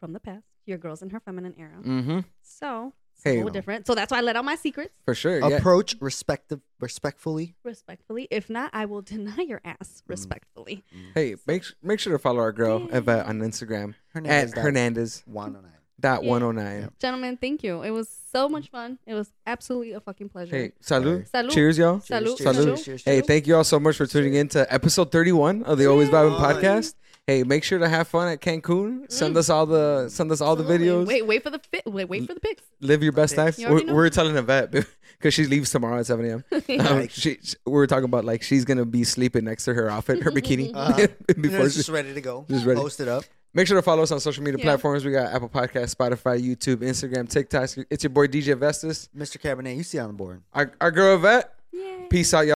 Speaker 3: from the past. Your girl's in her feminine era.
Speaker 2: Mm-hmm.
Speaker 3: So, it's
Speaker 2: Hey,
Speaker 3: a little
Speaker 2: no.
Speaker 3: different. So that's why I let out my secrets
Speaker 2: For sure. Yeah.
Speaker 1: Approach respective, respectfully.
Speaker 3: respectfully. If not, I will [laughs] deny your ass
Speaker 2: Mm.
Speaker 3: respectfully.
Speaker 2: hey, make s- make sure to follow our girl
Speaker 3: Yeah.
Speaker 2: Eva on Instagram
Speaker 1: Her name
Speaker 2: at
Speaker 1: is
Speaker 2: Hernandez
Speaker 1: One oh nine.
Speaker 2: dot
Speaker 3: Yeah.
Speaker 2: one oh nine.
Speaker 1: Yep.
Speaker 3: Gentlemen, thank you. It was so much fun. It was absolutely a fucking pleasure.
Speaker 2: Hey, salud.
Speaker 3: Salud.
Speaker 2: Cheers, y'all.
Speaker 3: Salud.
Speaker 1: Cheers,
Speaker 2: Salud.
Speaker 1: cheers, cheers,
Speaker 2: Hey,
Speaker 1: cheers.
Speaker 2: thank you all so much for tuning in to episode 31 of the Always
Speaker 1: Yay.
Speaker 2: Vibing podcast. Hey, make sure to have fun at Cancun. Send us all the send us all
Speaker 3: Mm. Absolutely.
Speaker 2: the videos.
Speaker 3: Wait, wait for the fit. Wait, wait for the pics.
Speaker 2: Live your best life.
Speaker 3: You
Speaker 2: We're,
Speaker 3: already know.
Speaker 2: we're telling Yvette [laughs] because she leaves tomorrow at
Speaker 3: [laughs]
Speaker 2: 7 a.m. Um,
Speaker 1: Yikes.
Speaker 2: she, she- we were talking about like she's gonna be sleeping next to her outfit, her
Speaker 3: [laughs]
Speaker 2: bikini.
Speaker 3: Uh,
Speaker 1: Uh-huh.
Speaker 2: [laughs] before she,
Speaker 1: just ready to go.
Speaker 2: Just ready.
Speaker 1: Post it up.
Speaker 2: make sure to follow us on social media
Speaker 3: Yeah.
Speaker 2: platforms. We got Apple Podcasts, Spotify, YouTube, Instagram, TikTok. It's your boy DJ Vestas,
Speaker 1: Mr. Cabernet, you see on the board.
Speaker 2: our, our girl Yvette.
Speaker 3: Yay.
Speaker 2: Peace out, y'all.